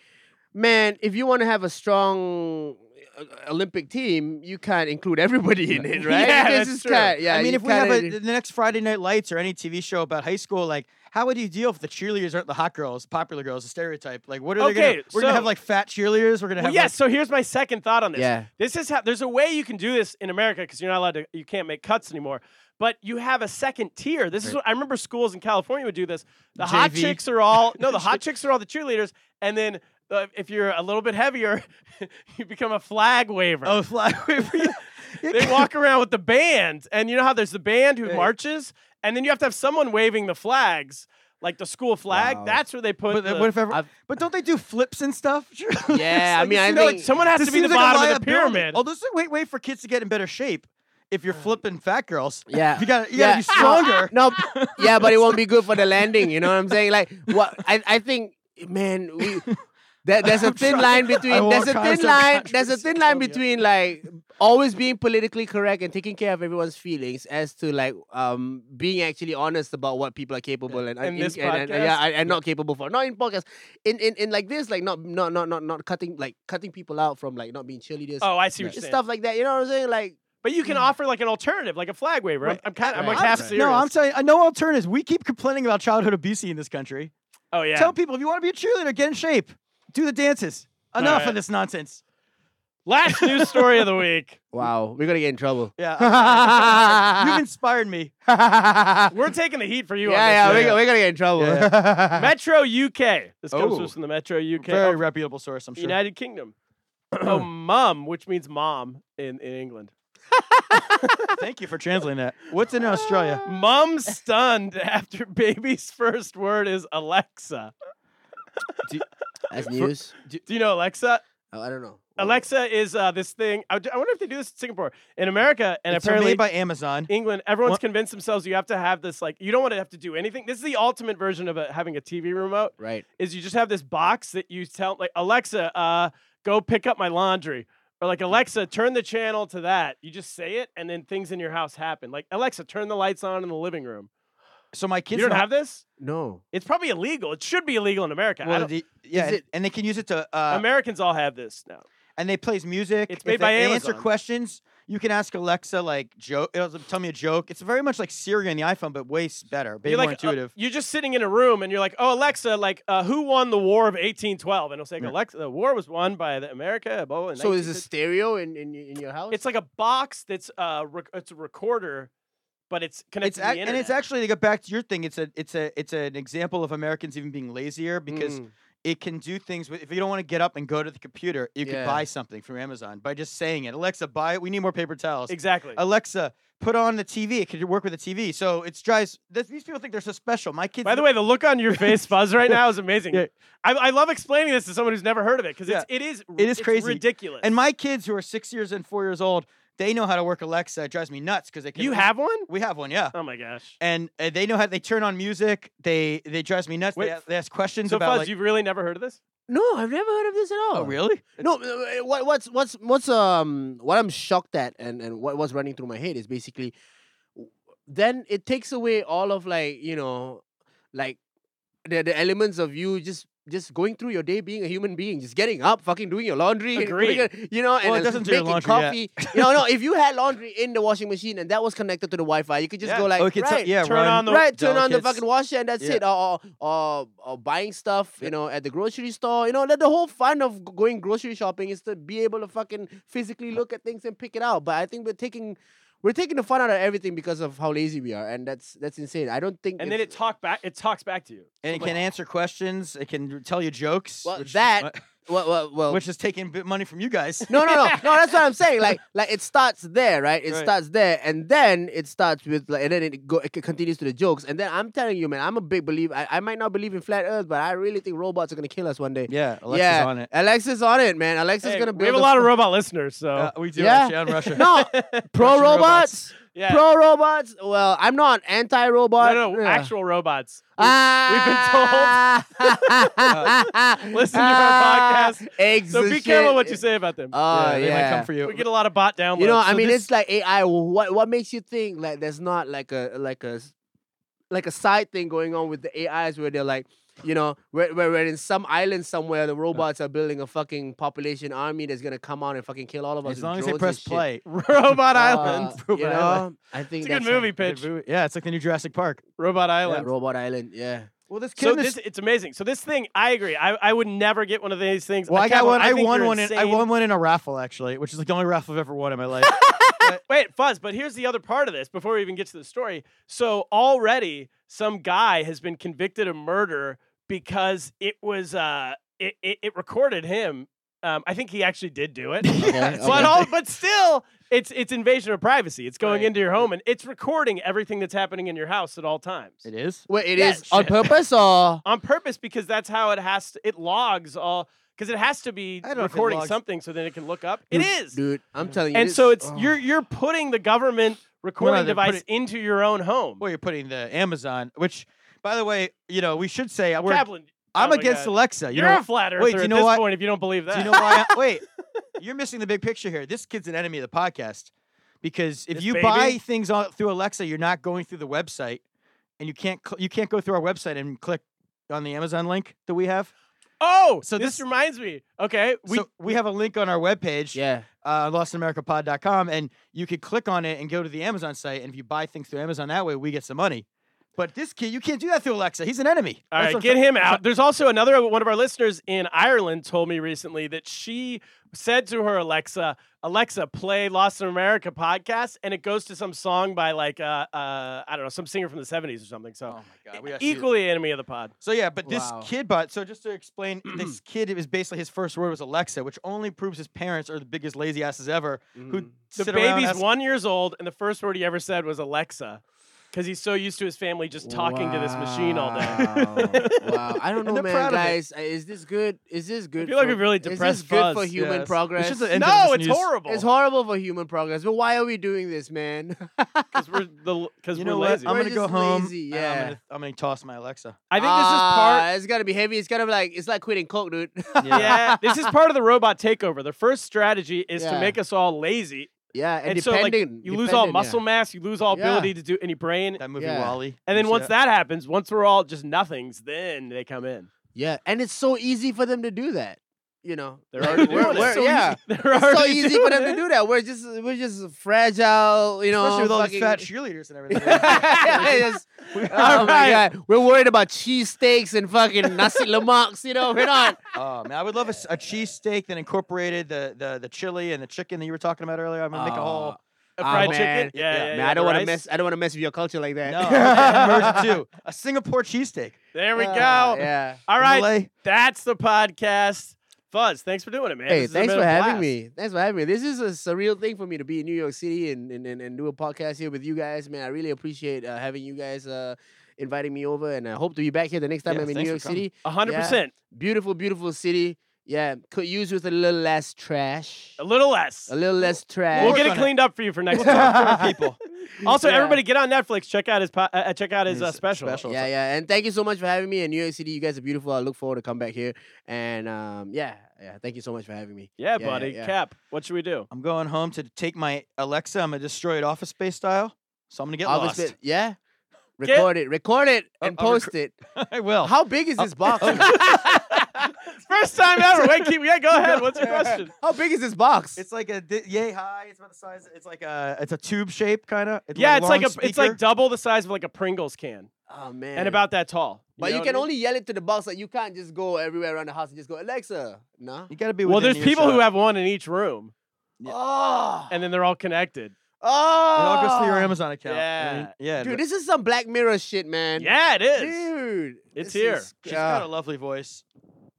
Speaker 4: man, if you want to have a strong uh, Olympic team, you can't include everybody in it, right?
Speaker 1: Yeah,
Speaker 4: You
Speaker 1: that's
Speaker 4: just
Speaker 1: true.
Speaker 4: can't- yeah,
Speaker 2: I mean,
Speaker 4: you
Speaker 2: if we have a,
Speaker 4: can't-
Speaker 2: the next Friday Night Lights or any TV show about high school, like how would you deal if the cheerleaders aren't the hot girls, popular girls, the stereotype? Like, what are they
Speaker 1: Okay,
Speaker 2: gonna? We're gonna have
Speaker 1: so-
Speaker 2: like fat cheerleaders. We're gonna
Speaker 1: Well,
Speaker 2: have
Speaker 1: yes. so here's my second thought on this.
Speaker 4: Yeah.
Speaker 1: This is how there's a way you can do this in America because you're not allowed to, you can't make cuts anymore. But you have a second tier. This is what I remember schools in California would do this. The hot
Speaker 2: JV.
Speaker 1: chicks are all no, the hot chicks are all the cheerleaders, and then uh, if you're a little bit heavier, you become a flag waver.
Speaker 2: Like, oh, fly.
Speaker 1: they walk around with the band, and you know how there's the band who
Speaker 2: Yeah.
Speaker 1: marches, and then you have to have someone waving the flags, like the school flag.
Speaker 4: Wow.
Speaker 1: That's where they put.
Speaker 2: But
Speaker 1: the,
Speaker 2: then what if ever,
Speaker 4: I've-
Speaker 2: But don't they do flips and stuff?
Speaker 4: Yeah, I mean, I
Speaker 1: no,
Speaker 4: think-
Speaker 1: it's- someone has to be the bottom of the pyramid.
Speaker 2: Oh, this is a great way for kids to get in better shape. If you're flipping fat girls,
Speaker 4: Yeah.
Speaker 2: you got you
Speaker 4: yeah.
Speaker 2: gotta be stronger.
Speaker 4: No, no, yeah, but it won't be good for the landing. You know what I'm saying? Like, what I, I think, man, we there, there's a
Speaker 2: I'm
Speaker 4: thin
Speaker 2: trying-
Speaker 4: line
Speaker 2: I
Speaker 4: between
Speaker 2: won't
Speaker 4: there's a
Speaker 2: comment
Speaker 4: thin
Speaker 2: on
Speaker 4: line there's a
Speaker 2: controversy,
Speaker 4: thin
Speaker 1: Oh,
Speaker 4: line
Speaker 2: Antonio.
Speaker 4: between like always being politically correct and taking care of everyone's feelings as to like um being actually honest about what people are capable and, and,
Speaker 1: In this
Speaker 4: and, and-
Speaker 1: podcast?
Speaker 4: yeah and, and not capable for not in podcasts in, in in like this like not not not not not cutting like cutting people out from like not being cheerleaders
Speaker 1: oh, I see what you're
Speaker 4: Just
Speaker 1: saying.
Speaker 4: stuff like that you know what I'm saying like
Speaker 1: But you can offer like an alternative, like a flag waver. I'm-
Speaker 2: Hmm. Right.
Speaker 1: I'm, kind of, I'm
Speaker 4: Right.
Speaker 1: like half
Speaker 4: I'm-
Speaker 1: serious.
Speaker 2: No, I'm telling you, no alternatives. We keep complaining about childhood abuse in this country.
Speaker 1: oh yeah.
Speaker 2: Tell people if you want to be a cheerleader, get in shape, do the dances. Enough
Speaker 1: right.
Speaker 2: of this nonsense.
Speaker 1: Last news story of the week.
Speaker 4: wow we're gonna get in trouble
Speaker 2: Yeah, you've inspired me.
Speaker 1: We're taking the heat for you.
Speaker 4: yeah, yeah,
Speaker 1: on
Speaker 4: we're,
Speaker 1: this
Speaker 4: go- we're gonna get in trouble.
Speaker 1: one. Metro UK. This comes to
Speaker 2: Oh.
Speaker 1: us from the Metro UK.
Speaker 2: Very
Speaker 1: Oh,
Speaker 2: reputable source, I'm sure.
Speaker 1: United Kingdom. oh, mum, which means mom in, in England.
Speaker 2: Thank you for translating that. What's in Australia?
Speaker 1: Mum stunned after baby's first word is Alexa.
Speaker 4: That's news.
Speaker 1: Do you know Alexa?
Speaker 4: Oh, I don't know.
Speaker 1: Alexa is uh, this thing. I, I wonder if they do this in Singapore, in America, and
Speaker 2: it's
Speaker 1: apparently
Speaker 2: made by Amazon.
Speaker 1: England, everyone's
Speaker 2: What-
Speaker 1: convinced themselves you have to have this like you don't want to have to do anything. This is the ultimate version of a, having a TV remote.
Speaker 4: Right.
Speaker 1: Is you just have this box that you tell like Alexa, uh, go pick up my laundry, or like Alexa, turn the channel to that. You just say it, and then things in your house happen. Like Alexa, turn the lights on in the living room.
Speaker 2: So my kids
Speaker 1: you don't
Speaker 2: know-
Speaker 1: have this?
Speaker 4: No.
Speaker 1: It's probably illegal. It should be illegal in America. I
Speaker 2: Well,
Speaker 1: don't-
Speaker 2: the, yeah,
Speaker 4: Is
Speaker 2: and-
Speaker 4: it-
Speaker 2: and they can use it to uh,
Speaker 1: Americans all have this now.
Speaker 2: and they plays music.
Speaker 1: It's
Speaker 2: If
Speaker 1: made
Speaker 2: they
Speaker 1: by
Speaker 2: Answer
Speaker 1: Amazon.
Speaker 2: questions. You can ask Alexa like joke. It'll tell me a joke. It's very much like Siri on the iPhone, but way s- better, way
Speaker 1: you're
Speaker 2: more
Speaker 1: like uh,
Speaker 2: intuitive.
Speaker 1: you're just sitting in a room and you're like, oh Alexa, like uh, who won the War of 1812? And it'll say,
Speaker 2: Yeah.
Speaker 1: Alexa, the war was won by the America. Blah, blah, in
Speaker 4: So is
Speaker 1: 1960."
Speaker 4: a stereo in, in y- in your house?
Speaker 1: It's like a box that's uh rec- it's a recorder, but it's connected
Speaker 2: it's
Speaker 1: to the
Speaker 2: ac- and
Speaker 1: internet.
Speaker 2: it's actually to get back to your thing. It's a it's a it's an example of Americans even being lazier because
Speaker 1: Mm.
Speaker 2: it can do things. With, if you don't want to get up and go to the computer, you
Speaker 4: Yeah.
Speaker 2: can buy something from Amazon by just saying it. Alexa, buy it. We need more paper towels.
Speaker 1: exactly.
Speaker 2: Alexa, put on the TV. It could work with the TV. So it's drives. This, these people think they're so special. My kids.
Speaker 1: By the way, the look on your face, Buzz, right now is amazing.
Speaker 2: Yeah.
Speaker 1: I, I love explaining this to someone who's never heard of it because it's it is
Speaker 2: It is
Speaker 1: it's
Speaker 2: crazy.
Speaker 1: ridiculous.
Speaker 2: And my kids who are six years and four years old, they know how to work Alexa. It drives me nuts because they can.
Speaker 1: you have one?
Speaker 2: We have one, yeah.
Speaker 1: Oh my gosh!
Speaker 2: And uh, they know how they turn on music. They they drives me nuts.
Speaker 1: Wait,
Speaker 2: they, a- they ask questions
Speaker 1: So
Speaker 2: about
Speaker 1: Fuzz,
Speaker 2: like.
Speaker 1: you've really never heard of this?
Speaker 4: no, I've never heard of this at all.
Speaker 2: oh really?
Speaker 4: No. uh, uh, What what's what's what's um what I'm shocked at and and what what's running through my head is basically, w- then it takes away all of like you know, like the the elements of you just. Just going through your day being a human being, just getting up, fucking doing your laundry, and putting
Speaker 1: Agreed.
Speaker 4: it- you know, and
Speaker 2: Well, it
Speaker 4: uh,
Speaker 2: doesn't do your
Speaker 4: making
Speaker 2: laundry
Speaker 4: coffee. no, no. If you had laundry in the washing machine and that was connected to the Wi-Fi, you could just
Speaker 1: Yeah.
Speaker 4: go like,
Speaker 2: oh, it could
Speaker 4: right,
Speaker 2: tell- yeah,
Speaker 1: turn
Speaker 2: run.
Speaker 1: on the-
Speaker 4: right turn on the
Speaker 2: delicates.
Speaker 4: fucking washer and that's
Speaker 2: Yeah.
Speaker 4: it or, or, or, or buying stuff you know at the grocery store you know that the whole fun of g- going grocery shopping is to be able to fucking physically look at things and pick it out but i think we're taking We're taking the fun out of everything because of how lazy we are, and that's that's insane. I don't think.
Speaker 1: And then it talk back. It talks back to you.
Speaker 2: and it can answer questions. It can tell you jokes.
Speaker 4: well,
Speaker 2: which,
Speaker 4: that well, well, well
Speaker 2: which is taking bit money from you guys.
Speaker 4: No, no, no, no. That's what I'm saying. Like, like it starts there, right? It
Speaker 2: Right.
Speaker 4: starts there, and then it starts with, like, and then it go, it c- continues to the jokes, and then I'm telling you, man, I'm a big believer. I, I might not believe in flat Earth, but I really think robots are gonna kill us one day.
Speaker 2: Yeah, Alexa's
Speaker 4: yeah,
Speaker 2: on it.
Speaker 4: Alexa's on it, man. Alexa's
Speaker 1: Hey,
Speaker 4: gonna build
Speaker 1: we have a lot of robot listeners, so
Speaker 2: Uh, we do
Speaker 4: Yeah.
Speaker 2: actually on Russia.
Speaker 4: no pro
Speaker 2: Russian
Speaker 4: robots.
Speaker 1: yeah.
Speaker 4: Pro robots. Well, I'm not anti robot.
Speaker 1: no, no, actual robots.
Speaker 4: we've been told.
Speaker 1: Listen to our podcast.
Speaker 4: Eggs
Speaker 1: So
Speaker 4: and
Speaker 1: be careful
Speaker 4: shit.
Speaker 1: what you say about them.
Speaker 4: Oh
Speaker 2: yeah,
Speaker 4: yeah,
Speaker 2: they might come for Uh, you.
Speaker 1: we get a lot of bot downloads.
Speaker 4: You know, I
Speaker 2: So
Speaker 4: mean,
Speaker 2: this-
Speaker 4: it's like AI. What what makes you think like there's not like a like a s- like a side thing going on with the AIs where they're like, you know, where where, where in some island somewhere the robots are building a fucking population army that's gonna come out and fucking kill all of us.
Speaker 2: as
Speaker 4: with
Speaker 2: long as they
Speaker 4: drones and
Speaker 2: press
Speaker 4: shit.
Speaker 2: play.
Speaker 1: Robot Island.
Speaker 4: Uh,
Speaker 2: Robot
Speaker 4: you know,
Speaker 2: Island.
Speaker 4: I think
Speaker 1: It's a good
Speaker 4: that's
Speaker 1: movie
Speaker 2: Yeah,
Speaker 1: pitch.
Speaker 2: we- Yeah, it's like the new Jurassic Park.
Speaker 1: Robot
Speaker 4: Yeah,
Speaker 1: Island.
Speaker 4: Robot Island. Yeah.
Speaker 2: Well, this
Speaker 1: so this it's amazing. So this thing, I agree. I, I would never get one of these things.
Speaker 2: well, I got
Speaker 1: Kaplan,
Speaker 2: one. I
Speaker 1: think
Speaker 2: won
Speaker 1: you're
Speaker 2: one. In, I
Speaker 1: insane.
Speaker 2: won one in a raffle actually, which is like the only raffle I've ever won in my life.
Speaker 1: Wait, Fuzz, but here's the other part of this before we even get to the story. So already some guy has been convicted of murder because it was uh it it, it recorded him. Um, I think he actually did do it.
Speaker 4: Okay,
Speaker 1: But
Speaker 4: okay.
Speaker 1: all but still it's it's invasion of privacy. It's going
Speaker 2: Right.
Speaker 1: into your home and it's recording everything that's happening in your house at all times.
Speaker 2: it is.
Speaker 4: Wait, it is
Speaker 1: Yeah,
Speaker 4: on
Speaker 1: shit.
Speaker 4: purpose or
Speaker 1: On purpose because that's how it has to it logs all because it has to be
Speaker 2: I don't know if it
Speaker 1: recording
Speaker 2: logs-
Speaker 1: something so then it can look up. It
Speaker 4: Dude,
Speaker 1: is.
Speaker 4: dude. I'm telling you.
Speaker 1: and
Speaker 4: this-
Speaker 1: so it's
Speaker 4: oh.
Speaker 1: you're you're putting the government recording
Speaker 2: they're
Speaker 1: device into your own home.
Speaker 2: Well, you're putting the Amazon, which, by the way, you know we should say we're,
Speaker 1: Kaplan,
Speaker 2: I'm
Speaker 1: oh my
Speaker 2: against
Speaker 1: God.
Speaker 2: Alexa. You
Speaker 1: You're
Speaker 2: know,
Speaker 1: a flat earther
Speaker 2: wait, do you
Speaker 1: at
Speaker 2: know
Speaker 1: this
Speaker 2: what?
Speaker 1: point if you don't believe that.
Speaker 2: Do you know why? I, wait, you're missing the big picture here. This kid's an enemy of the podcast because if
Speaker 1: This
Speaker 2: you
Speaker 1: baby?
Speaker 2: buy things on, through Alexa, you're not going through the website, and you can't cl- you can't go through our website and click on the Amazon link that we have.
Speaker 1: oh, so
Speaker 2: So
Speaker 1: this,
Speaker 2: this-
Speaker 1: reminds me. Okay,
Speaker 2: We
Speaker 1: we
Speaker 2: we have a link on our webpage,
Speaker 4: yeah.
Speaker 2: uh, lostamericapod.com, and you could click on it and go to the Amazon site. And if you buy things through Amazon that way, we get some money. But this kid, you can't do that through Alexa. He's an enemy.
Speaker 1: all
Speaker 2: That's
Speaker 1: right,
Speaker 2: what I'm
Speaker 1: get
Speaker 2: try-
Speaker 1: him out. There's also another one of our listeners in Ireland told me recently that she said to her Alexa, "Alexa, play Lost in America podcast," and it goes to some song by like uh, uh I don't know, some singer from the '70s or something.
Speaker 2: Oh
Speaker 1: So
Speaker 2: my god, we gotta see-
Speaker 1: equally enemy of the pod.
Speaker 2: So yeah, but this
Speaker 4: Wow.
Speaker 2: kid bought. So just to explain, this kid it was basically his first word was Alexa, which only proves his parents are the biggest lazy asses ever.
Speaker 4: mm-hmm.
Speaker 2: Who
Speaker 4: Mm.
Speaker 1: The
Speaker 2: sit around
Speaker 1: baby's
Speaker 2: ask-
Speaker 1: one years old, and the first word he ever said was Alexa, because he's so used to his family just talking to this machine all day.
Speaker 4: Wow. wow. I don't know,
Speaker 2: they're
Speaker 4: man,
Speaker 2: proud of it.
Speaker 4: guys. uh, Is this good? Is this good?
Speaker 1: feel like
Speaker 4: for-
Speaker 1: we've really
Speaker 4: Is
Speaker 1: depressed
Speaker 4: this good
Speaker 1: Fuzz.
Speaker 4: for human
Speaker 2: Yes. We
Speaker 4: progress?
Speaker 2: should end
Speaker 1: No,
Speaker 2: this
Speaker 1: it's
Speaker 2: news.
Speaker 1: horrible.
Speaker 4: It's horrible for human progress, but why are we doing this, man?
Speaker 1: because we're the because
Speaker 2: You
Speaker 1: we're
Speaker 2: know what?
Speaker 1: lazy.
Speaker 2: I'm
Speaker 4: We're
Speaker 2: gonna go
Speaker 4: just
Speaker 2: home.
Speaker 4: lazy,
Speaker 2: and I'm
Speaker 4: yeah.
Speaker 2: gonna, I'm gonna toss my Alexa.
Speaker 1: I think this is part.
Speaker 4: Ah, It's gotta be heavy. It's gotta be like it's like quitting coke, dude.
Speaker 1: Yeah, this is part of the robot takeover. The first strategy is to
Speaker 4: Yeah.
Speaker 1: make us all lazy,
Speaker 4: yeah, and,
Speaker 1: and
Speaker 4: depending
Speaker 1: so like you lose all muscle mass, you lose all
Speaker 4: Yeah.
Speaker 1: ability to do any brain,
Speaker 2: That movie
Speaker 4: Yeah.
Speaker 2: Wally.
Speaker 1: and then once that happens, once we're all just nothings, then they come in.
Speaker 4: Yeah. yeah, and it's so easy for them to do that. You know,
Speaker 1: They're
Speaker 4: Like,
Speaker 1: already doing
Speaker 4: we're-
Speaker 1: it.
Speaker 4: we're-
Speaker 1: It's so
Speaker 4: yeah.
Speaker 1: They're
Speaker 4: It's so
Speaker 1: already
Speaker 4: easy
Speaker 1: doing
Speaker 4: for them to
Speaker 1: it.
Speaker 4: do that. We're just we're just fragile, you know.
Speaker 2: especially with all
Speaker 4: fucking-
Speaker 2: these fat cheerleaders and everything.
Speaker 4: Yeah, it's-
Speaker 1: All
Speaker 4: oh my
Speaker 1: right.
Speaker 4: God. We're worried about cheesesteaks and fucking nasi lemak. You know, we're not.
Speaker 2: oh man, I would love a, s- a cheesesteak that incorporated the, the the chili and the chicken that you were talking about earlier. I'm gonna make a whole.
Speaker 1: A
Speaker 4: Ah,
Speaker 1: fried
Speaker 4: man.
Speaker 1: chicken. Yeah, yeah,
Speaker 2: Yeah,
Speaker 1: yeah,
Speaker 4: Man, I don't
Speaker 1: the
Speaker 4: want to
Speaker 1: rice.
Speaker 4: mess. I don't want to mess with your culture like that.
Speaker 2: No, I'm gonna merge it too. A Singapore cheesesteak.
Speaker 1: There we go.
Speaker 4: Ah, Yeah.
Speaker 1: All right,
Speaker 2: Malay.
Speaker 1: that's the podcast. Fuzz, thanks for doing it, man.
Speaker 4: Hey,
Speaker 1: This has
Speaker 4: thanks
Speaker 1: been
Speaker 4: for
Speaker 1: a
Speaker 4: having
Speaker 1: blast.
Speaker 4: me. Thanks for having me. This is a surreal thing for me to be in New York City and and, and, and do a podcast here with you guys, man. I really appreciate uh, having you guys uh, inviting me over, and I hope to be back here the next time
Speaker 2: Yeah,
Speaker 4: I'm in New
Speaker 2: thanks for coming.
Speaker 4: York City.
Speaker 1: A hundred
Speaker 4: Yeah.
Speaker 1: percent,
Speaker 4: Beautiful, beautiful city. Yeah, could use with a little less trash.
Speaker 1: a little less.
Speaker 4: A little less trash.
Speaker 1: We'll
Speaker 2: Work
Speaker 1: get
Speaker 2: on
Speaker 1: it
Speaker 2: it.
Speaker 1: cleaned up for you for next time.
Speaker 2: Talk to our people.
Speaker 1: Also,
Speaker 4: Yeah.
Speaker 1: everybody get on Netflix. Check out his po- uh, uh, check out his uh,
Speaker 2: His
Speaker 1: special.
Speaker 2: special.
Speaker 4: Yeah, yeah. And thank you so much for having me in New York City. You guys are beautiful. I look forward to come back here. And um, yeah, yeah. Thank you so much for having me.
Speaker 1: Yeah,
Speaker 4: Yeah,
Speaker 1: buddy.
Speaker 4: yeah.
Speaker 1: Cap, what should we do?
Speaker 2: I'm going home to take my Alexa. I'm gonna destroy it office space style. So I'm gonna get
Speaker 4: Office
Speaker 2: lost.
Speaker 4: bit- yeah.
Speaker 1: Get-
Speaker 4: Record it, record it,
Speaker 2: Oh,
Speaker 4: and
Speaker 2: I'll rec-
Speaker 4: post it.
Speaker 2: I
Speaker 1: Oh.
Speaker 2: will.
Speaker 4: How big is this box?
Speaker 1: First time ever. Wait, keep, yeah, go ahead. What's your question?
Speaker 4: How big is this box?
Speaker 2: It's like a di- yay high. It's about the size. It's like a. It's a tube shape kind of.
Speaker 1: Yeah, it's like a, it's like double the size of like a Pringles can,
Speaker 4: oh man.
Speaker 1: and about that tall.
Speaker 4: But
Speaker 1: know
Speaker 4: you
Speaker 1: what
Speaker 4: can
Speaker 1: I mean?
Speaker 4: only yell it to the box. Like you can't just go everywhere around the house and just go Alexa. No.
Speaker 2: You gotta be.
Speaker 1: Well,
Speaker 2: within
Speaker 1: there's people
Speaker 2: earshot.
Speaker 1: who have one in each room,
Speaker 4: Oh.
Speaker 1: and then they're all connected.
Speaker 4: Oh,
Speaker 2: It all goes
Speaker 1: Ah!
Speaker 2: through your Amazon account. I mean,
Speaker 4: Yeah.
Speaker 2: yeah.
Speaker 4: Ah! dude. This is some Black Mirror shit, man.
Speaker 1: Yeah, it is.
Speaker 4: dude,
Speaker 1: It's
Speaker 4: this
Speaker 1: here.
Speaker 4: is-
Speaker 2: she's got
Speaker 4: ah.
Speaker 2: a lovely voice.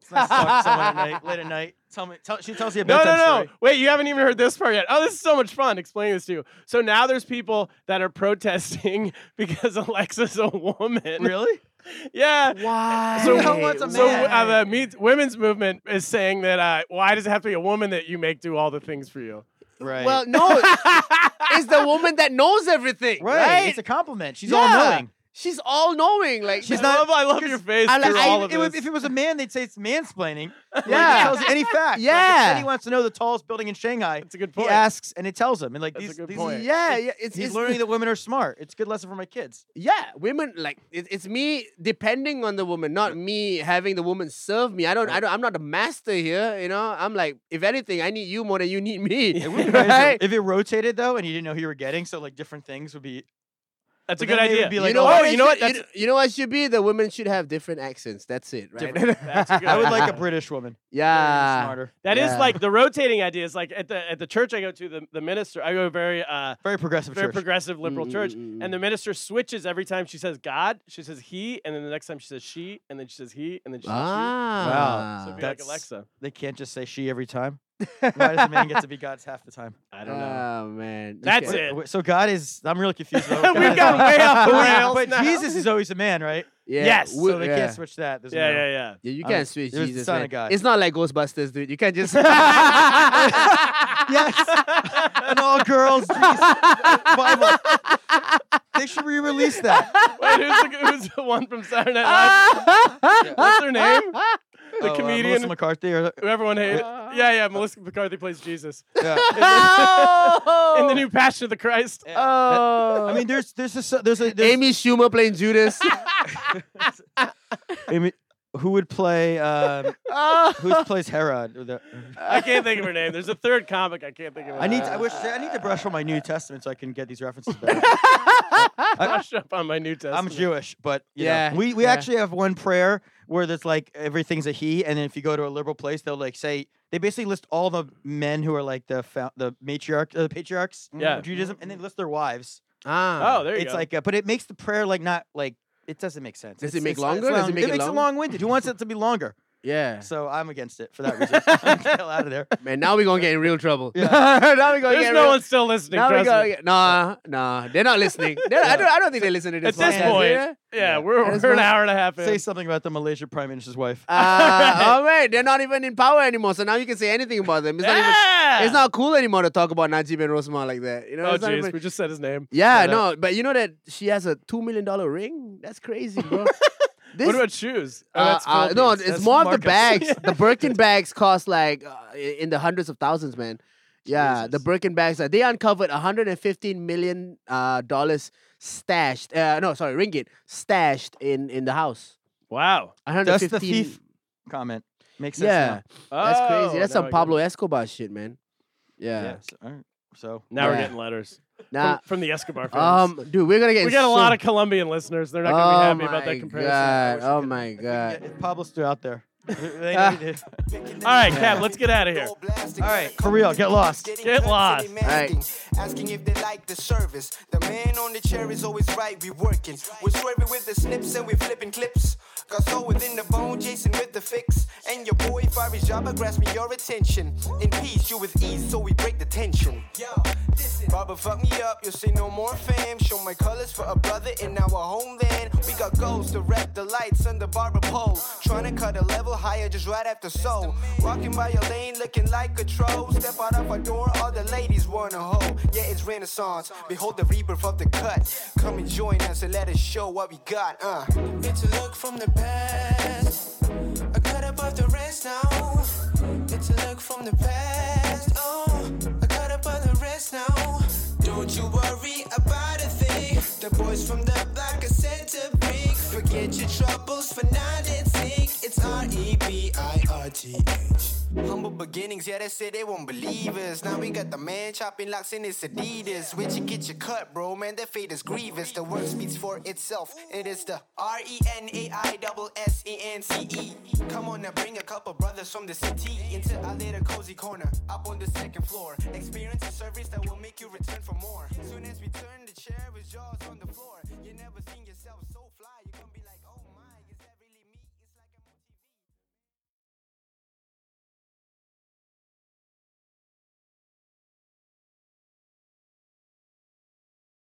Speaker 2: It's nice to talk to someone at night, late at night. Tell me, tell, she tells you a
Speaker 1: No,
Speaker 2: bedtime
Speaker 1: no, no.
Speaker 2: story.
Speaker 1: Wait, you haven't even heard this part yet. Oh, this is so much fun explaining this to you. So now there's people that are protesting because Alexa's a woman.
Speaker 2: Really?
Speaker 1: Yeah.
Speaker 4: Why?
Speaker 1: So,
Speaker 2: Who wants a
Speaker 1: so
Speaker 2: man?
Speaker 1: uh, the me- women's movement is saying that uh, why does it have to be a woman that you make do all the things for you?
Speaker 2: Right.
Speaker 4: well, no, it's the woman that knows everything,
Speaker 2: right.
Speaker 4: right?
Speaker 2: It's a compliment. She's
Speaker 4: Yeah.
Speaker 2: all knowing.
Speaker 4: She's all knowing. Like
Speaker 2: She's
Speaker 1: I
Speaker 2: not-
Speaker 1: love, I love your face
Speaker 4: I like-
Speaker 1: through
Speaker 4: I-
Speaker 1: all of
Speaker 2: it
Speaker 1: this.
Speaker 2: would, if it was a man, they'd say it's mansplaining. Like,
Speaker 4: Yeah.
Speaker 2: it tells you any fact. Like, if
Speaker 4: Yeah.
Speaker 2: Teddy wants to know the tallest building in Shanghai.
Speaker 1: That's a good
Speaker 2: He
Speaker 1: point.
Speaker 2: asks, and it tells him. And like
Speaker 1: That's
Speaker 2: these,
Speaker 1: a good
Speaker 2: these
Speaker 1: point.
Speaker 4: yeah, yeah. It's,
Speaker 2: he's
Speaker 4: it's
Speaker 2: learning that women are smart. It's a good lesson for my kids.
Speaker 4: Yeah, women like it, it's me depending on the woman, not me having the woman serve me. I don't, I don't, I'm not the master here. You know, I'm like, if anything, I need you more than you need me.
Speaker 2: It would be crazy
Speaker 4: right?
Speaker 2: if it rotated though, and you didn't know who you were getting, so like different things would be.
Speaker 1: That's a
Speaker 2: but
Speaker 1: good
Speaker 2: then they would
Speaker 1: idea.
Speaker 2: be like,
Speaker 4: you know,
Speaker 2: oh,
Speaker 4: what
Speaker 1: oh,
Speaker 4: it
Speaker 1: you know what?
Speaker 4: should-
Speaker 1: That's,
Speaker 4: You, you know what should be? The women should have different accents. That's it, right?
Speaker 2: Different-
Speaker 1: that's a good
Speaker 2: I would
Speaker 1: idea. Ah.
Speaker 2: like a British woman.
Speaker 4: yeah.
Speaker 2: smarter,
Speaker 1: That is
Speaker 4: Yeah.
Speaker 1: like the rotating idea. Is like at the at the church I go to, the, the minister I go to a very uh
Speaker 2: very progressive
Speaker 1: very
Speaker 2: church.
Speaker 1: progressive liberal
Speaker 4: Mm,
Speaker 1: church,
Speaker 4: mm, mm,
Speaker 1: and the minister switches every time she says God, she says he, and then the next time she says she, and then she says he, and then she says she.
Speaker 4: Ah.
Speaker 1: So it'd be
Speaker 2: That's-
Speaker 1: like Alexa.
Speaker 2: they can't just say she every time. Why does a man get to be God's half the time?
Speaker 1: I don't know.
Speaker 4: Oh man.
Speaker 1: That's
Speaker 4: Okay.
Speaker 1: it.
Speaker 2: Wait, So God is. I'm really confused. About what
Speaker 1: We've
Speaker 2: God is.
Speaker 1: gone way off the
Speaker 2: But-
Speaker 1: rails
Speaker 2: But
Speaker 1: now.
Speaker 2: Jesus is always a man, right?
Speaker 4: Yeah.
Speaker 1: Yes,
Speaker 4: wo-
Speaker 2: so they
Speaker 4: yeah.
Speaker 2: can't switch that. There's
Speaker 1: Yeah,
Speaker 2: no-
Speaker 1: yeah, yeah.
Speaker 4: Yeah, you
Speaker 2: I
Speaker 4: can't
Speaker 2: was-
Speaker 4: switch
Speaker 2: it was the
Speaker 4: Jesus.
Speaker 2: Son
Speaker 4: man.
Speaker 2: of God.
Speaker 4: It's not like Ghostbusters, dude. You can't just. yeah.
Speaker 2: Yes. and all girls. Jesus. Bible. They should re-release that.
Speaker 1: Wait, who's the, who's the one from Saturday Night
Speaker 4: Ah.
Speaker 1: Live? What's her name? The
Speaker 2: Oh, uh,
Speaker 1: comedian
Speaker 2: Melissa McCarthy. Or,
Speaker 1: who everyone hates.
Speaker 4: Ah.
Speaker 1: Yeah, yeah. Melissa McCarthy plays Jesus
Speaker 2: yeah.
Speaker 1: in the new Passion of the Christ.
Speaker 4: Oh.
Speaker 2: I mean, there's there's a so- there's a there's
Speaker 4: Amy Schumer playing Judas.
Speaker 2: Amy- who would play um, who plays Herod. or the-
Speaker 4: Ah.
Speaker 1: I can't think of her name. There's a third comic I can't think of. Her
Speaker 2: I need.
Speaker 1: name.
Speaker 2: To, I wish. I need to brush on my New Testament so I can get these references. Better. I,
Speaker 1: brush up on my New Testament.
Speaker 2: I'm Jewish, but you know,
Speaker 4: Yeah,
Speaker 2: we we
Speaker 4: yeah.
Speaker 2: actually have one prayer where there's like everything's a he, and then if you go to a liberal place, they'll like say they basically list all the men who are like the fou- the matriarch, uh, patriarchs, of
Speaker 1: Yeah.
Speaker 2: Judaism, and they list their wives.
Speaker 4: ah.
Speaker 1: Oh, there you
Speaker 2: It's
Speaker 1: go.
Speaker 2: like, uh, but it makes the prayer like not like it doesn't make sense.
Speaker 4: Does
Speaker 2: It's-
Speaker 4: it make
Speaker 2: it's- it's
Speaker 4: longer? Does it
Speaker 2: long-
Speaker 4: make it
Speaker 2: makes
Speaker 4: long?
Speaker 2: long-winded. Who wants it to be longer?
Speaker 4: Yeah.
Speaker 2: So I'm against it for that reason. I'm the hell out of there.
Speaker 4: Man, now we're gonna get in real trouble.
Speaker 2: Yeah.
Speaker 4: now we're gonna
Speaker 1: There's
Speaker 4: get
Speaker 1: no
Speaker 4: real.
Speaker 1: one still listening.
Speaker 4: now we
Speaker 1: trust me.
Speaker 4: gonna get, nah, nah. They're not listening. They're, I don't. I don't think they listen to
Speaker 1: At
Speaker 4: this.
Speaker 1: this
Speaker 4: podcast,
Speaker 1: point, yeah,
Speaker 4: yeah?
Speaker 1: we're,
Speaker 4: At this
Speaker 1: we're an
Speaker 4: point-
Speaker 1: hour and a half in.
Speaker 2: Say something about the Malaysia prime minister's wife.
Speaker 4: Uh, all right, they're not even in power anymore. So now you can say anything about them. It's not even.
Speaker 1: yeah!
Speaker 4: It's not cool anymore to talk about Najib and Rosmah like that. You know.
Speaker 1: Oh,
Speaker 4: it's not
Speaker 1: jeez,
Speaker 4: even-
Speaker 1: we just said his name.
Speaker 4: yeah,
Speaker 2: Shut
Speaker 4: no, but you know that she has a two million dollar ring. That's crazy, bro. this,
Speaker 1: What about shoes? Oh,
Speaker 4: uh,
Speaker 1: that's
Speaker 4: uh, no,
Speaker 1: Philippines.
Speaker 4: it's
Speaker 1: That's
Speaker 4: more of the
Speaker 1: markups.
Speaker 4: bags.
Speaker 1: Yeah.
Speaker 4: The Birkin bags cost like uh, i- in the hundreds of thousands, man. Yeah, the
Speaker 2: Jesus.
Speaker 4: Birkin bags. Like, they uncovered 115 million uh, dollars stashed. Uh, no, sorry, ringgit stashed in in the house.
Speaker 1: Wow.
Speaker 4: 115.
Speaker 2: That's the thief comment. Makes sense. now.
Speaker 4: Yeah, that's
Speaker 1: Oh,
Speaker 4: crazy. That's
Speaker 1: now I
Speaker 4: some
Speaker 1: get
Speaker 4: Pablo
Speaker 1: it.
Speaker 4: Escobar shit, man. Yeah.
Speaker 2: Yeah. So, all right. So-
Speaker 1: Now we're
Speaker 4: Yeah.
Speaker 1: getting letters
Speaker 4: Nah.
Speaker 1: from, from the Escobar family.
Speaker 4: Um, dude, we're gonna get.
Speaker 1: we got a
Speaker 4: so-
Speaker 1: lot of Colombian listeners. They're not going to
Speaker 4: oh
Speaker 1: be happy about that
Speaker 4: my
Speaker 1: comparison.
Speaker 4: God. Oh
Speaker 2: If
Speaker 4: my
Speaker 2: we can
Speaker 4: god.
Speaker 2: get- if Pablo's still out there. They
Speaker 4: Ah.
Speaker 2: need it.
Speaker 1: All right, Cap, let's get out of here.
Speaker 5: All
Speaker 2: right, for real, get lost.
Speaker 1: Get lost.
Speaker 5: Asking if they like the service. The man on the chair is always right. We working. We're swerving with the snips and we flipping clips. Got soul within the bone, Jason with the fix. And your boy Fiery Jabba grasping your attention. In peace, you with ease, so we break the tension. Baba fuck me up, you'll see no more fam. Show my colors for a brother in our homeland. We got goals to rep the lights under Barbara pole. Trying to cut a level higher just right after soul. Walking by your lane looking like a troll. Step out of our door, all the ladies wanna hold. Yeah, it's renaissance. Behold the reaper of the cut. Come and join us and let us show what we got, uh.
Speaker 6: It's a look from the past. I cut above the rest now. It's a look from the past. Oh, I cut above the rest now. Don't you worry about a thing. The boys from the block are sent to bring. Forget your troubles for now. Let's sing. It's R E B I R T H.
Speaker 5: Humble beginnings, yeah, they said they won't believe us. Now we got the man chopping locks in his Adidas. When you get your cut, bro, man, that fate is grievous. The word speaks for itself. It is the R E N A I double S E N C E. Come on now, bring a couple brothers from the city into our little cozy corner up on the second floor. Experience a service that will make you return for more. more. Soon as we turn, the chair is yours on oh